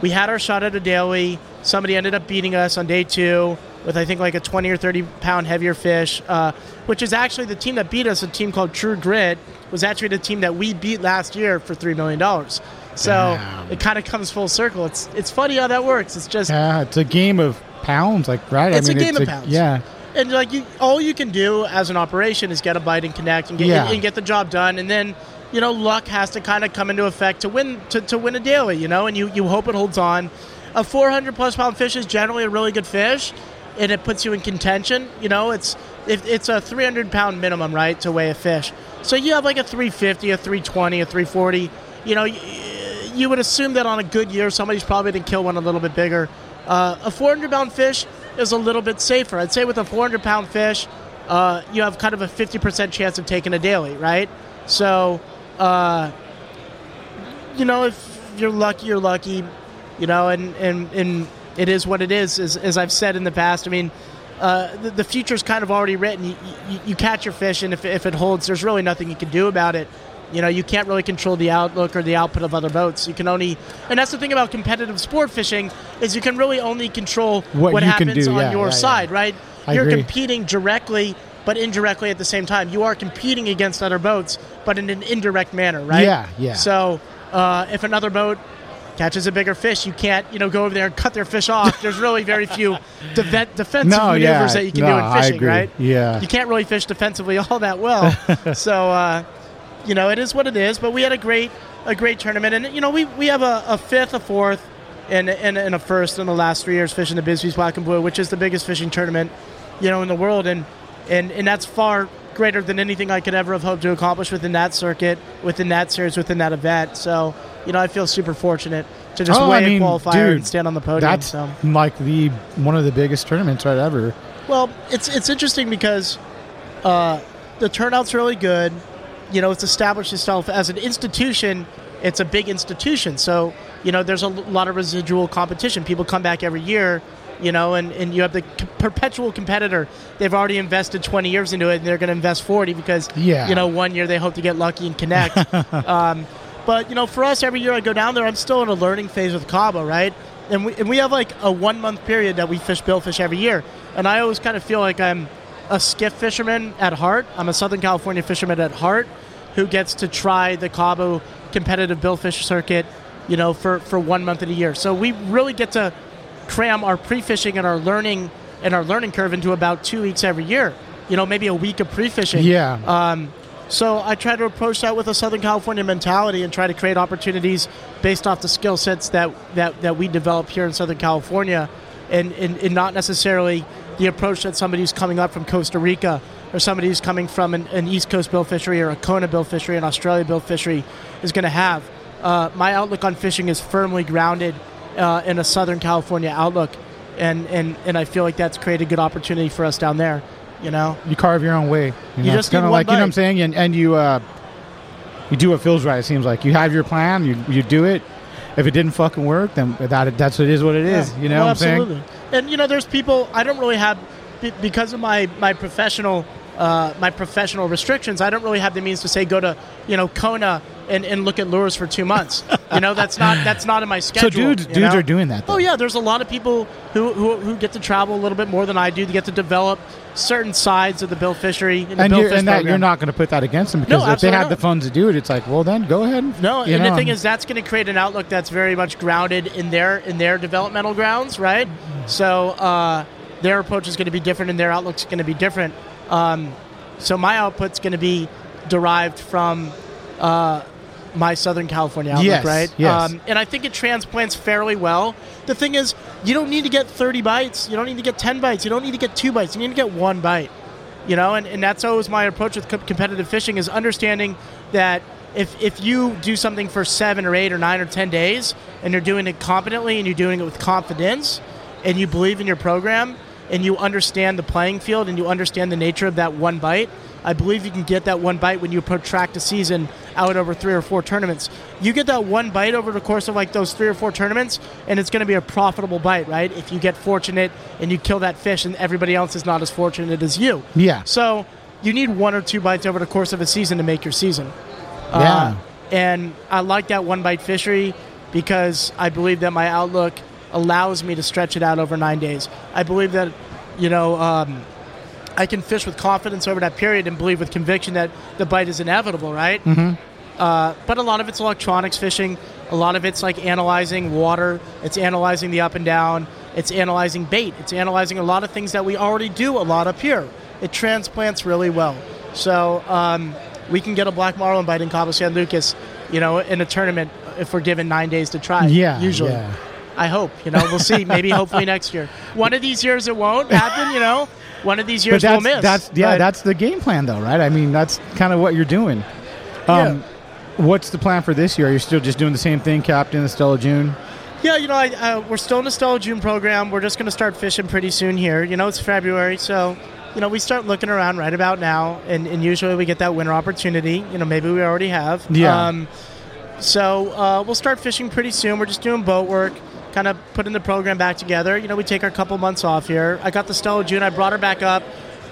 we had our shot at a daily. Somebody ended up beating us on day two with I think like a 20 or 30 pound heavier fish, uh, which is actually the team that beat us, a team called True Grit, was actually the team that we beat last year for three million dollars. So it kind of comes full circle. It's it's funny how that works. It's just
yeah, it's a game of pounds, like right.
It's a
I mean,
game of pounds.
Yeah,
and like you, all you can do as an operation is get a bite and connect and get
Yeah.
and get the job done, and then you know luck has to kind of come into effect to win to, to win a daily, you know, and you you hope it holds on. A 400 plus pound fish is generally a really good fish, and it puts you in contention. You know, it's it, it's a 300 pound minimum right to weigh a fish, so you have like a 350, a 320, a 340. You know, you would assume that on a good year, somebody's probably going to kill one a little bit bigger. Uh, a 400 pound fish is a little bit safer. I'd say with a 400 pound fish, uh, you have kind of a 50% chance of taking a daily, right? So, uh, you know, if you're lucky, you're lucky, you know, and, and, and it is what it is, as, as I've said in the past. I mean, uh, the, the future's kind of already written. You, you, you catch your fish, and if, if it holds, there's really nothing you can do about it. You know, you can't really control the outlook or the output of other boats. You can only, and that's the thing about competitive sport fishing is you can really only control
What
what,
you can
happens
do,
on
yeah, yeah,
your
yeah.
side, right?
I
You're
agree.
competing directly, but indirectly at the same time. You are competing against other boats, but in an indirect manner, right?
Yeah, yeah.
So uh, if another boat catches a bigger fish, you can't, you know, go over there and cut their fish off. There's really very few defe- defensive
No,
maneuvers
yeah,
that you can
no,
do in
I
fishing,
agree.
right?
Yeah.
You can't really fish defensively all that well. so, uh, you know, it is what it is. But we had a great, a great tournament, and you know, we, we have a, a fifth, a fourth, and, and and a first in the last three years fishing the Bisbee's Black and Blue, which is the biggest fishing tournament, you know, in the world, and and and that's far greater than anything I could ever have hoped to accomplish within that circuit, within that series, within that event. So, you know, I feel super fortunate to just
Oh,
weigh
I mean,
a qualifier
dude,
and stand on the podium.
That's
so.
like the one of the biggest tournaments right ever.
Well, it's it's interesting because uh, the turnout's really good. You know, it's established itself as an institution. It's a big institution, so you know there's a l- lot of residual competition. People come back every year, you know, and, and you have the c- perpetual competitor. They've already invested 20 years into it, and they're going to invest 40 because
Yeah.
you know one year they hope to get lucky and connect. um, but you know, for us, every year I go down there, I'm still in a learning phase with Cabo, right? And we, and we have like a one month period that we fish billfish every year, and I always kind of feel like I'm a skiff fisherman at heart. I'm a Southern California fisherman at heart who gets to try the Cabo competitive billfish circuit, you know, for for one month of the year. So we really get to cram our pre-fishing and our learning and our learning curve into about two weeks every year. You know, maybe a week of pre-fishing.
Yeah.
Um, so I try to approach that with a Southern California mentality and try to create opportunities based off the skill sets that, that, that we develop here in Southern California and, and, and not necessarily the approach that somebody who's coming up from Costa Rica or somebody who's coming from an, an East Coast bill fishery or a Kona bill fishery, an Australia bill fishery is going to have. Uh, my outlook on fishing is firmly grounded uh, in a Southern California outlook, and, and, and I feel like that's created good opportunity for us down there, you know?
You carve your own way. You,
You
know,
just
it's kinda
need one
like you know what I'm
bite.
saying, and and you uh, you do what feels right. It seems like you have your plan. You you do it. If it didn't fucking work, then that that's what it is. What it is.
Yeah.
You know
Well,
what I'm
absolutely.
saying?
And you know, there's people I don't really have be- because of my my professional uh, my professional restrictions. I don't really have the means to say go to you know Kona and, and look at lures for two months. you know, that's not that's not in my schedule.
dudes-
you
dudes
know?
are doing that, though.
Oh yeah, there's a lot of people who, who who get to travel a little bit more than I do. They get to develop certain sides of the bill fishery and, the
And
bill
you're
fish
and that
program.
you're not going to put that against them because if they
absolutely
had
not.
the funds to do it, it's like well then go ahead.
No,
you
and
know,
the thing is, that's going to create an outlook that's very much grounded in their in their developmental grounds, right? So uh, their approach is going to be different, and their outlook's going to be different. Um, so my output's going to be derived from uh, my Southern California outlook,
Yes,
right?
yes.
Um, and I think it transplants fairly well. The thing is, you don't need to get 30 bites. You don't need to get 10 bites. You don't need to get two bites. You need to get one bite. You know, and, and that's always my approach with co- competitive fishing is understanding that if, if you do something for seven or eight or nine or 10 days and you're doing it competently and you're doing it with confidence and you believe in your program and you understand the playing field and you understand the nature of that one bite, I believe you can get that one bite when you protract a season out over three or four tournaments. You get that one bite over the course of like those three or four tournaments, and it's going to be a profitable bite, right? If you get fortunate and you kill that fish, and everybody else is not as fortunate as you.
Yeah.
So you need one or two bites over the course of a season to make your season. Uh,
Yeah.
and I like that one bite fishery because I believe that my outlook allows me to stretch it out over nine days. I believe that, you know, um, I can fish with confidence over that period and believe with conviction that the bite is inevitable, right?
Mm-hmm.
Mhm.
Uh, but a lot of it's electronics fishing. A lot of it's like analyzing water. It's analyzing the up and down. It's analyzing bait. It's analyzing a lot of things that we already do a lot up here. It transplants really well. So um, we can get a black marlin bite in Cabo San Lucas, you know, in a tournament if we're given nine days to try.
Yeah,
Usually.
yeah.
I hope. You know, we'll see. Maybe hopefully next year. One of these years it won't happen, you know. One of these
But
years
that's,
we'll miss.
That's yeah,
but-
that's the game plan though, right? I mean, that's kind of what you're doing. Um, What's the plan for this year? Are you still just doing the same thing, Captain Estella June?
Yeah, you know, I, uh, we're still in the Stella June program. We're just going to start fishing pretty soon here. You know, it's February, so you know we start looking around right about now, and, and usually we get that winter opportunity. You know, maybe we already have.
Yeah.
Um, so uh, we'll start fishing pretty soon. We're just doing boat work, kind of putting the program back together. You know, we take our couple months off here. I got the Stella June. I brought her back up.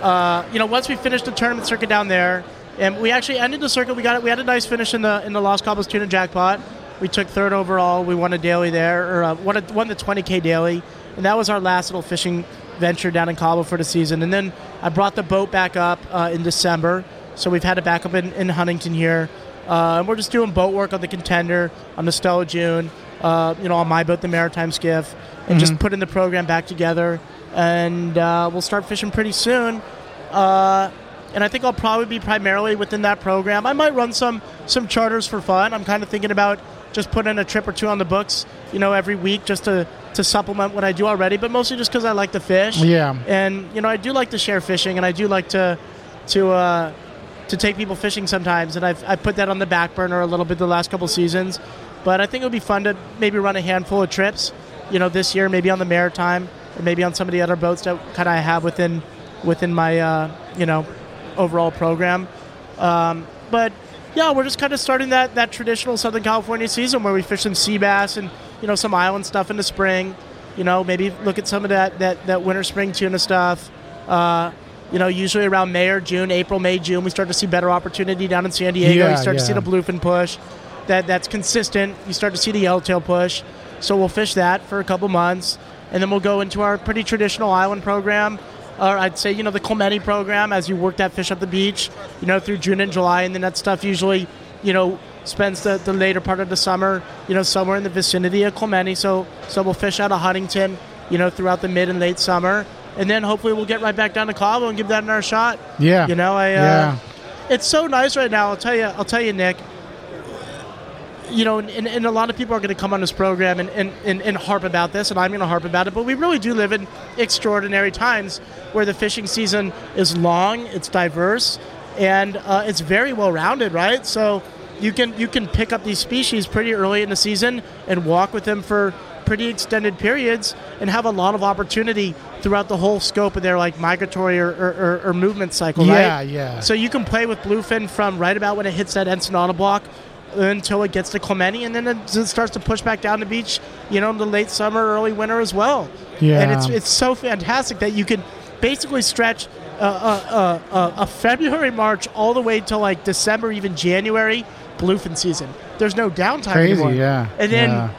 Uh, you know, once we finished the tournament circuit down there, and we actually ended the circuit. We got it. We had a nice finish in the in the Los Cabos Tuna Jackpot. We took third overall. We won a daily there, or uh, won, a, won the 20k daily, and that was our last little fishing venture down in Cabo for the season. And then I brought the boat back up uh, in December, so we've had it back up in, in Huntington here. Uh, and we're just doing boat work on the contender, on the Stella June, uh, you know, on my boat, the Maritime Skiff, and just
Mhm.
putting the program back together. And uh, we'll start fishing pretty soon. Uh, and I think I'll probably be primarily within that program. I might run some some charters for fun. I'm kind of thinking about just putting a trip or two on the books, you know, every week just to, to supplement what I do already, but mostly just because I like to fish.
Yeah.
And you know, I do like to share fishing, and I do like to to uh, to take people fishing sometimes, and I've, I've put that on the back burner a little bit the last couple seasons. But I think it would be fun to maybe run a handful of trips, you know, this year maybe on the Maritime or maybe on some of the other boats that kind of I have within within my uh, you know overall program. Um, but yeah, we're just kind of starting that that traditional Southern California season where we fish some sea bass and you know some island stuff in the spring. You know, maybe look at some of that that, that winter spring tuna stuff. Uh, you know, usually around May or June, April, May, June, we start to see better opportunity down in San Diego.
Yeah,
you start to see
yeah.
the bluefin push. That that's consistent. You start to see the yellowtail push. So we'll fish that for a couple months, and then we'll go into our pretty traditional island program, or I'd say you know the Clementi program as you work that fish up the beach. You know through June and July, and then that stuff usually you know spends the, the later part of the summer. You know somewhere in the vicinity of Clementi. So so we'll fish out of Huntington. You know throughout the mid and late summer, and then hopefully we'll get right back down to Cabo and give that another shot.
Yeah.
You know I. Uh,
Yeah.
It's so nice right now. I'll tell you. I'll tell you, Nick you know, and, and, and a lot of people are going to come on this program and, and, and, and harp about this, and I'm going to harp about it, but we really do live in extraordinary times where the fishing season is long, it's diverse, and uh, it's very well rounded, right? So you can you can pick up these species pretty early in the season and walk with them for pretty extended periods and have a lot of opportunity throughout the whole scope of their like migratory or, or, or, or movement cycle
Yeah,
right
yeah.
so you can play with bluefin from right about when it hits that Ensenada block until it gets to Clementi, and then it just starts to push back down the beach, you know, in the late summer, early winter as well.
Yeah.
And it's, it's so fantastic that you can basically stretch uh, a, a, a, uh, a, a February, March, all the way to like December, even January, bluefin season. There's no downtime
Crazy,
anymore.
yeah.
And then
Yeah.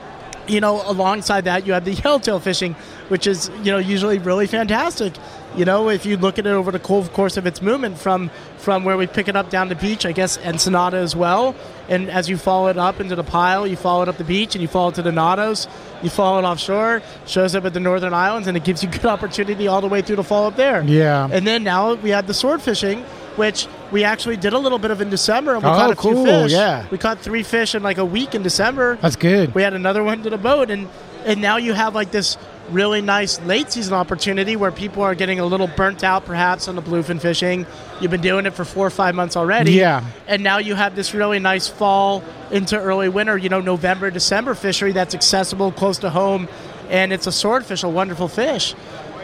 you know, alongside that, you have the yellowtail fishing, which is, you know, usually really fantastic. You know, if you look at it over the whole course of its movement from from where we pick it up down the beach, I guess Ensenada as well. And as you follow it up into the pile, you follow it up the beach and you follow it to the Nados, you follow it offshore, shows up at the Northern Islands, and it gives you good opportunity all the way through to follow up there.
Yeah.
And then now we have the sword fishing, which we actually did a little bit of in December and we
Oh,
caught a
cool,
few fish.
yeah.
We caught three fish in like a week in December.
That's good.
We had another one to the boat, and and now you have like this really nice late season opportunity where people are getting a little burnt out perhaps on the bluefin fishing. You've been doing it for four or five months already.
Yeah.
And now you have this really nice fall into early winter, you know, November, December fishery that's accessible close to home and it's a swordfish, a wonderful fish.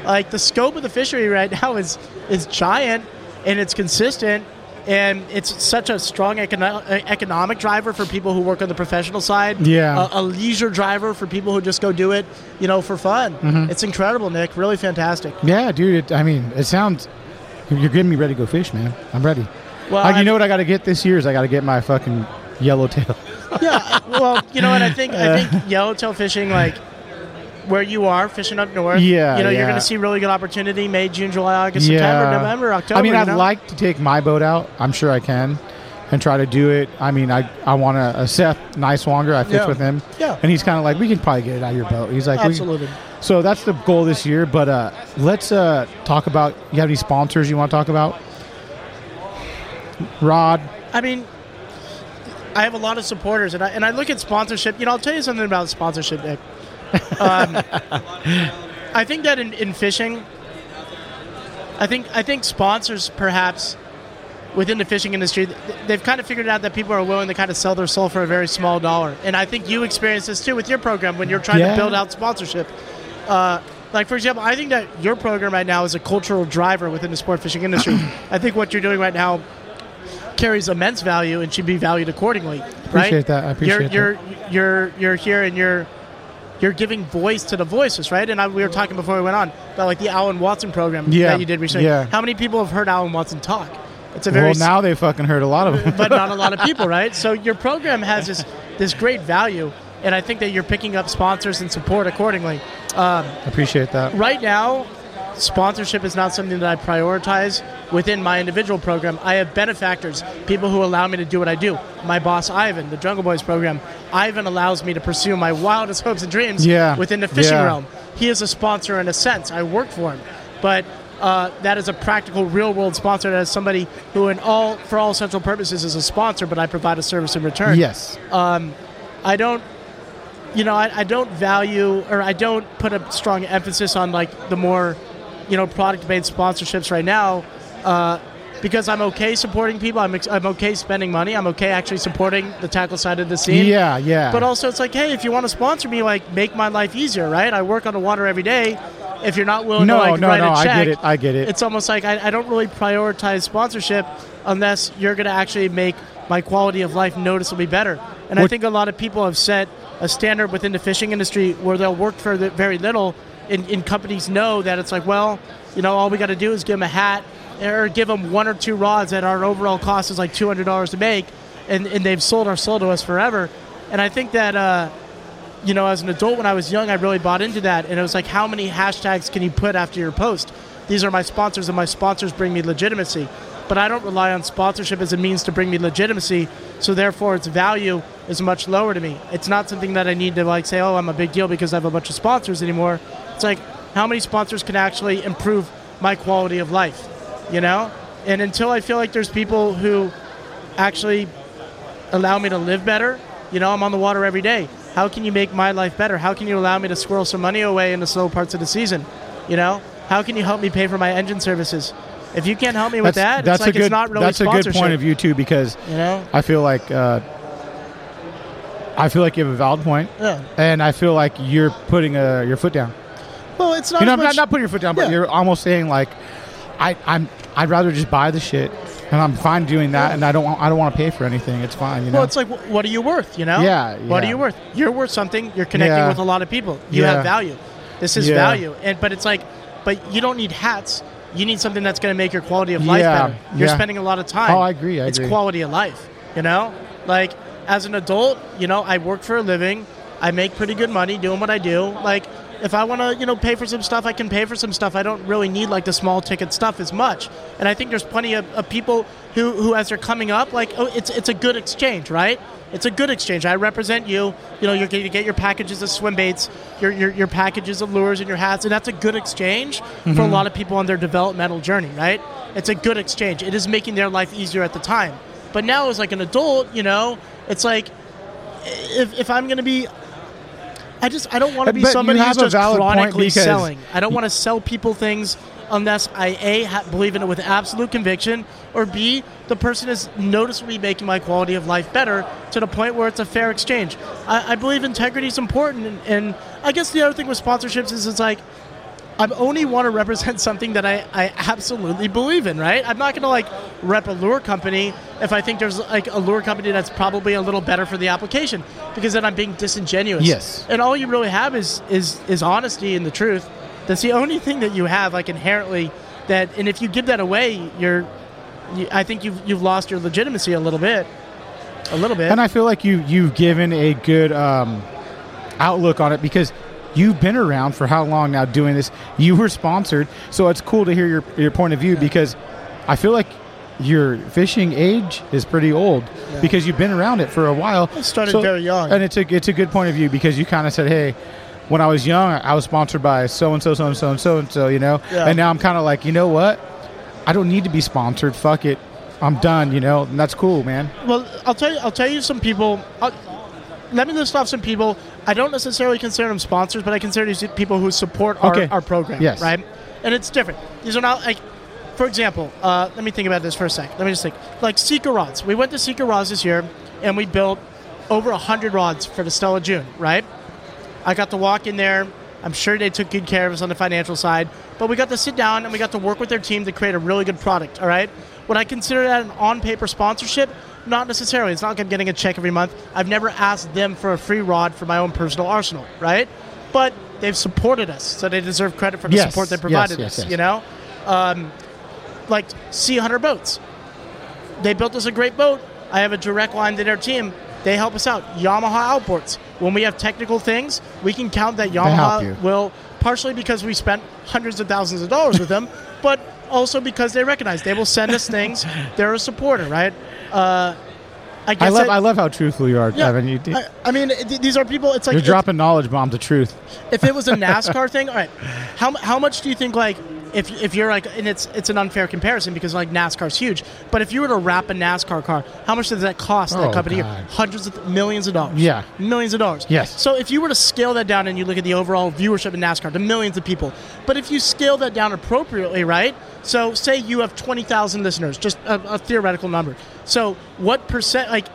Like the scope of the fishery right now is is giant and it's consistent and it's such a strong econo- uh, economic driver for people who work on the professional side.
Yeah.
A, a leisure driver for people who just go do it, you know, for fun.
Mhm.
It's incredible, Nick. Really fantastic.
Yeah, dude. It, I mean, it sounds. You're getting me ready to go fish, man. I'm ready. Well,
Well,
like, you
I-
know what I got to get this year is I got to get my fucking yellowtail.
yeah. Well, you know what I think. I think yellowtail fishing, like where you are fishing up north.
Yeah,
You know, you're
yeah.
going to see really good opportunity May, June, July, August,
Yeah.
September, November, October.
I mean,
you
I'd
know?
like to take my boat out. I'm sure I can, and try to do it. I mean, I I want to uh, Seth Nicewanger. I fish
Yeah.
with him.
Yeah.
And he's kind of like, we can probably get it out of your boat. He's like, we-
Absolutely.
So that's the goal this year. But uh, let's uh, talk about. You have any sponsors you want to talk about? Rod.
I mean, I have a lot of supporters, and I and I look at sponsorship. You know, I'll tell you something about sponsorship, Nick. Um, I think that in, in fishing, I think I think sponsors perhaps within the fishing industry, th- they've kind of figured out that people are willing to kind of sell their soul for a very small dollar. And I think you experience this too with your program when you're trying
Yeah.
to build out sponsorship. Uh, like for example, I think that your program right now is a cultural driver within the sport fishing industry. I think what you're doing right now carries immense value and should be valued accordingly.
Appreciate
right?
that. I appreciate
you're, You're you're you're here and you're you're giving voice to the voices, right? And I, we were talking before we went on about like the Alan Watson program
Yeah.
that you did recently.
Yeah.
How many people have heard Alan Watson talk? It's a very
well, now they fucking heard a lot of them.
but not a lot of people, right? So your program has this this great value, and I think that you're picking up sponsors and support accordingly. Um,
Appreciate that.
right now, sponsorship is not something that I prioritize within my individual program. I have benefactors, people who allow me to do what I do. My boss, Ivan, the Jungle Boys program, Ivan allows me to pursue my wildest hopes and dreams
Yeah.
within the fishing
Yeah.
realm. He is a sponsor in a sense. I work for him, but uh, that is a practical, real-world sponsor. That is somebody who, in all for all essential purposes, is a sponsor, but I provide a service in return.
Yes.
Um, I don't you know, I, I don't value or I don't put a strong emphasis on like the more, you know, product-based sponsorships right now, uh, because I'm okay supporting people. I'm, ex- I'm okay spending money. I'm okay actually supporting the tackle side of the scene.
Yeah, yeah.
But also, it's like, hey, if you want to sponsor me, like, make my life easier, right? I work on the water every day. If you're not willing
No,
to like,
no,
write
no,
a
I
check,
get it, I get it.
It's almost like I, I don't really prioritize sponsorship unless you're going to actually make my quality of life noticeably better. And I
What-
think a lot of people have set a standard within the fishing industry where they'll work for the, very little, and, and companies know that it's like, well, you know, all we got to do is give them a hat or give them one or two rods that our overall cost is like $200 to make, and, and they've sold our soul to us forever. And I think that, uh, you know, as an adult when I was young, I really bought into that. And it was like, how many hashtags can you put after your post? These are my sponsors, and my sponsors bring me legitimacy. But I don't rely on sponsorship as a means to bring me legitimacy. So therefore, its value is much lower to me. It's not something that I need to like say, oh, I'm a big deal because I have a bunch of sponsors anymore. It's like, how many sponsors can actually improve my quality of life? You know? And until I feel like there's people who actually allow me to live better. You know, I'm on the water every day. How can you make my life better? How can you allow me to squirrel some money away in the slow parts of the season? You know, how can you help me pay for my engine services? If you can't help me with that, it's like
a good,
it's not really
that's a good
sponsorship.
point of view too because
You know?
I feel like uh, I feel like you have a valid point,
Yeah.
and I feel like you're putting uh your foot down.
Well, it's not.
you know,
as
not,
much-
not putting your foot down, but
Yeah.
you're almost saying like, I, I'm I'd rather just buy the shit, and I'm fine doing that, and I don't want, I don't want to pay for anything. It's fine, you know.
Well, it's like, wh- what are you worth? You know?
Yeah,
What are
yeah.
you worth? You're worth something. You're connecting
Yeah.
with a lot of people. You
Yeah.
have value. This is
Yeah.
value. And but it's like, but you don't need hats. You need something that's going to make your quality of life
Yeah,
better. You're
yeah.
spending a lot of time.
Oh, I agree, I
it's
agree.
quality of life. You know, like as an adult, you know, I work for a living. I make pretty good money doing what I do. Like if I want to, you know, pay for some stuff, I can pay for some stuff. I don't really need like the small ticket stuff as much. And I think there's plenty of, of people who, who as they're coming up, like oh, it's it's a good exchange, right? It's a good exchange. I represent you. You know, you're going to get your packages of swim baits, your, your your packages of lures and your hats, and that's a good exchange for a
Mhm.
lot of people on their developmental journey, right? It's a good exchange. It is making their life easier at the time. But now, as like an adult, you know, it's like if, if I'm going to be, I just I don't want to be
But you
somebody who's
have a
just
valid point
chronically
because-
selling. I don't want to sell people things unless I a ha- believe in it with absolute conviction, or b the person is noticeably making my quality of life better to the point where it's a fair exchange. I, I believe integrity is important, and, and I guess the other thing with sponsorships is it's like I only want to represent something that I, I absolutely believe in, right? I'm not going to like rep a lure company if I think there's like a lure company that's probably a little better for the application because then I'm being disingenuous.
Yes.
And all you really have is is is honesty and the truth. That's the only thing that you have like inherently that and if you give that away, you're you, I think you've you've lost your legitimacy a little bit. A little bit.
and I feel like you you've given a good um, outlook on it because you've been around for how long now doing this. You were sponsored, so it's cool to hear your your point of view because I feel like your fishing age is pretty old
Yeah.
because you've been around it for a while. I
started very young.
and it's a it's a good point of view because you kind of said, hey. When I was young, I was sponsored by so and so, so and so, and so and so, you know.
Yeah.
And now I'm kind of like, you know what? I don't need to be sponsored. Fuck it, I'm done. You know, and that's cool, man.
Well, I'll tell you. I'll tell you some people. I'll, let me list off some people. I don't necessarily consider them sponsors, but I consider these people who support our,
Okay.
our program.
Yes.
Right. And it's different. These are not like, for example, uh, let me think about this for a sec. Let me just think. Like Seeker rods. We went to Seeker rods this year, and we built over hundred rods for the Stella June. Right. I got to walk in there. I'm sure they took good care of us on the financial side, but we got to sit down and we got to work with their team to create a really good product. All right, would I consider that an on-paper sponsorship? Not necessarily. It's not like I'm getting a check every month. I've never asked them for a free rod for my own personal arsenal, right? But they've supported us, so they deserve credit for the
Yes,
support they
yes,
provided
yes,
us.
yes.
You know, um, like Sea Hunter boats they built us a great boat. I have a direct line to their team. They help us out. Yamaha outboards. When we have technical things, we can count that
help you.
Yamaha will partially because we spent hundreds of thousands of dollars with them, but also because they recognize they will send us things. They're a supporter, right? Uh, I guess
I love
that-
I love how truthful you are,
Yeah,
Evan. You,
I, I mean, th- these are people. It's like
you're
it's-
dropping knowledge bombs of truth.
if it was a NASCAR thing, all right, how, how much do you think like if, if you're like, and it's it's an unfair comparison because like NASCAR's huge, but if you were to wrap a NASCAR car, how much does that cost?
Oh,
that company a
God.
year? hundreds of th- millions of dollars.
Yeah.
millions of dollars.
Yes.
So if you were to scale that down and you look at the overall viewership in NASCAR, the millions of people, but if you scale that down appropriately, right? So say you have twenty thousand listeners, just a, a theoretical number. So what percent? Like,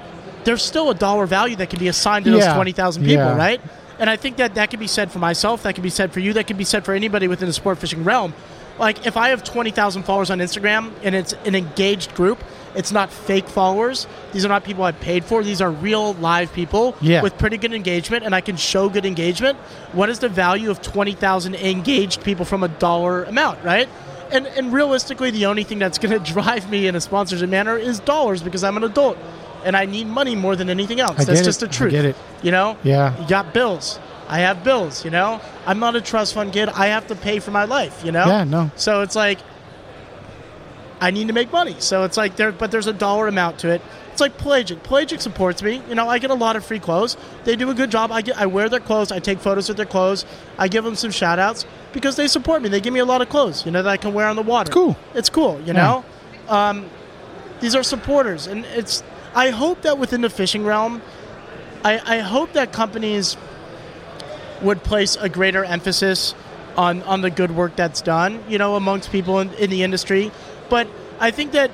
there's still a dollar value that can be assigned to those
Yeah.
twenty thousand people,
Yeah.
right? And I think that that can be said for myself, that can be said for you, that can be said for anybody within the sport fishing realm. Like if I have 20,000 followers on Instagram and it's an engaged group, it's not fake followers. These are not people I paid for. These are real live people
Yeah.
with pretty good engagement and I can show good engagement. What is the value of 20,000 engaged people from a dollar amount, right? And, and realistically, the only thing that's going to drive me in a sponsorship manner is dollars because I'm an adult and I need money more than anything else.
I
that's
get
just
it.
the
I
truth.
get it.
You know?
Yeah.
You got bills. I have bills, you know? I'm not a trust fund kid. I have to pay for my life, you know?
Yeah, no.
So it's like I need to make money. So it's like there but there's a dollar amount to it. It's like Pelagic. Pelagic supports me. You know, I get a lot of free clothes. They do a good job. I get I wear their clothes. I take photos with their clothes. I give them some shout outs because they support me. They give me a lot of clothes, you know, that I can wear on the water. It's
cool.
It's cool, you know? Um, these are supporters and it's I hope that within the fishing realm I, I hope that companies would place a greater emphasis on, on the good work that's done, you know, amongst people in, in the industry. But I think that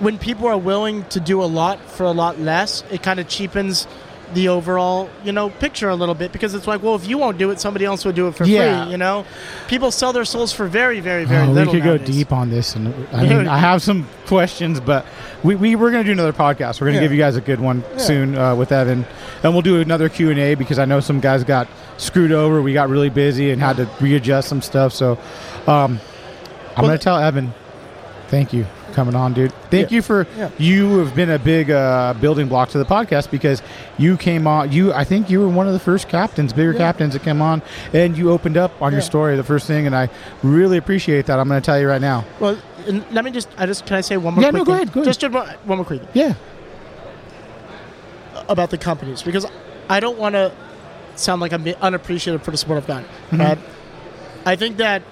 when people are willing to do a lot for a lot less, it kind of cheapens the overall, you know, picture a little bit because it's like, well, if you won't do it, somebody else will do it for
Yeah.
free, you know? People sell their souls for very, very, very
Oh, we
little.
could
nowadays.
go deep on this, and I mean, I have some questions, but we, we we're going to do another podcast. We're going to
Yeah.
give you guys a good one soon uh, with Evan, and we'll do another Q and A because I know some guys got screwed over. We got really busy and had to readjust some stuff. So, um, I'm going to tell Evan, thank you for coming on, dude. Thank you for you have been a big uh, building block to the podcast because you came on. You I think you were one of the first captains, bigger captains that came on, and you opened up on your story the first thing, and I really appreciate that. I'm going to tell you right now.
Well, n- let me just. I just can I say one more.
Yeah,
quick
no, go
thing?
ahead, go ahead.
Just one, one more quick. thing
Yeah.
About the companies because I don't want to sound like I'm be- unappreciative for the support I've gotten.
Mm-hmm.
right? I think that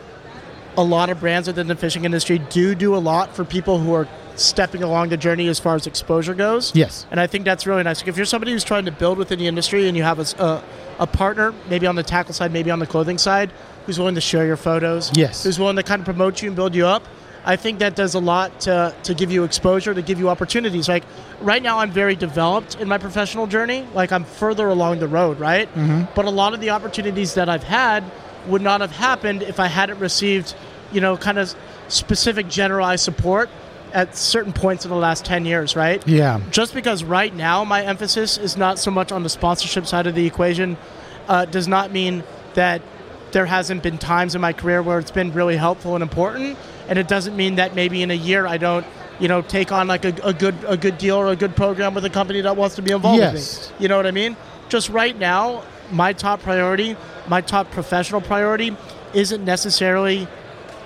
a lot of brands within the fishing industry do do a lot for people who are stepping along the journey as far as exposure goes.
Yes.
And I think that's really nice. Like if you're somebody who's trying to build within the industry and you have a, s- a- a partner, maybe on the tackle side, maybe on the clothing side, who's willing to share your photos,
Yes.
who's willing to kind of promote you and build you up, I think that does a lot to, to give you exposure, to give you opportunities. Like right now, I'm very developed in my professional journey. Like I'm further along the road, right?
Mhm.
But a lot of the opportunities that I've had would not have happened if I hadn't received, you know, kind of specific generalized support at certain points in the last 10 years, right?
Yeah.
Just because right now my emphasis is not so much on the sponsorship side of the equation, uh, does not mean that there hasn't been times in my career where it's been really helpful and important. And it doesn't mean that maybe in a year I don't, you know, take on like a, a good a good deal or a good program with a company that wants to be involved
Yes.
with me. You know what I mean? Just right now, my top priority, my top professional priority, isn't necessarily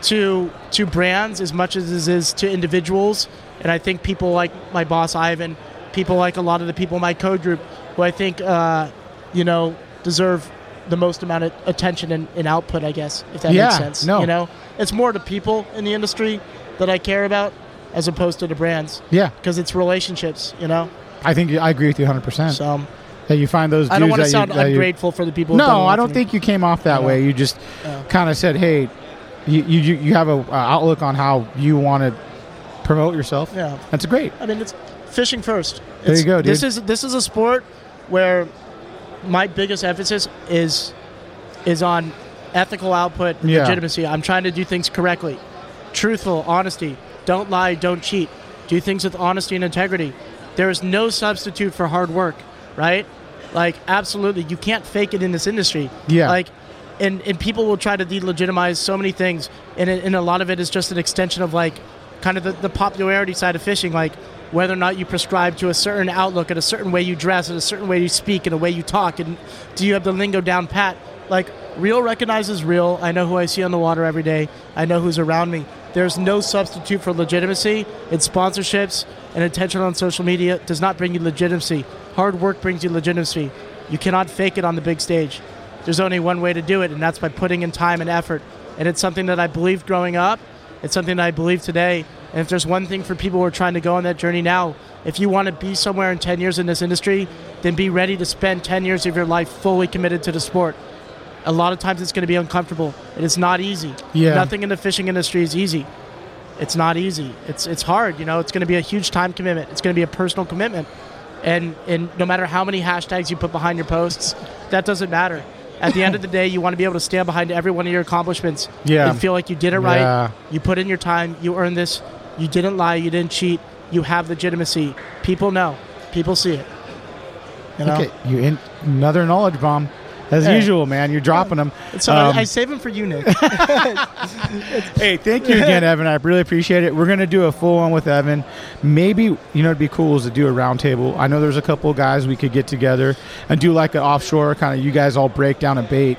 to to brands as much as it is to individuals. And I think people like my boss Ivan, people like a lot of the people in my code group, who I think uh, you know deserve the most amount of attention and, and output. I guess if that
Yeah,
makes sense.
no.
You know, it's more the people in the industry that I care about as opposed to the brands.
Yeah.
because it's relationships. You know.
I think I agree with you 100. percent
So um,
that you find those.
I don't
dudes
want to
that you-
sound
that you-
ungrateful for the people. who've done a
No,
lot
I
for
don't
me.
think you came off that way. You just kind of said, "Hey, you you you you have a uh, outlook on how you want to promote yourself."
Yeah.
that's great.
I mean, it's fishing first.
There
It's-
you go, dude.
This is this is a sport where my biggest emphasis is is on ethical output, and
Yeah.
legitimacy. I'm trying to do things correctly, truthful, honesty. Don't lie. Don't cheat. Do things with honesty and integrity. There is no substitute for hard work, right? Like absolutely, you can't fake it in this industry.
Yeah.
Like and, and people will try to delegitimize so many things and, it, and a lot of it is just an extension of like kind of the, the popularity side of fishing like whether or not you prescribe to a certain outlook and a certain way you dress and a certain way you speak and a way you talk and do you have the lingo down pat like real recognizes real i know who i see on the water every day i know who's around me there's no substitute for legitimacy and sponsorships and attention on social media does not bring you legitimacy hard work brings you legitimacy you cannot fake it on the big stage there's only one way to do it, and that's by putting in time and effort. and it's something that I believed growing up. It's something that I believe today. And if there's one thing for people who are trying to go on that journey now, if you want to be somewhere in 10 years in this industry, then be ready to spend 10 years of your life fully committed to the sport. A lot of times it's going to be uncomfortable. It is not easy.
Yeah.
Nothing in the fishing industry is easy. It's not easy. It's it's hard. You know, it's going to be a huge time commitment. It's going to be a personal commitment. And and no matter how many hashtags you put behind your posts, that doesn't matter. At the end of the day, you want to be able to stand behind every one of your accomplishments.
Yeah.
And feel like you did it right.
Yeah.
You put in your time. You earned this. You didn't lie. You didn't cheat. You have legitimacy. People know. People see it. You know?
Okay, you in another knowledge bomb, as
Hey.
usual, man. You're dropping Um, them.
So I, I save them for you, Nick.
hey, thank you again, Evan. I really appreciate it. We're gonna do a full one with Evan. Maybe you know it'd be cool is to do a roundtable. I know there's a couple of guys we could get together and do like an offshore kind of. You guys all break down a bait,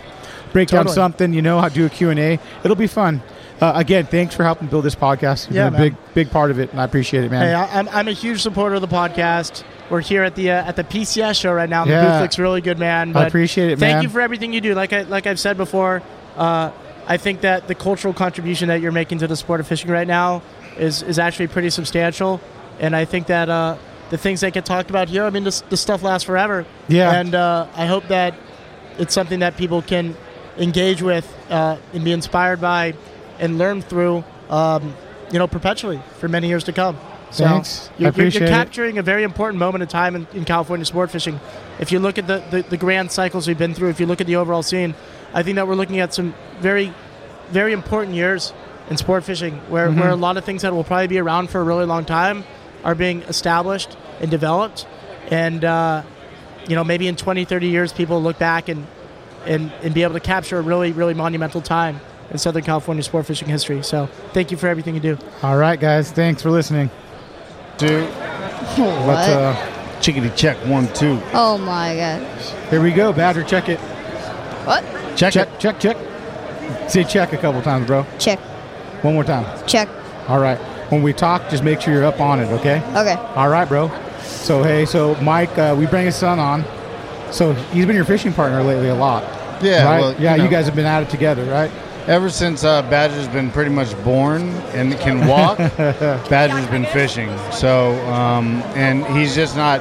break down
Totally.
something. You know, how do a Q and A. It'll be fun. Uh, again, thanks for helping build this podcast. You've
Yeah,
been a
man.
big, big part of it, and I appreciate it, man.
Hey, I, I'm, I'm a huge supporter of the podcast. We're here at the uh, at the PCS show right now. and The
Yeah.
booth looks really good, man.
I appreciate it,
thank
man.
you for everything you do. Like I like I've said before, uh, I think that the cultural contribution that you're making to the sport of fishing right now is is actually pretty substantial, and I think that uh, the things that get talked about here, I mean, this, this stuff lasts forever.
Yeah.
and uh, I hope that it's something that people can engage with uh, and be inspired by and learn through. Um, you know, perpetually for many years to come. So
Thanks. I
You're, you're-
appreciate
you're
it.
capturing a very important moment in time in, in California sport fishing. If you look at the, the, the grand cycles we've been through, if you look at the overall scene, I think that we're looking at some very, very important years in sport fishing where,
Mhm.
where a lot of things that will probably be around for a really long time are being established and developed. And, uh, you know, maybe in 20, 30 years, people look back and, and, and be able to capture a really, really monumental time in Southern California sport fishing history. So thank you for everything you do.
All right, guys. Thanks for listening.
Dude.
Let's
What?
uh, chickity check one two.
Oh my god.
Here we go, Badger. Check it.
What?
Check check check check. Say check a couple times, bro.
Check.
One more time.
Check.
All right. When we talk, just make sure you're up on it, okay?
Okay.
All right, bro. So hey, so Mike, uh, we bring his son on. So he's been your fishing partner lately a lot.
Yeah,
Right?
well,
yeah.
you know.
You guys have been at it together, right?
Ever since uh, Badger's been pretty much born and can walk, Badger's been fishing. So, um, and he's just not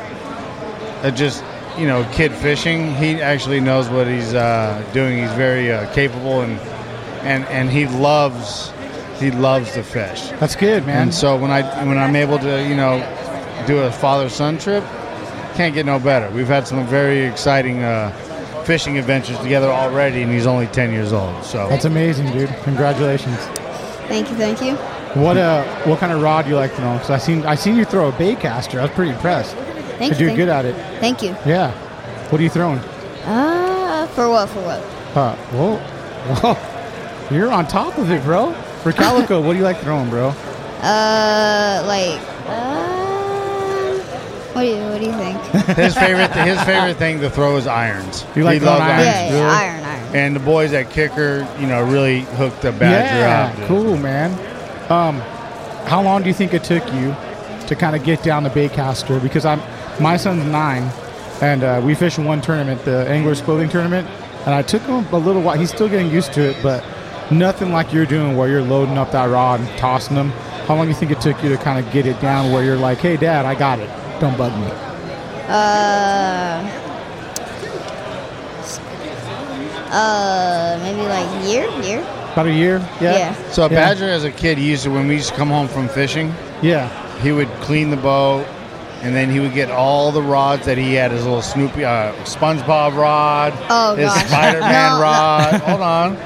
a just you know kid fishing. He actually knows what he's uh, doing. He's very uh, capable and and and he loves he loves to fish.
That's good, man.
And so when I when I'm able to you know do a father son trip, can't get no better. We've had some very exciting. Uh, fishing adventures together already and he's only 10 years old so
That's amazing, dude. Congratulations.
Thank you, thank you.
What uh, what kind of rod you like to know? Because I seen I seen you throw a baitcaster. I was pretty impressed.
Thank
Cause
you,
You're
thank
good
you.
at it.
Thank you.
Yeah. What are you throwing?
Uh, for what? For what?
Uh, whoa, whoa, you're on top of it, bro. For calico, what do you like throwing, bro?
Uh, like, um, what do you what do you think?
his favorite his favorite thing to throw is irons.
You like
he
throwing
loves
irons,
Yeah, yeah, really? iron, iron.
And the boys at kicker, you know, really hooked the badger up.
yeah,
dude.
cool, man. Um, how long do you think it took you to kind of get down to baitcaster? Because I'm my son's nine, and uh, we fish in one tournament, the Anglers Clothing Tournament, and I took him a little while. He's still getting used to it, but nothing like you're doing where you're loading up that rod and tossing them. How long do you think it took you to kind of get it down where you're like, hey, Dad, I got it. Don't bug me.
Uh, uh, maybe like year, year.
About a year?
Yeah.
So a
Yeah.
badger as a kid, he used to when we used to come home from fishing.
Yeah.
He would clean the bow, and then he would get all the rods that he had his little Snoopy, uh, SpongeBob rod,
Oh,
his
gosh.
Spider Man
No, no.
rod. Hold on,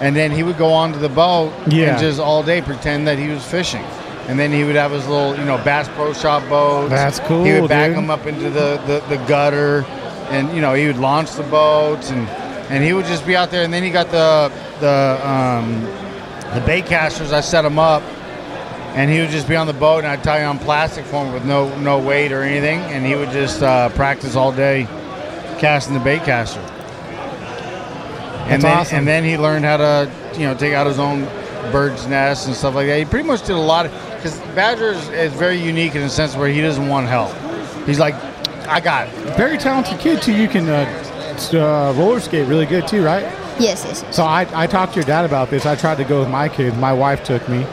and then he would go onto the boat
Yeah.
and just all day pretend that he was fishing. And then he would have his little, you know, Bass Pro Shop boat.
That's cool,
He would back
dude.
them up into the, the, the gutter, and you know he would launch the boats, and and he would just be out there. And then he got the the um, the bait casters. I set him up, and he would just be on the boat, and I'd tie on plastic for him with no no weight or anything, and he would just uh, practice all day casting the bait caster.
That's
and then,
awesome.
And then he learned how to, you know, take out his own bird's nest and stuff like that. He pretty much did a lot of because Badger is, is very unique in a sense where he doesn't want help. He's like, I got it.
Very talented kid too. You can uh, s- uh, roller skate really good too, right?
Yes, yes.
So I, I talked to your dad about this. I tried to go with my kids. My wife took me.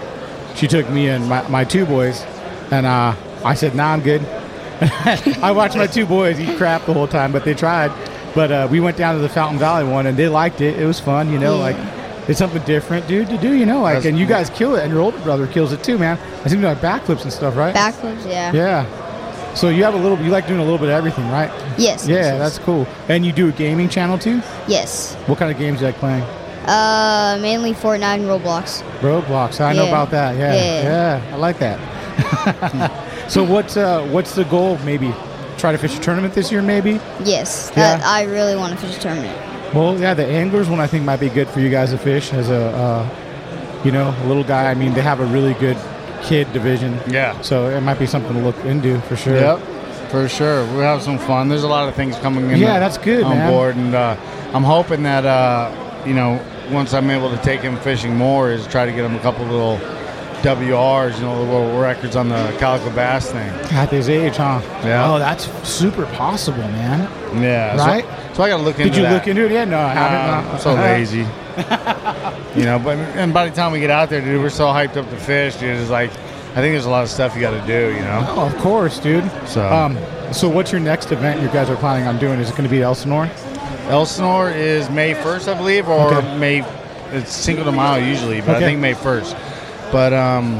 She took me and my, my two boys. And uh, I said, nah, I'm good. I watched my two boys eat crap the whole time, but they tried. But uh, we went down to the Fountain Valley one and they liked it. It was fun, you know,
Yeah.
like it's something different, dude, to do, you know, like, and you guys kill it and your older brother kills it too, man. I seem to like backflips and stuff, right?
Backflips, yeah.
Yeah. So you have a little, you like doing a little bit of everything, right?
Yes,
Yeah,
yes, yes.
that's cool. And you do a gaming channel too?
Yes.
What kind of games do you like playing?
Uh, mainly Fortnite and Roblox.
Roadblocks. I know
Yeah.
about that. Yeah,
Yeah.
yeah, I like that. so what's uh, what's the goal? Maybe try to fish a tournament this year. Maybe.
Yes,
Yeah.
that I really want to fish a tournament.
Well, yeah, the anglers one I think might be good for you guys to fish as a uh, you know a little guy. I mean, they have a really good kid division.
Yeah.
So it might be something to look into for sure.
Yep, for sure. We'll have some fun. There's a lot of things coming in.
Yeah,
the-
that's good,
On
man.
board, and uh, I'm hoping that uh, you know once I'm able to take him fishing more, is try to get him a couple little WRs, you know, little records on the calico bass thing.
At his age, huh?
Yeah.
Oh, that's super possible, man.
Yeah. so-
Right?
So, I got to look into
Did you
that.
look into it yet? No, I haven't. uh,
Nah,
no.
I'm Um, so lazy. you know, but and by the time we get out there, dude, we're so hyped up to fish, dude. It's like I think there's a lot of stuff you got to do, you know.
Oh, of course, dude.
So-
um, so what's your next event you guys are planning on doing? Is it going to be Elsinore?
Elsinore is May 1st, I believe, or
Okay.
May. It's Cinco de Mayo usually, but
Okay.
I think May 1st. But um,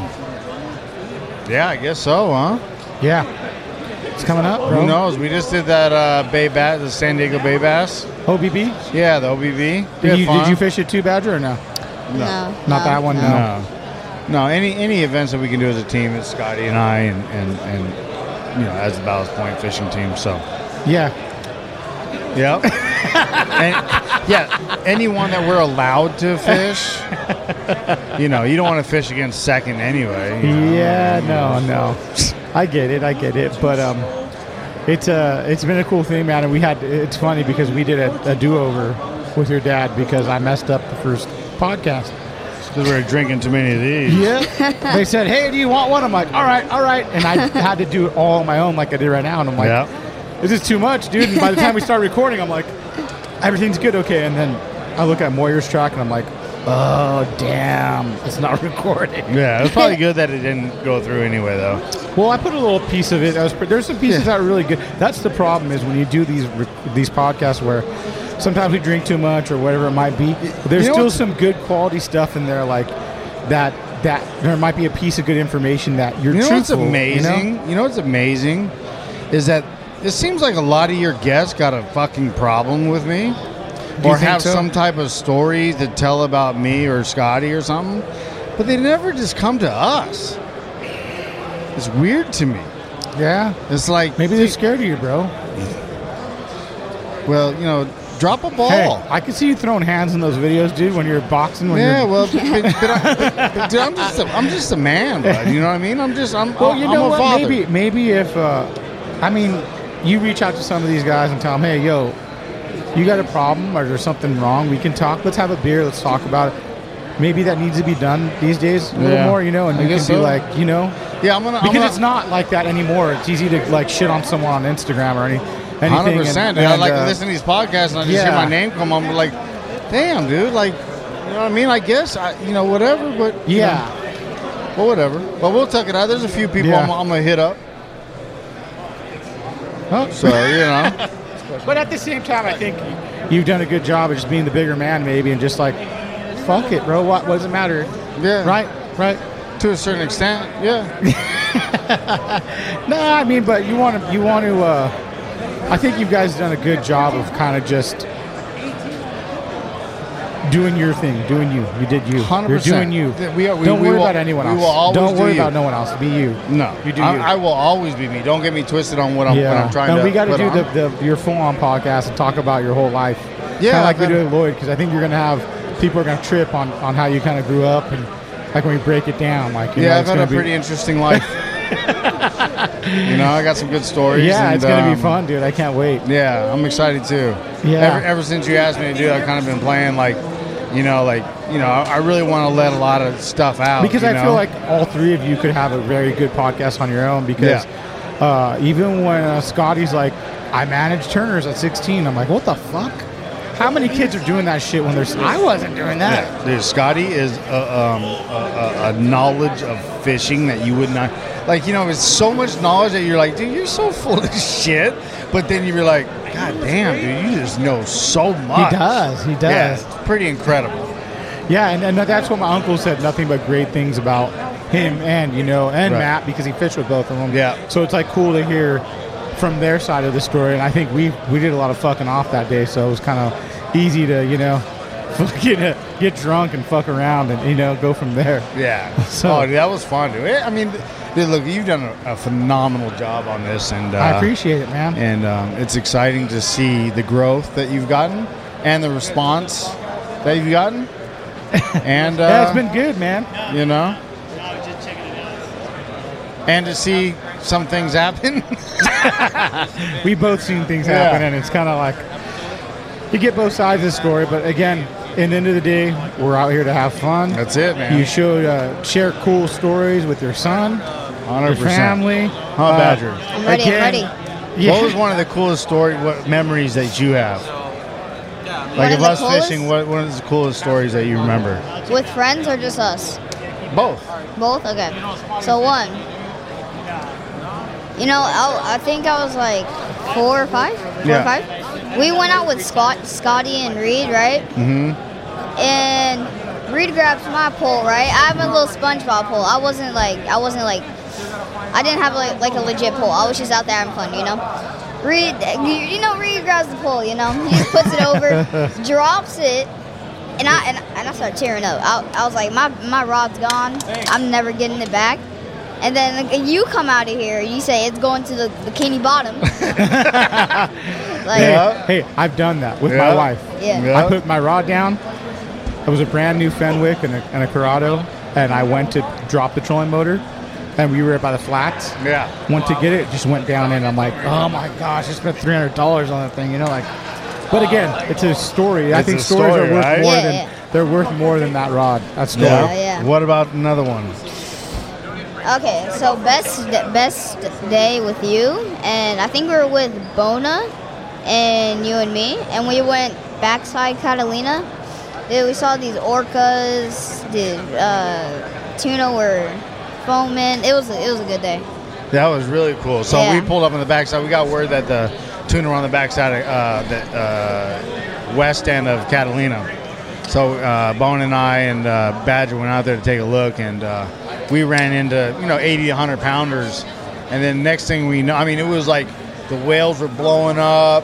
yeah, I guess so, huh?
Yeah, it's coming up. Bro.
Who knows? We just did that uh, Bay Bass, the San Diego Bay Bass.
OBB.
Yeah, the OBB. We
Did
had
you, did
fun.
you fish a two badger or no?
No.
Not that one, no.
No. No, any any events that we can do as a team, it's Scotty and I, and and, and you know, as the Ballast Point fishing team. So,
Yeah.
yeah, and, yeah. Anyone that we're allowed to fish, you know, you don't want to fish against second anyway. you know.
Yeah, no, no. I get it, I get it. But um, it's uh, it's been a cool thing, man. And we had it's funny because we did a, a do over with your dad because I messed up the first podcast.
Because we were drinking too many of these.
Yeah. they said, "Hey, do you want one?" I'm like, "All right, all right." And I had to do it all on my own, like I did right now. And I'm like,
Yeah.
"This is too much, dude." And by the time we start recording, I'm like, "Everything's good, okay." And then I look at Moyer's track, and I'm like, "Oh, damn, it's not recording."
Yeah, it was probably good that it didn't go through anyway, though.
Well, I put a little piece of it. That was pre- there's some pieces that are really good. That's the problem is when you do these re- these podcasts where sometimes we drink too much or whatever it might be. There's
you know
still
what-
some good quality stuff in there, like that that there might be a piece of good information that you're
you know
truthful.
what's amazing?
You
You know? what's amazing is that it seems like a lot of your guests got a fucking problem with me,
Do you
or
think
have
so?
some type of story to tell about me or Scotty or something, but they never just come to us. It's weird to me.
know? Yeah.
It's like
Maybe they're scared of you, bro.
well, you know, drop a ball.
Hey, I can see you throwing hands in those videos, dude, when you're boxing. When
Yeah,
you're,
well, but, but I, but- but dude, I'm just a, I'm just a man, bud. You know what I mean? I'm just I'm
Well,
I'm,
you
I'm
know
a
what?
father.
Maybe, maybe if uh, I mean, you reach out to some of these guys and tell them, "Hey, yo, you got a problem or there's something wrong? We can talk. Let's have a beer. Let's talk about it." Maybe that needs to be done these days a little
Yeah.
more, you know. And
I
you can
guess
be
so.
like, you know,
Yeah, I'm gonna
because
I'm gonna,
it's not like that anymore. It's easy to like shit on someone on Instagram or any, anything.
Hundred
and-
percent, dude. I
and,
like
uh,
to listen to these podcasts, and I just hear
yeah.
my name come on. I'm like, damn, dude. Like, you know what I mean? I guess I, you know, whatever. But you
Yeah.
know, well, whatever. But we'll tuck it out. There's a few people
Yeah.
I'm, I'm gonna hit up.
Oh.
So you know,
But at the same time, I think you've done a good job of just being the bigger man, maybe, and just like, fuck it, bro. What, what does it matter?
yeah,
Right, right.
To a certain extent, yeah.
No, I mean, but you want to, you want to. Uh, I think you guys done a good job of kind of just doing your thing, doing you. You did you. You're
100%.
doing you.
Th- we are- we-
Don't
we
worry
will-
about anyone
we
else.
will always
Don't
do
worry
you.
about no one else. Be you.
No,
You do
I,
you.
I will always be me. Don't get me twisted on what I'm
yeah.
what I'm trying
no,
to.
we got to
put
do
on.
the, the your full on podcast and talk about your whole life.
Yeah,
Kinda like we
that-
do at Lloyd, because I think you're gonna have people are gonna trip on on how you kind of grew up and like when we break it down. Like you
yeah,
know,
I've
it's
had a
gonna be-
pretty interesting life. you know, I got some good stories.
Yeah,
and,
it's gonna
um,
be fun, dude. I can't wait.
Yeah, I'm excited too.
Yeah.
Ever, ever since you asked me to do it, I've kind of been playing like, you know, like, you know, I I really want to let a lot of stuff out.
because
you
I
know?
feel like all three of you could have a very good podcast on your own. Because uh, even when uh, Scotty's like, I managed Turner's at 16, I'm like, what the fuck? How many kids are doing that shit when they're? I wasn't doing that.
Yeah, dude, Scotty is a, um, a, a, a knowledge of fishing that you would not like. You know, it's so much knowledge that you're like, dude, you're so full of shit. But then you're like, God damn, dude, you just know so much.
does, he
Yeah,
does.
it's pretty incredible.
Yeah, and, and that's what my uncle said. Nothing but great things about him, and you know, and
Right.
Matt because he fished with both of them.
Yeah.
So it's like cool to hear from their side of the story, and I think we we did a lot of fucking off that day, so it was kind of easy to you know, fucking uh, get drunk and fuck around, and you know, go from there.
Yeah.
So-
oh, dude, that was fun, dude. Eh, I mean, dude, look, you've done a, a phenomenal job on this, and uh,
I appreciate it, man.
And um, it's exciting to see the growth that you've gotten and the response that you've gotten. And uh,
yeah, it's been good, man.
you know. And to see some things happen.
we both seen things
Yeah.
happen, and it's kind of like you get both sides of the story. But again, in the end of the day, we're out here to have fun.
That's it, man.
You should uh, share cool stories with your son, your
100%.
family.
Huh, Badger?
I'm ready, I'm
again,
ready.
Yeah.
What was one of the coolest story, what memories that you have? Like
One of
of
the
us
coolest?
fishing, what one of the coolest stories that you remember?
With friends or just us?
Both.
Both? Okay. So one. You know, I, I think I was like four or five. Four
Yeah.
or five. We went out with Scott, Scotty and Reed, right?
Mm-hmm.
And Reed grabs my pole, right? I have a little SpongeBob pole. I wasn't like, I wasn't like, I didn't have like, like a legit pole. I was just out there having fun, you know. Reed, you you know, Reed grabs the pole, you know. He just puts it over, drops it, and I and, and I started tearing up. I, I was like, my my rod's gone. I'm never getting it back. And then like, you come out of here. You say it's going to the bikini bottom. like,
Hey, hey, I've done that with
Yeah.
my wife.
Yeah. Yeah.
I put my rod down. It was a brand new Fenwick and a, and a Corrado, and I went to drop the trolling motor, and we were by the flats.
Yeah.
Went to get it, just went down, and I'm like, oh my gosh, I spent three hundred dollars on that thing, you know, like. But again, it's a story. I
It's
think
a
stories
story,
are worth
right?
more
Yeah,
than
yeah.
they're worth more than that rod. That's story.
Yeah. What about another one?
Okay, so best best day with you, and I think we were with Bona, and you and me, and we went backside Catalina. Dude, we saw these orcas. Dude, uh, tuna were foaming. It was a, it was a good day.
That was really cool. So
Yeah.
we pulled up on the backside. We got word that the tuna were on the backside of uh, the uh, west end of Catalina. So uh, Bone and I and uh, Badger went out there to take a look, and uh, we ran into you know 80, 100 pounders, and then next thing we know, I mean, it was like the whales were blowing up,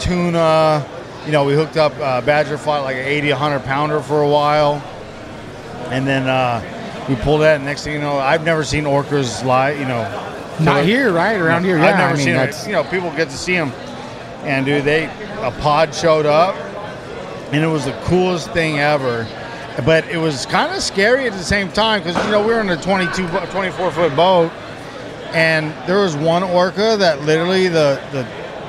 tuna. You know, we hooked up uh, Badger fought like an 80, 100 pounder for a while. And then uh, we pulled that, and next thing you know, I've never seen orcas live, you know.
Not here, right? Around here,
I've
yeah,
never
I mean,
seen
that's-
them. You know, people get to see them. And, dude, they, a pod showed up, and it was the coolest thing ever. But it was kind of scary at the same time because, you know, we were in a 22, bo- 24 foot boat, and there was one orca that literally the, the,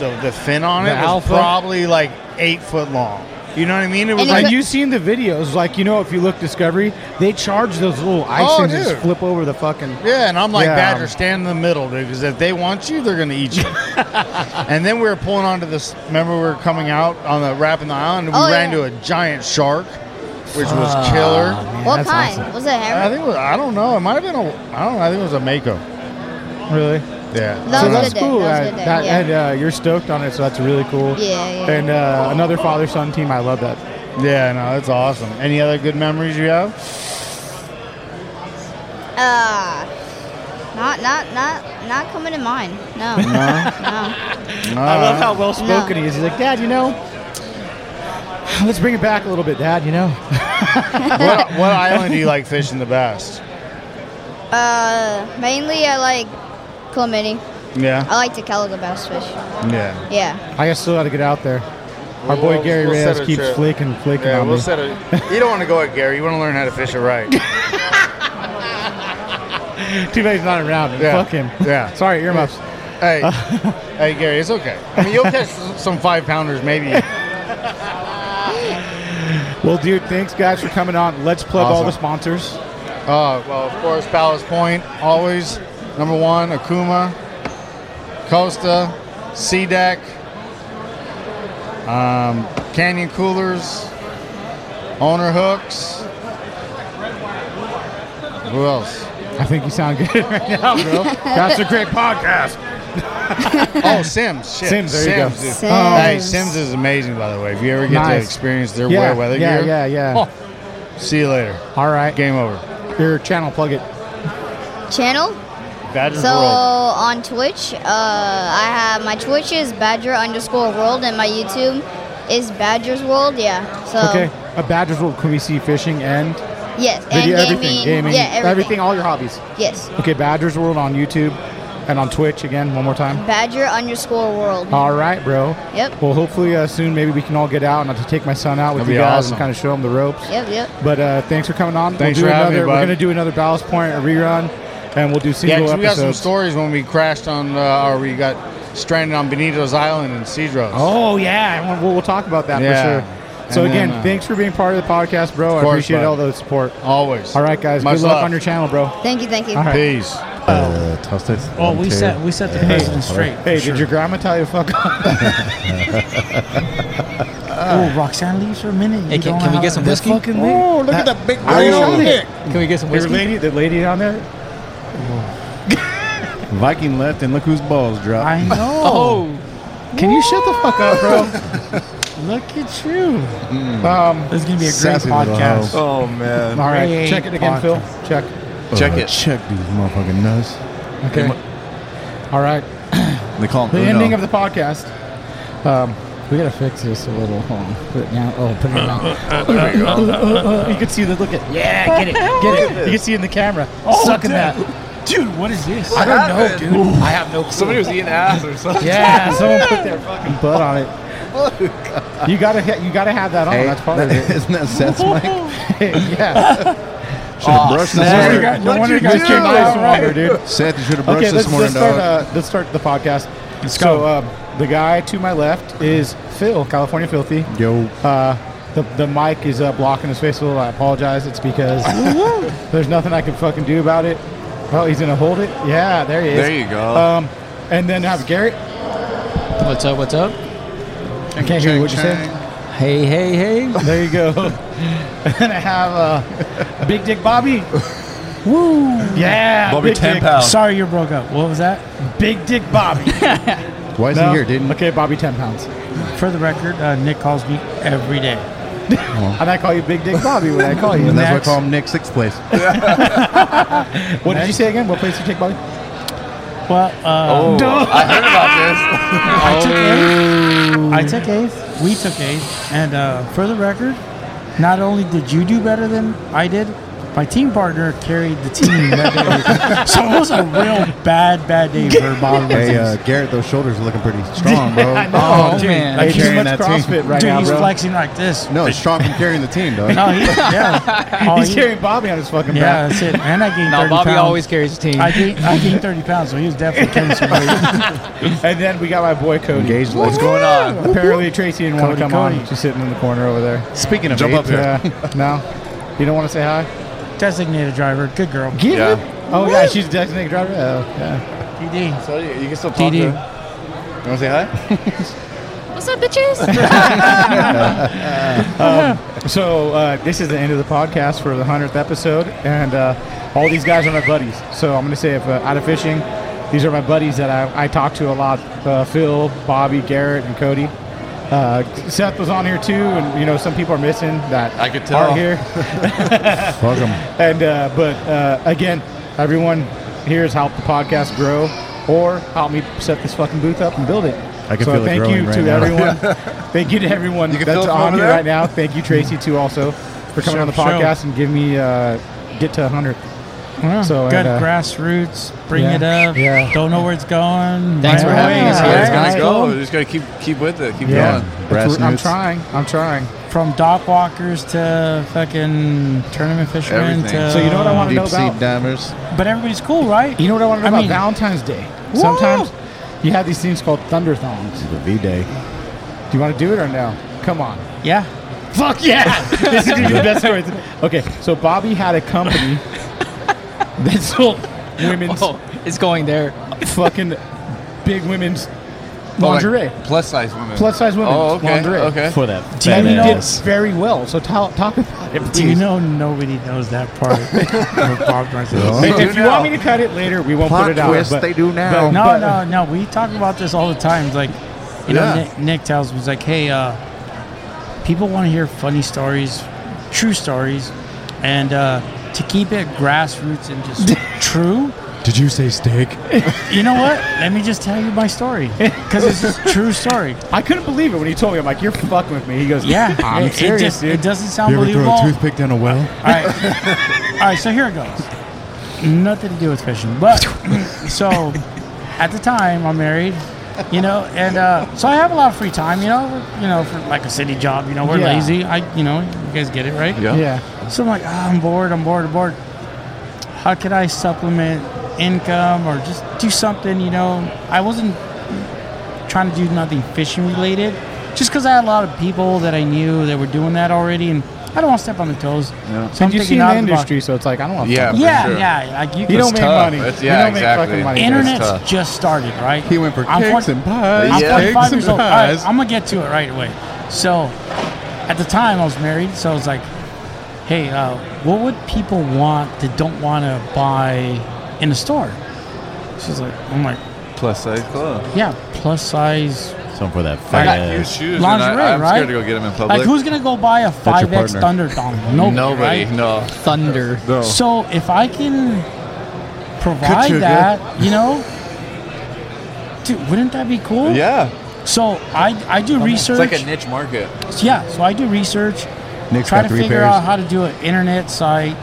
the, the fin on it
The
was
alpha?
probably like eight foot long. You know what I mean? It was like
like you seen the videos, like you know, if you look Discovery, they charge those little ice
Oh,
and just
dude.
flip over the fucking.
Yeah, and I'm like,
Yeah.
Badger, stand in the middle, dude, because if they want you, they're going to eat you. and then we were pulling onto this. Remember, we were coming out on the wrapping the island, and we
Oh,
ran into
yeah.
a giant shark, which
Ah,
was killer.
what kind? Was it a
I
hammer?
think it was, I don't know. It might have been a. I don't know. I think it was a Mako.
Really?
Yeah.
That
so
was a
that's
good day.
cool.
That was a
uh,
good day,
that-
yeah.
and uh, you're stoked on it, so that's really cool.
Yeah, yeah.
And uh, another father son team, I love that.
Yeah, no, that's awesome. Any other good memories you have?
Uh, not not not not coming to mind. No. no.
I
Uh,
love how well
well-spoken
spoken he is. He's like, Dad, you know, let's bring it back a little bit, Dad. You know,
what, what island do you like fishing the best?
Uh, mainly I like calamity.
Yeah.
I like the calico bass fish.
Yeah.
Yeah.
I guess still got to get out there. Our boy
We'll-
Gary
we'll
Reyes
set a
keeps
trip.
flaking, flaking
Yeah,
on
we'll
me.
set it. You don't want to go at Gary. You want to learn how to fish it right.
Too bad he's not around.
Yeah.
Fuck him. Uh,
Yeah.
Sorry, earmuffs.
Hey, hey, Gary, it's okay. I mean, you'll catch some five pounders, maybe.
Well, dude, thanks guys for coming on. Let's plug all
Awesome.
the sponsors.
Uh, well, of course, Palace Point, always number one. Akuma, Costa, C Deck. Um, canyon coolers, owner hooks. Who else?
I think you sound good right now, bro. That's a great podcast.
oh, Sims. Shit.
Sims, there you go.
dude.
Sims.
Hey, Sims is amazing, by the way. If you ever get
Nice.
to experience their
Yeah,
wear weather
yeah,
gear,
yeah, yeah.
oh, see you later.
All right.
Game over.
Your channel, plug it.
Channel.
Badger's
so
World.
on Twitch, uh, I have my Twitch is Badger underscore World, and my YouTube is Badger's World. Yeah. So
Okay. A Badger's World, can we see fishing and
yes, and
video,
gaming,
everything, gaming,
yeah, everything.
all your hobbies.
Yes.
Okay, Badger's World on YouTube and on Twitch again, one more time.
Badger underscore World.
All right, bro.
Yep.
Well, hopefully uh, soon maybe we can all get out and I can take my son out with
That'd
you
be
guys
awesome.
and kind of show him the ropes.
Yep. Yep.
But uh, thanks for coming on.
Thanks
we'll
for
do another,
having me,
We're
bud.
going to do another Ballast Point rerun, and we'll do
Yeah,
single
'cause we got some
episodes.
stories when we crashed on, uh, or we got stranded on Benito's Island in Cedros.
oh yeah, we'll, we'll talk about that
Yeah.
for sure. So
And
again,
then, uh,
thanks for being part of the podcast, bro.
Of
I
course,
appreciate
bud.
all the support.
Always.
All right, guys.
Much
good luck
love.
on your channel, bro.
Thank you. Thank you.
All right.
Peace.
Uh, Tosti's
Oh,
on
we
two.
set- we set the precedent straight, Hey, for did sure. your grandma tell you fuck
oh, Roxanne leaves for a minute.
Hey,
You
can-
don't
can we
know
get
how-
some
the
whiskey?
fucking way-
Oh, look at that big brown dick.
Can we get some
Your
whiskey?
lady, the lady down there.
Viking left and look whose balls dropped. I know. Oh.
Oh,
Can you shut the fuck up, bro?
Look at you.
Um,
This is gonna be a great
sassy little
podcast.
hoe.
Oh, man.
All right,
Great
check it again, Phil. Check.
Check
Uh,
it. Check these motherfucking nuts.
Okay. All right.
They call
The
them Uno.
ending of the podcast. Um, we gotta fix this a little. Hold on. Put it down. Oh, put it down.
There we go.
you can see the look at. Yeah,
What
get it,
the hell
get
is
it.
this?
You can see it in the camera.
Oh,
Sucking
dude.
that. Dude, what is this?
I
I
have
don't know,
it.
dude. I have no clue.
Somebody was eating ass or something.
Yeah, someone put their fucking butt on it. You gotta, ha- you gotta have that on.
Oh, Hey,
That's part of
that-
it.
isn't that Seth's mic?
yeah.
Should have brushed this
No wonder
morning.
you guys- No
What'd
wonder you
you
guys
do?
came out
Alright.
longer, dude.
Seth, you should have brushed
okay,
this
let's,
morning,
let's start,
dog.
Uh, let's start the podcast. so, um, the guy to my left is Phil, California Filthy.
Yo.
Uh, the, the mic is uh, blocking his face a little. I apologize. It's because there's nothing I can fucking do about it. Oh, he's gonna hold it. Yeah, there he is.
There you go.
Um, and then have Garrett. What's up? What's up? I can't hear you. What you say? Hey, hey, hey. There you go. and I have uh, Big Dick Bobby. Woo! Yeah,
Bobby
Big
10
Dick.
pound.
Sorry you broke up. What was that? Big Dick Bobby.
Why is
No?
he here, dude?
Okay, Bobby, ten pounds.
For the record, uh, Nick calls me every day.
And I call you Big Dick Bobby when I call you.
And that's why I call him Nick Sixth Place.
What did you say again? What place did you take, Bobby?
Well, uh,
I heard
I took eighth. I took eighth. We took eighth. And uh, for the record, not only did you do better than I did, my team partner carried the team that day. so it was a real bad, bad day for Bob.
Hey, uh,
Williams.
Garrett, those shoulders are looking pretty strong, bro. Oh,
I know, Oh, dude. Like, too
Carrying
much
that team.
CrossFit right Dude, now, he's bro. flexing like this.
No, it's strong from carrying the team, dog.
No, he- yeah. Oh,
He's
he-
carrying Bobby on his fucking
Yeah,
back.
that's it. And I gained
No,
30
Bobby
pounds.
always carries the team.
I gained, I gained 30 pounds, so he was definitely carrying some weight.
and then we got my boy Cody.
What's going on?
Apparently Tracy didn't want
Cody,
to come
Cody.
on. She's sitting in the corner over there.
Speaking of Jump up here.
Yeah. no, you don't want to say hi.
Designated driver, good girl.
Get yeah. Oh yeah, she's a designated driver. Oh, yeah.
TD. So you, you can still talk
TD.
to her. You want to say hi?
What's up, bitches?
Um, so uh, this is the end of the podcast for the hundredth episode, and uh, all these guys are my buddies. So I'm gonna say, if uh, out of fishing, these are my buddies that I, I talk to a lot: uh, Phil, Bobby, Garrett, and Cody. Uh, Seth was on here too, and you know some people are missing that
I could tell.
are here.
Fuck 'em.
And uh, but uh, again, everyone here has helped the podcast grow, or help me set this fucking booth up and build it.
I can
so
feel it
thank
growing
you
right
to
now.
everyone. thank you to everyone
You can feel
that's
it from
on
over
here
there?
right now. Thank you, Tracy, too, also for coming
Sure,
on the
sure.
podcast and give me uh, get to 100.
Yeah.
So, and,
Got
uh,
grassroots, bring
yeah,
it up. Yeah. Don't know where it's going.
Thanks for having us here. It's
right.
gonna go.
just gotta keep keep with it. Keep
Yeah.
going.
Brass
I'm
nudes.
trying. I'm trying.
From dock walkers to fucking tournament fishermen to
So you know what I want to know
Deep sea
about? Divers.
But everybody's cool, right?
You know what I want to know
I
about?
mean-
Valentine's Day.
Whoa!
Sometimes you have these things called thunderthongs.
The V Day.
Do you want to do it or no? Come on.
Yeah.
Fuck yeah! this is gonna be the best story. Okay, so Bobby had a company that sold women's. it's going there. Fucking big women's
Oh, like
lingerie.
plus size women.
Plus size women.
Oh, okay.
Lingerie.
Okay. For that
And we did
badass.
very well. So talk, talk about it.
Do you
please.
know nobody knows that part?
They do If you now. want me to cut it later, we won't put it out, but- but- but-
no, no, no. We talk about this all the time. It's Like, you know,
Yeah.
Nick, Nick tells me, he's like, hey, uh, people want to hear funny stories, true stories, and uh, to keep it grassroots and just true.
Did you say steak?
You know what? Let me just tell you my story because it's a true story.
I couldn't believe it when he told me. I'm like, you're fucking with me. He goes,
Yeah,
I'm
it- it
serious,
just-
dude.
it doesn't sound
You ever throw
Unbelievable.
a toothpick down a well?
All right. All right, so here it goes. Nothing to do with fishing, but so at the time I'm married, you know, and uh, so I have a lot of free time, you know, we're- you know, for like a city job, you know, we're
Yeah.
lazy. I, you know, you guys get it, right?
Yeah. Yeah.
So I'm like, "Ah, I'm bored, I'm bored, I'm bored. How could I supplement income or just do something, you know? I wasn't trying to do nothing fishing related, just because I had a lot of people that I knew that were doing that already, and I don't want to step on the toes.
Yeah.
So I'm
and you see
thinking
in
out
the
of the box.
industry, so it's like I don't want.
Yeah, for Yeah, sure. yeah, like, you
you,
can-
don't
It's
make
tough.
money.
It's-
You
yeah,
don't make
exactly.
fucking money.
Internet's It's tough. just started, right? He went
for cakes and pies.
I'm
Yeah.
45
Cakes
years
and
old. All right,
pies.
I'm gonna get to it right away. So, at the time I was married, so I was like, "Hey, uh, what would people want that don't want to buy in a store?" She's like, "I'm like,
Plus size clothes.
yeah, plus size."
Something for that
fat
I got
ass.
huge shoes. and
Lingerie,
I, I'm
right?
scared to go get them in public.
Like, who's gonna go buy a
your
five X
partner.
Thunder Dong? Nobody,
Nobody,
right?
no. Thunder. No.
So if I can provide
Kachuga.
that, you know, dude, wouldn't that be cool?
Yeah.
So I I do research.
It's like a niche market.
yeah, so I do research.
Nick's
try
got
to
three
figure
pairs.
out how to do an internet site,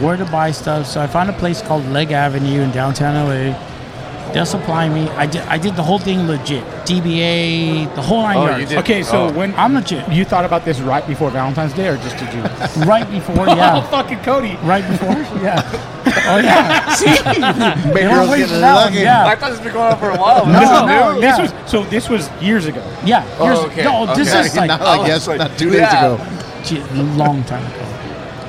where to buy stuff. So I found a place called Leg Avenue in downtown LA. They'll supply me. I did. I did the whole thing legit. DBA, the whole nine
Oh,
Oh,
yards.
Okay, so when
I'm legit.
You thought about this right before Valentine's Day, or just did you? Oh,
right before, yeah.
fucking Cody.
Right before, yeah. Oh yeah. See,
Big
They were
girls
waiting
getting
for that one,
lucky.
Yeah.
I
thought this been going on for a while.
No,
This is
no,
new?
this
Yeah.
was so. This was years ago.
Yeah.
Oh,
here's-
okay,
No, this
okay.
is like
Not like yes- not two days Yeah. ago.
Gee, long time ago.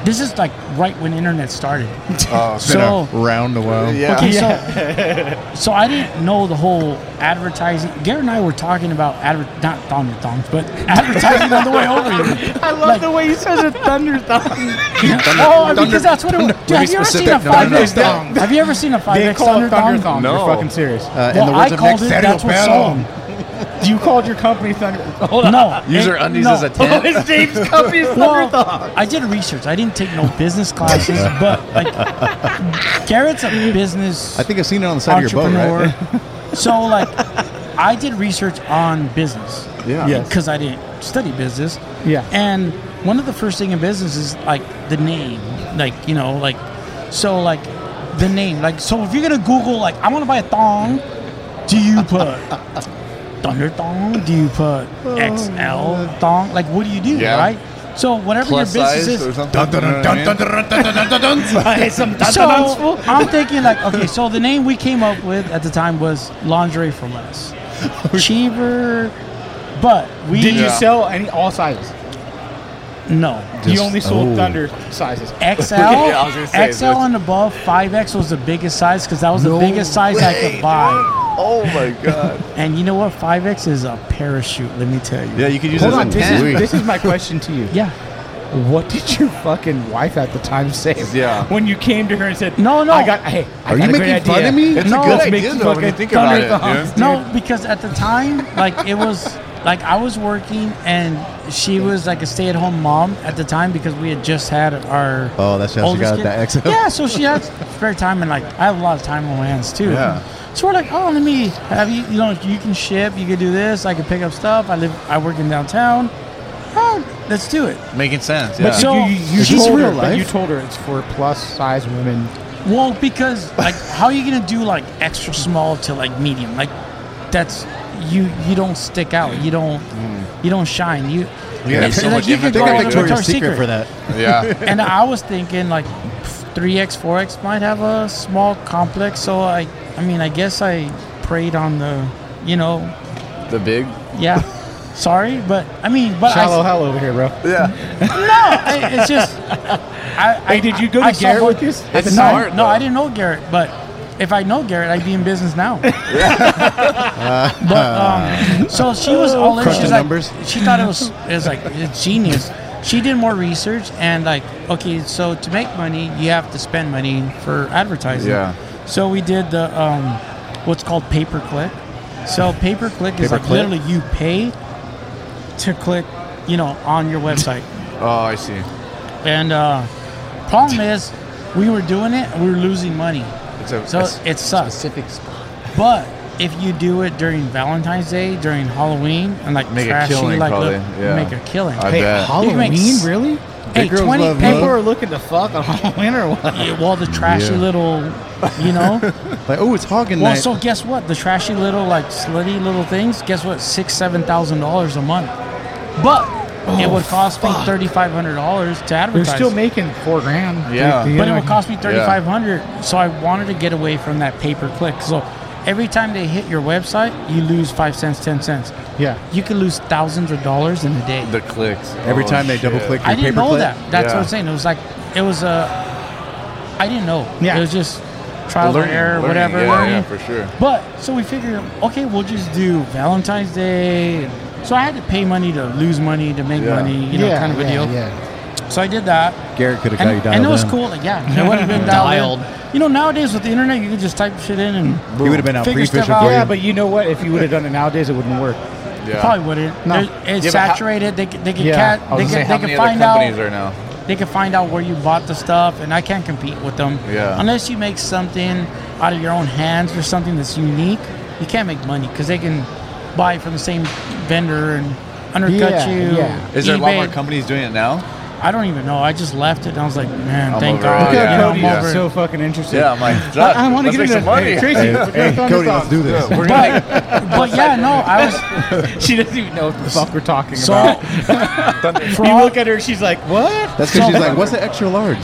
This is like right when internet started.
Oh, it's been
so
a round a while.
Okay, so, so I didn't know the whole advertising. Garrett and I were talking about adver- not thunder thongs, but advertising on the way over here.
I love the way you said it, thunder thong.
oh, because that's what it was. Dude, have you ever seen a five X thong? Have you ever seen a five
They
X
call
thunder
it thunder
thong?
thongs. You're fucking serious.
Uh, in Well, the words I of Nick called it, Serio that's what Bello. sold
You called your company thunder. Hold
no,
Use
it-
your undies
no.
as a tent. His name's Cuffy's
Well,
Thunder
I did research. I didn't take no business classes, but like Garrett's a business.
I think I've seen it on the side of your boat, right?
entrepreneur. so like, I did research on business.
Yeah. Yes.
Because I didn't study business.
Yeah.
And one of the first thing in business is like the name, like you know, like so like the name, like so if you're gonna Google like I want to buy a thong, do you put thunder thong? Do you put XL thong? Like what do you do,
Yeah.
right? So whatever
Plus
your
size
business is,
or something. Dun, dun, dun, dun, dun, dun, dun, dun, dun, dun, dun. I hate some dun,
so
dun, duns, fool.
I'm thinking like, okay, so the name we came up with at the time was lingerie for less, cheaper, but we
Did you sell any all sizes?
No,
you only
Oh.
sold thunder sizes.
XL, XL and above, 5X was the biggest size because that was
No
the biggest size I
way,
could buy.
Oh my god!
and you know what? 5X is a parachute. Let me tell you.
Yeah, you could
Hold on, this is, this is my question to you.
Yeah.
What did your fucking wife at the time say?
Yeah.
When you came to her and said,
"No, no,
I got, hey, I
Are
got
you
a great
making fun
idea.
of me? It's a good
let's
idea,
make
though,
some
when you
fucking
think about
thunder
it, dude.
thumbs, dude."
No, because at the time, like it was like I was working and she was like a stay-at-home mom at the time because we had just had our
Oh, that's how she
oldest
got
kid.
that XL.
Yeah, so she has spare time and like I have a lot of time on my hands too.
Yeah.
So we're like, oh, let me have you. You know, you can ship. You can do this. I can pick up stuff. I live. I work in downtown. Oh, let's do it.
Making sense.
But
yeah.
you, you, you told her, but you told her it's for plus size women.
Well, because like, how are you gonna do like extra small to like medium? Like, that's you. You don't stick out. You don't. You don't shine. You.
We gotta
it's
have so much
could
inventory,
go on
dude. Victoria's Secret for that. Yeah.
and I was thinking like, three X, four X might have a small complex. So I, I mean, I guess I preyed on the, you know,
the big.
yeah. Sorry, but I mean, but
Shallow
I,
hell over here, bro.
Yeah.
no, I, it's just. I,
Hey, did you go to Garrett with this at the
no,
time?
No, I didn't know Garrett, but if I know Garrett, I'd be in business now.
Uh,
But um, so she was all in.
Crunching
She's like,
numbers.
she thought it was it was like it's genius. She did more research and like okay, so to make money, you have to spend money for advertising.
Yeah.
So we did the um, what's called pay per click. So pay per click is like
Pay-per-click?
literally you pay to click, you know, on your website.
oh, I see.
And uh, problem is, we were doing it, and we were losing money.
It's a-
so
a s-
it sucks. But if you do it during Valentine's Day, during Halloween, and like
Make a
trashy,
killing,
like
probably.
look,
Yeah.
make a killing.
I Hey, bet.
You can make
Halloween,
s-
really?
Hey,
Big girls
twenty
love
people
love.
are looking to fuck on Halloween or what? Yeah, well, the trashy
Yeah.
little, you know.
Like, oh, it's Hagen
well,
night.
so guess what? The trashy little, like slutty little things. Guess what? Six, seven thousand dollars a month, but it
Oh,
would cost me thirty five hundred dollars to advertise.
You're still making four grand. Like,
But it
you
would
know,
cost me
yeah.
thirty five hundred. So I wanted to get away from that pay per click. So every time they hit your website, you lose five cents, ten cents.
Yeah.
You could lose thousands of dollars in a day.
The clicks. Every time they double click your
I didn't
paper
know
clip?
that. That's
Yeah.
what I'm saying. It was like it was a. I didn't know.
Yeah.
It was just trial
Learning,
and error,
learning,
whatever.
yeah,
learning.
yeah, for sure.
But so we figured, okay, we'll just do Valentine's Day. So I had to pay money to lose money to make
Yeah.
money, you know,
Yeah,
kind of a
yeah,
deal. Yeah. So I did that.
Garrett could have got
And,
you dialed
and it was
in.
cool. Like, yeah, it would have been dialed. in. You know, nowadays with the internet, you can just type shit in and
He would've been out
figure stuff
pre-fishing for you. Yeah, but
you know what? If
you would have done it nowadays, it wouldn't work.
Probably wouldn't.
No.
There's- It's
Yeah, but how-
saturated. they could, they could,
Yeah.
cat,
I was
they
gonna
could,
say, how
they
many
could
other
find out.
companies are now?
They could find out where you bought the stuff, and I can't compete with them.
Yeah.
Unless you make something out of your own hands or something that's unique, you can't make money because they can buy from the same vendor and undercut
Yeah,
you.
yeah. Is there a lot more
companies doing it now? I don't even know. I just left it. and I was like, man,
I'm
thank
over it.
God.
Yeah.
You know, I'm
Cody is
over it.
so
fucking interested.
Yeah, I'm like,
I, want to
let's
get
make
into
some money.
Hey, Tracy,
Hey,
what's
hey,
your
Cody,
thoughts?
let's do this. We're
gonna- but yeah, no, I was.
she doesn't even know what the fuck we're talking
So-
about.
For
you
all-
look at her, she's like, "What?"
That's because she's like, what's the extra large?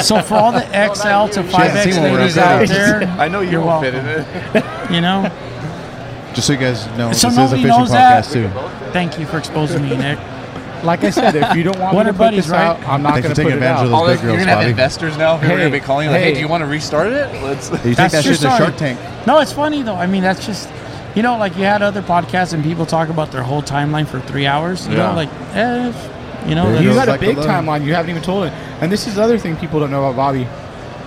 So for all the XL to
She hasn't
5X
seen one where
ladies
I'm
out
fitting.
there,
I know you
you're
won't
welcome.
fit in
You know,
it. Just so you guys know,
so
Oh, this is a
nobody
fishing
knows
podcast
that.
too.
Thank you for exposing me, Nick.
Like I said, if you don't want
One
me
of
to put
buddies,
this
right?
out, I'm not
Thanks for
going to put
taking
it
advantage
out.
of those All big those- you're girls, gonna have Bobby. investors now who are gonna be calling, like, hey, do you
want to restart it? Let's.
You think that shit's a Shark Tank.
No, it's funny though. I mean, that's just, you know, like you had other podcasts and people talk about their whole timeline for three hours. You
Yeah.
know, like, eh, you know,
you
that's-
got a big timeline. You haven't even told it. And this is the other thing people don't know about Bobby.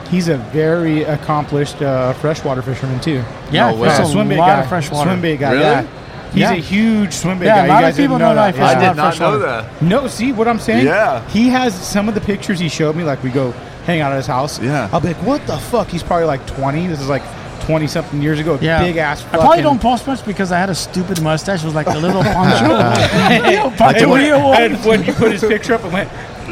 He's a very accomplished uh, freshwater fisherman too.
Yeah, No way.
Uh,
there's a
swim bait
lot
guy.
of freshwater.
Swim bait guy.
Really?
Yeah. He's
Yeah.
a huge swim bait
Yeah,
guy.
a
You
lot of
guys didn't
people don't know I fish I a lot did of not
freshwater. know that.
No, see what I'm saying?
Yeah.
He has some of the pictures he showed me. Like we go hang out at his house. Yeah. I'll be like, what the fuck? He's probably like 20. This is like 20 something years ago.
Yeah.
Big ass.
I probably don't post much because I had a stupid mustache. It was like a little poncho.
Yeah.
Real poncho,
And when-
real one.
and when you put his picture up and went,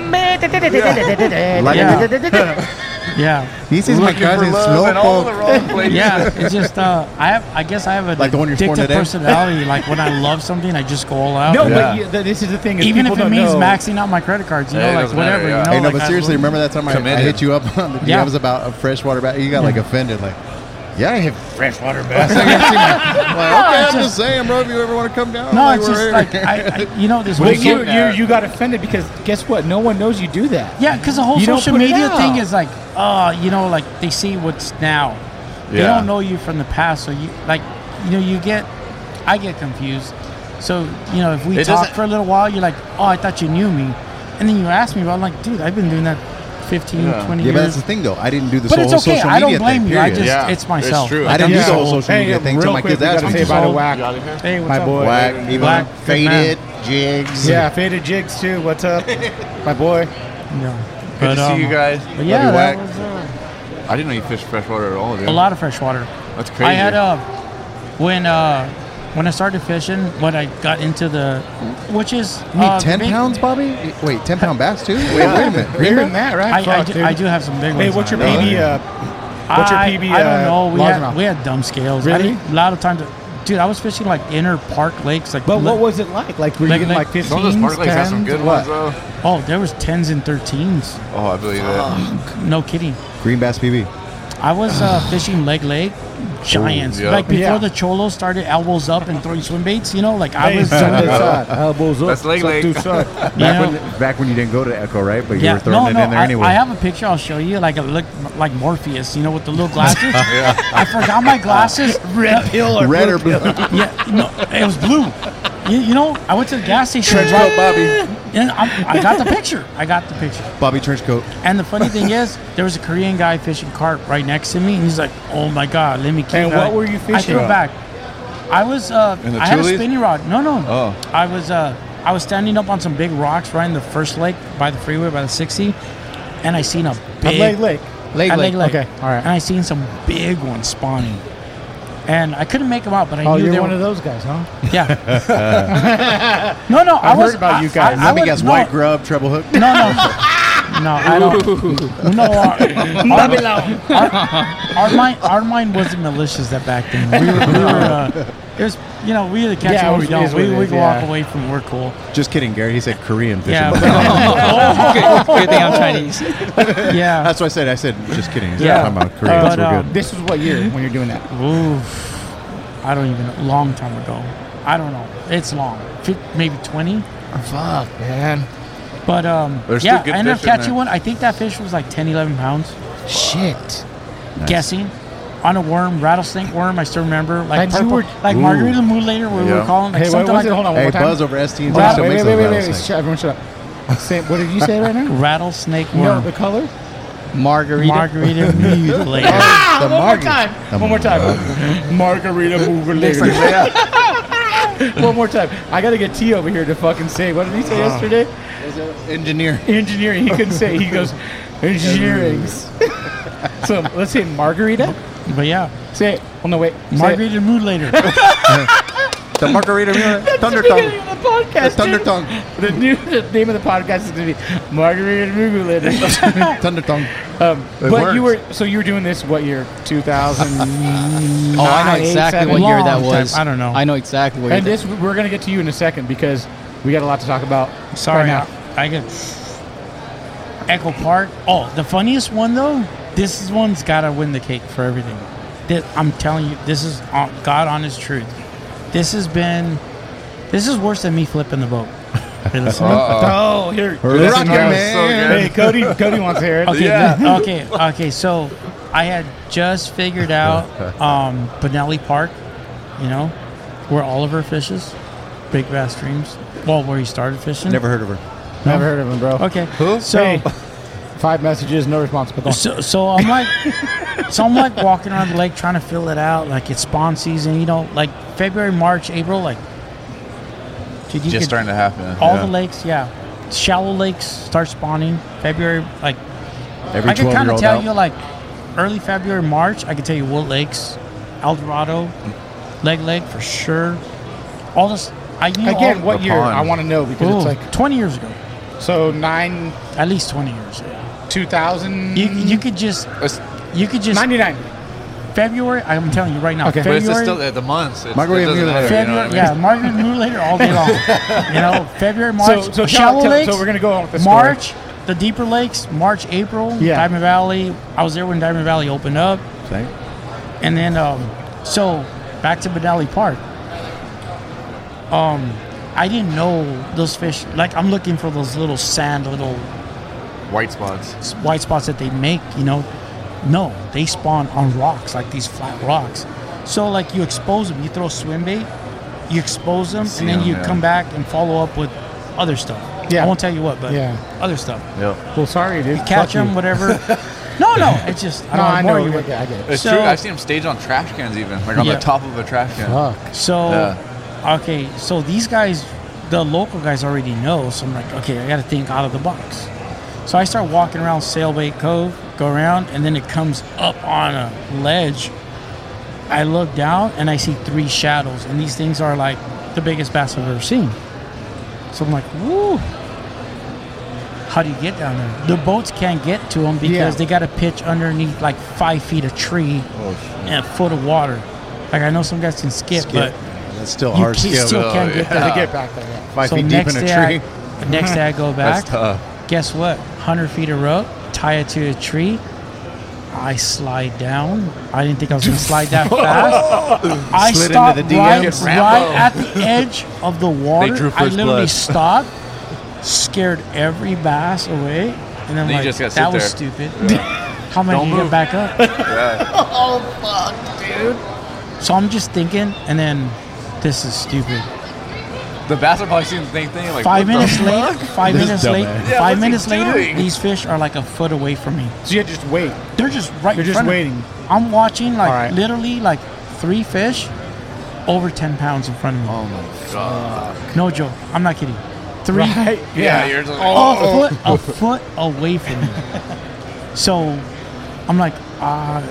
Yeah.
He says my cousin's snowball.
Yeah, it's just uh, I have. I guess I have a
Like the one you're sporting
addictive
today?
personality. like when I love something, I just go all out.
No, but you, th- this is the thing. Is
even if
people
it
don't
means
know-
maxing out my credit cards, you
Yeah, it
know, like
doesn't
whatever.
matter, yeah.
You
Hey,
know,
no,
like,
but
I
seriously,
love-
remember that time I, I
Committed.
hit you up on the DMs
Yeah.
about a freshwater bass? You got like offended, like, yeah, I have freshwater bass.
No,
okay,
it's
I'm just
just-
saying, bro, if you ever want to come down,
No,
like,
it's
Oh, we're
just
here.
like I, I, you know, this
Well,
weekend-
you, you you got offended because guess what? No one knows you do that.
Yeah, because the whole
You don't
social
put it
media
out.
thing is like, uh, you know, like they see what's now. They
Yeah.
don't know you from the past, so you like, you know, you get, I get confused. So you know, if we
It
talk
doesn't-
for a little while, you're like, oh, I thought you knew me, and then you ask me, but I'm like, dude, I've been doing that 15,
yeah.
20
Yeah,
years.
but that's the thing, though. I didn't do this
But
whole
it's okay.
social
I
media
don't blame
thing,
you. I
period.
just- it's myself. It's true.
I didn't do
Yeah.
the whole
So,
social
hey,
media thing
real
till my
quick,
kids
we
asked
gotta
me
say
to.
bye to Whack. You out of here? Hey, what's
My
up?
boy.
Whack, Evo, Whack, good faded,
jigs.
Yeah, faded jigs too. What's up, my boy?
Yeah.
Good to see you guys.
But yeah,
Love
that
you,
was,
Wack.
uh,
I didn't know you fished freshwater at all, dude.
A lot of fresh water.
That's crazy.
I had uh, when uh, when I started fishing, when I got into the, which is
You mean
uh,
10
big-
pounds, Bobby? Wait, 10 pound bass, too? Wait, wait a minute.
Bigger than that, right?
I, I
Fuck,
do,
dude.
I do have some big ones.
Hey, what's your
man.
PB, uh, what's your
I-
PB,
I don't
uh,
know. We
largemouth?
had, we had dumb scales. I
Really?
mean, a lot of times, dude, I was fishing like inner park lakes. Like,
But what was it like? Like were you getting like 15s? 10s? What?
Oh, there was tens and thirteens.
Oh, I believe it.
No kidding.
Green bass PB.
I was uh, fishing leg leg, giants.
Ooh, Oh, yeah.
Like before
Yeah.
the cholos started elbows up and throwing swim baits, you know, like I
Hey,
was doing
side to
that.
side, elbows up, That's leg side leg. to side.
You
Back
know?
when, back when you didn't go to Echo, right? But you were throwing
no,
it
no,
in there
I,
anyway.
I have a picture I'll show you, like a look like Morpheus, you know, with the little glasses.
Yeah.
I forgot my glasses. Red pill
or Red blue or blue? pill?
yeah, no, it was blue. You, you know, I went to the gas station.
Trench
right-
coat Bobby.
And I, I got the picture. I got the picture.
Bobby Trenchcoat.
And the funny thing is, there was a Korean guy fishing carp right next to me, and he's like, "Oh my god, let me keep."
And
that."
what were you
I
fishing?
threw it back. I was. Uh,
In the
I had a
Chulis?
spinning rod. No, no.
Oh.
I was. Uh, I was standing up on some big rocks right in the first lake by the freeway by the 60, and I seen a big
Leg Lake.
Lake,
Leg
at
Lake,
Lake, Lake.
okay, all right.
And I seen some big ones spawning, and I couldn't make them out, but I
oh,
knew
you're
they
one
were.
of those guys, huh?
yeah. no, no. I
I've heard
was,
about
I-
you guys.
I- I
Let me
would-
guess,
no.
white grub, treble hook.
No, no. No, I don't. No, our,
Babylon.
our, our, our mind, our mind wasn't malicious that back then. We were, we were uh, it was, you know, we either catch
Yeah,
yeah, or
it
we
is
don't.
what
We,
it
we
is,
can
yeah.
walk away from we're cool.
Just kidding, Gary. He said Korean fishing.
Yeah, Oh,
Yeah,
but- Good- good thing I'm Chinese. Yeah.
That's what I said. I said, just kidding. He's
Yeah.
talking about Koreans.
But,
we're
um,
good.
uh, This is what year when you're doing that?
Oof, I don't even. know. Long time ago. I don't know. It's long. Fif- Maybe twenty. Fuck, man. But um,
There's still
yeah,
good
I ended up
fish in there.
catching one. I think that fish was like 10, 11 pounds. Shit.
Nice.
Guessing. On a worm, rattlesnake worm. I still remember, like
And you
purple,
were-
like
Ooh.
margarita moon later. We
Yeah.
were calling like
Hey, what
something
was
like
it? Hold on, one Hey, more time. Buzz over at ST&T Rattle- still wait, makes wait, those wait, wait, wait. rattlesnakes. Shut- everyone shut up. Say, what did you say right now?
rattlesnake
No,
worm.
the color?
margarita. Margarita moon later.
Ah, one more
margarita.
time. One more time. Margarita moon later. One more time. I got to get T over here to fucking say. What did he say
Uh,
yesterday?
Engineer.
Engineering. He couldn't say. He goes, engineering. so let's say margarita.
But yeah.
Say it. Oh, no, wait. Say it.
Margarita moon later.
The margarita
That's
Thunder
the
tongue.
beginning of the podcast.
The Thunder
dude.
Tongue.
The new the name of the podcast is going to be Margarita Mugulator.
Thunder tongue.
Um,
It
but you
works.
were so you were doing this what year? Two thousand.
Oh, I know exactly what year that was.
I don't know.
I know exactly what
And
year.
this we're gonna get to you in a second because we got a lot to talk about.
Oh,
right
Sorry,
now.
I, I get Echo Park. Oh, the funniest one though. This is one's gotta win the cake for everything. This, I'm telling you, this is on, God honest truth. This has been. This is worse than me flipping the boat. Hey, listen.
Uh-oh. Oh, here. Dude, this Rocket is so Man. good. Hey, Cody- Cody wants to hear it.
Okay,
Yeah.
li- okay, okay. So I had just figured out um, Benelli Park, you know, where Oliver fishes, big bass streams. Well, where he started fishing.
Never heard of her.
No?
Never heard of him, bro.
Okay. Who? So-
Hey, five messages, no response. But go on.
So, so I'm like, so I'm like walking around the lake trying to fill it out. Like it's spawn season, you know, like February, March, April, like. dude, you
Just
could-
starting to happen,
All
yeah.
the lakes, yeah, shallow lakes start spawning February, like.
Every
I could kind of
12-year-old
tell
out.
you like early February, March. I could tell you what lakes, El Dorado, Leg Lake for sure. All this, I knew
Again,
all-
what The year? pond. I wanna know because it's
Ooh,
like-
twenty years ago.
So nine,
at least twenty years. ago.
Two thousand.
You, you could just you could just
ninety nine.
February. I'm telling you right now.
Okay. But
February,
it's still at the months. It's,
Margarita
it doesn't
Mueller.
matter, you know what I mean?
Yeah, Margaret Mueller all day long. you know, February, March,
So- so
shallow
tell- tell-
lakes.
so we're gonna go on with the story.
March, the deeper lakes. March, April,
Yeah.
Diamond Valley. I was there when Diamond Valley opened up, and then um, so back to Benelli Park. Um, I didn't know those fish. Like I'm looking for those little sand, little
White spots.
s- white spots that they make, you know, no, they spawn on rocks, like these flat rocks. So, like, you expose them, you throw swim bait, you expose them,
See
and then
'em,
you
yeah.
come back and follow up with other stuff.
Yeah.
I won't tell you what, but
Yeah.
other stuff.
Yeah. Well, sorry, dude.
You catch
Fuck you.
them, whatever. no, no, it's just,
No,
I don't
I
want to
know,
bore you
I
with
get- I get
It's
So-
true. I've seen them stage on trash cans even, like on
Yeah.
the top of a trash can.
So,
Yeah.
okay, so these guys, the local guys already know. So I'm like, okay, I got to think out of the box. So I start walking around Sailbait Cove, go around, and then it comes up on a ledge. I look down and I see three shadows, and these things are like the biggest bass I've ever seen. So I'm like, woo. How do you get down there? The boats can't get to them because
Yeah.
they got to pitch underneath like five feet of tree and a foot of water. Like I know some guys can skip,
Oh, Skip.
but
That's still a
you
hard
can-
skip.
Still
Oh,
can't get
yeah.
there.
To get back there, yeah. Five feet deep
next
in a
day I-
tree.
the next day I go back.
That's tough.
Guess what? Hundred feet of rope, tie it to a tree, I slide down. I didn't think I was going to slide that fast. I
Slid into
stopped
the DM.
right,
Get
right
Rambo.
at the edge of the water.
drew
I
first
literally
blood.
stopped, scared every bass away, and I'm
Then you
like,
just gotta
that
sit
was
there."
stupid.
Yeah.
How am I going
Don't
to get
move.
back up?
oh fuck, dude.
So I'm just thinking, and then this is stupid.
The bass are probably seeing the same thing. Like
five
what the
minutes later,
fuck?
five minutes later,
Yeah, what's
five
he
minutes later,
doing?
these fish are like a foot away from me.
So you just wait.
They're just right.
You're
in
just
front of-
waiting.
I'm watching like
All right.
literally like three fish, over ten pounds in front of me. Oh my
God.
No joke. I'm not kidding. Three.
Right? Yeah, you're just like,
oh, a foot, a
oh.
foot away from me. so, I'm like, I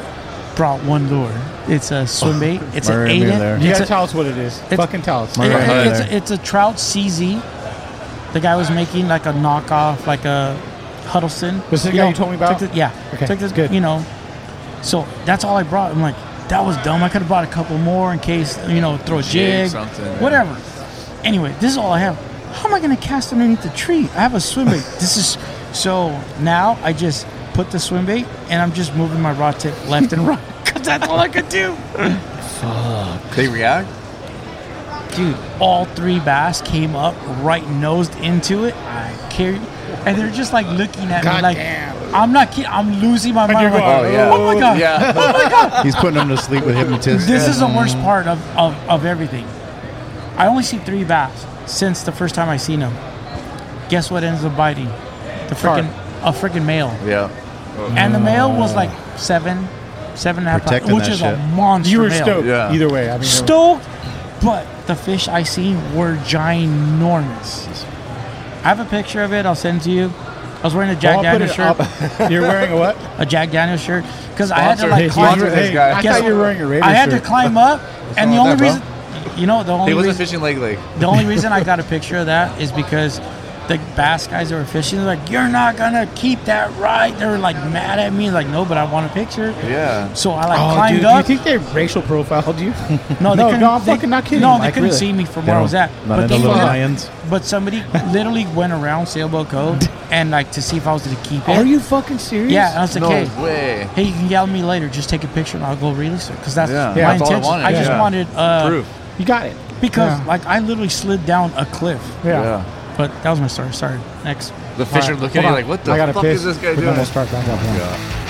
brought one lure. It's a swim bait. It's an
Murray
eight.
me
in-
there.
it's
You gotta
a-
tell us what it is. Fucking tell us.
it-
Murray me
it's,
there.
it's a trout CZ. The guy was making like a knockoff, like a Huddleston.
Was this the guy you told me about?
took the- yeah.
Okay,
Took this, good. You know, so that's all I brought. I'm like, that was dumb. I could have brought a couple more in case, you know, throw a
Jig,
jig,
something, yeah.
whatever. Anyway, this is all I have. How am I going to cast underneath the tree? I have a swim bait. this is so now I just put the swim bait and I'm just moving my rod tip left and right. Cause that's all I could do.
Fuck. They react.
Dude, all three bass came up, right nosed into it. I carried, and they're just like looking at me like, I'm not kidding. I'm losing my mind. I'm like, oh my god! Oh my god!
He's putting him to sleep with hypnotists.
This is the worst part of, of, of everything. I only see three bass since the first time I seen them. Guess what ends up biting? The freaking a freaking male.
Yeah.
And the male was like seven, seven and a half, pounds,
Protecting
which
that
is a
shit.
monster.
You were
male.
stoked Yeah. either way, I mean, it was-
stoked, but the fish I seen were ginormous. I have a picture of it. I'll send it to you. I was wearing a Jack
Oh, I'll put
Daniels
it
shirt.
up. You're wearing a what?
A Jack Daniels shirt. Because I had to
Sponsor. Hey,
like climb.
sponsor this guy. I
Guess
thought you were
what?
wearing a Raider
I had to
shirt.
climb up, and the
wrong
only
with
reason,
that,
you know, the only
He wasn't
reason-
fishing leg leg.
the only reason I got a picture of that is because the bass guys that were fishing, they're like, "You're not gonna keep that right." They were like mad at me, like, "No, but I want a picture."
Yeah.
So I like
Oh,
climbed
dude,
up.
Do you think they racial profiled you?
no, they
no,
couldn't,
no, I'm
they-
fucking not kidding.
No, they
Like,
couldn't
really.
see me from where I was at.
But
they
they
did-
couldn't-
But somebody literally went around Sailboat Cove and like to see if I was gonna keep it.
Are you fucking serious?
Yeah, and I was like,
No
hey,
way.
hey, you can yell at me later. Just take a picture and I'll go release it because that's
Yeah.
my
Yeah, that's all I
intention.
wanted.
I just
Yeah.
wanted uh,
Proof. You got it.
because
Yeah.
like I literally slid down a cliff.
Yeah. Yeah.
But that was my story. Sorry. Next.
The fish
All
are looking at
hold
you
on.
like, what the fuck is this guy
but then
doing?
we'll start back up.
Yeah.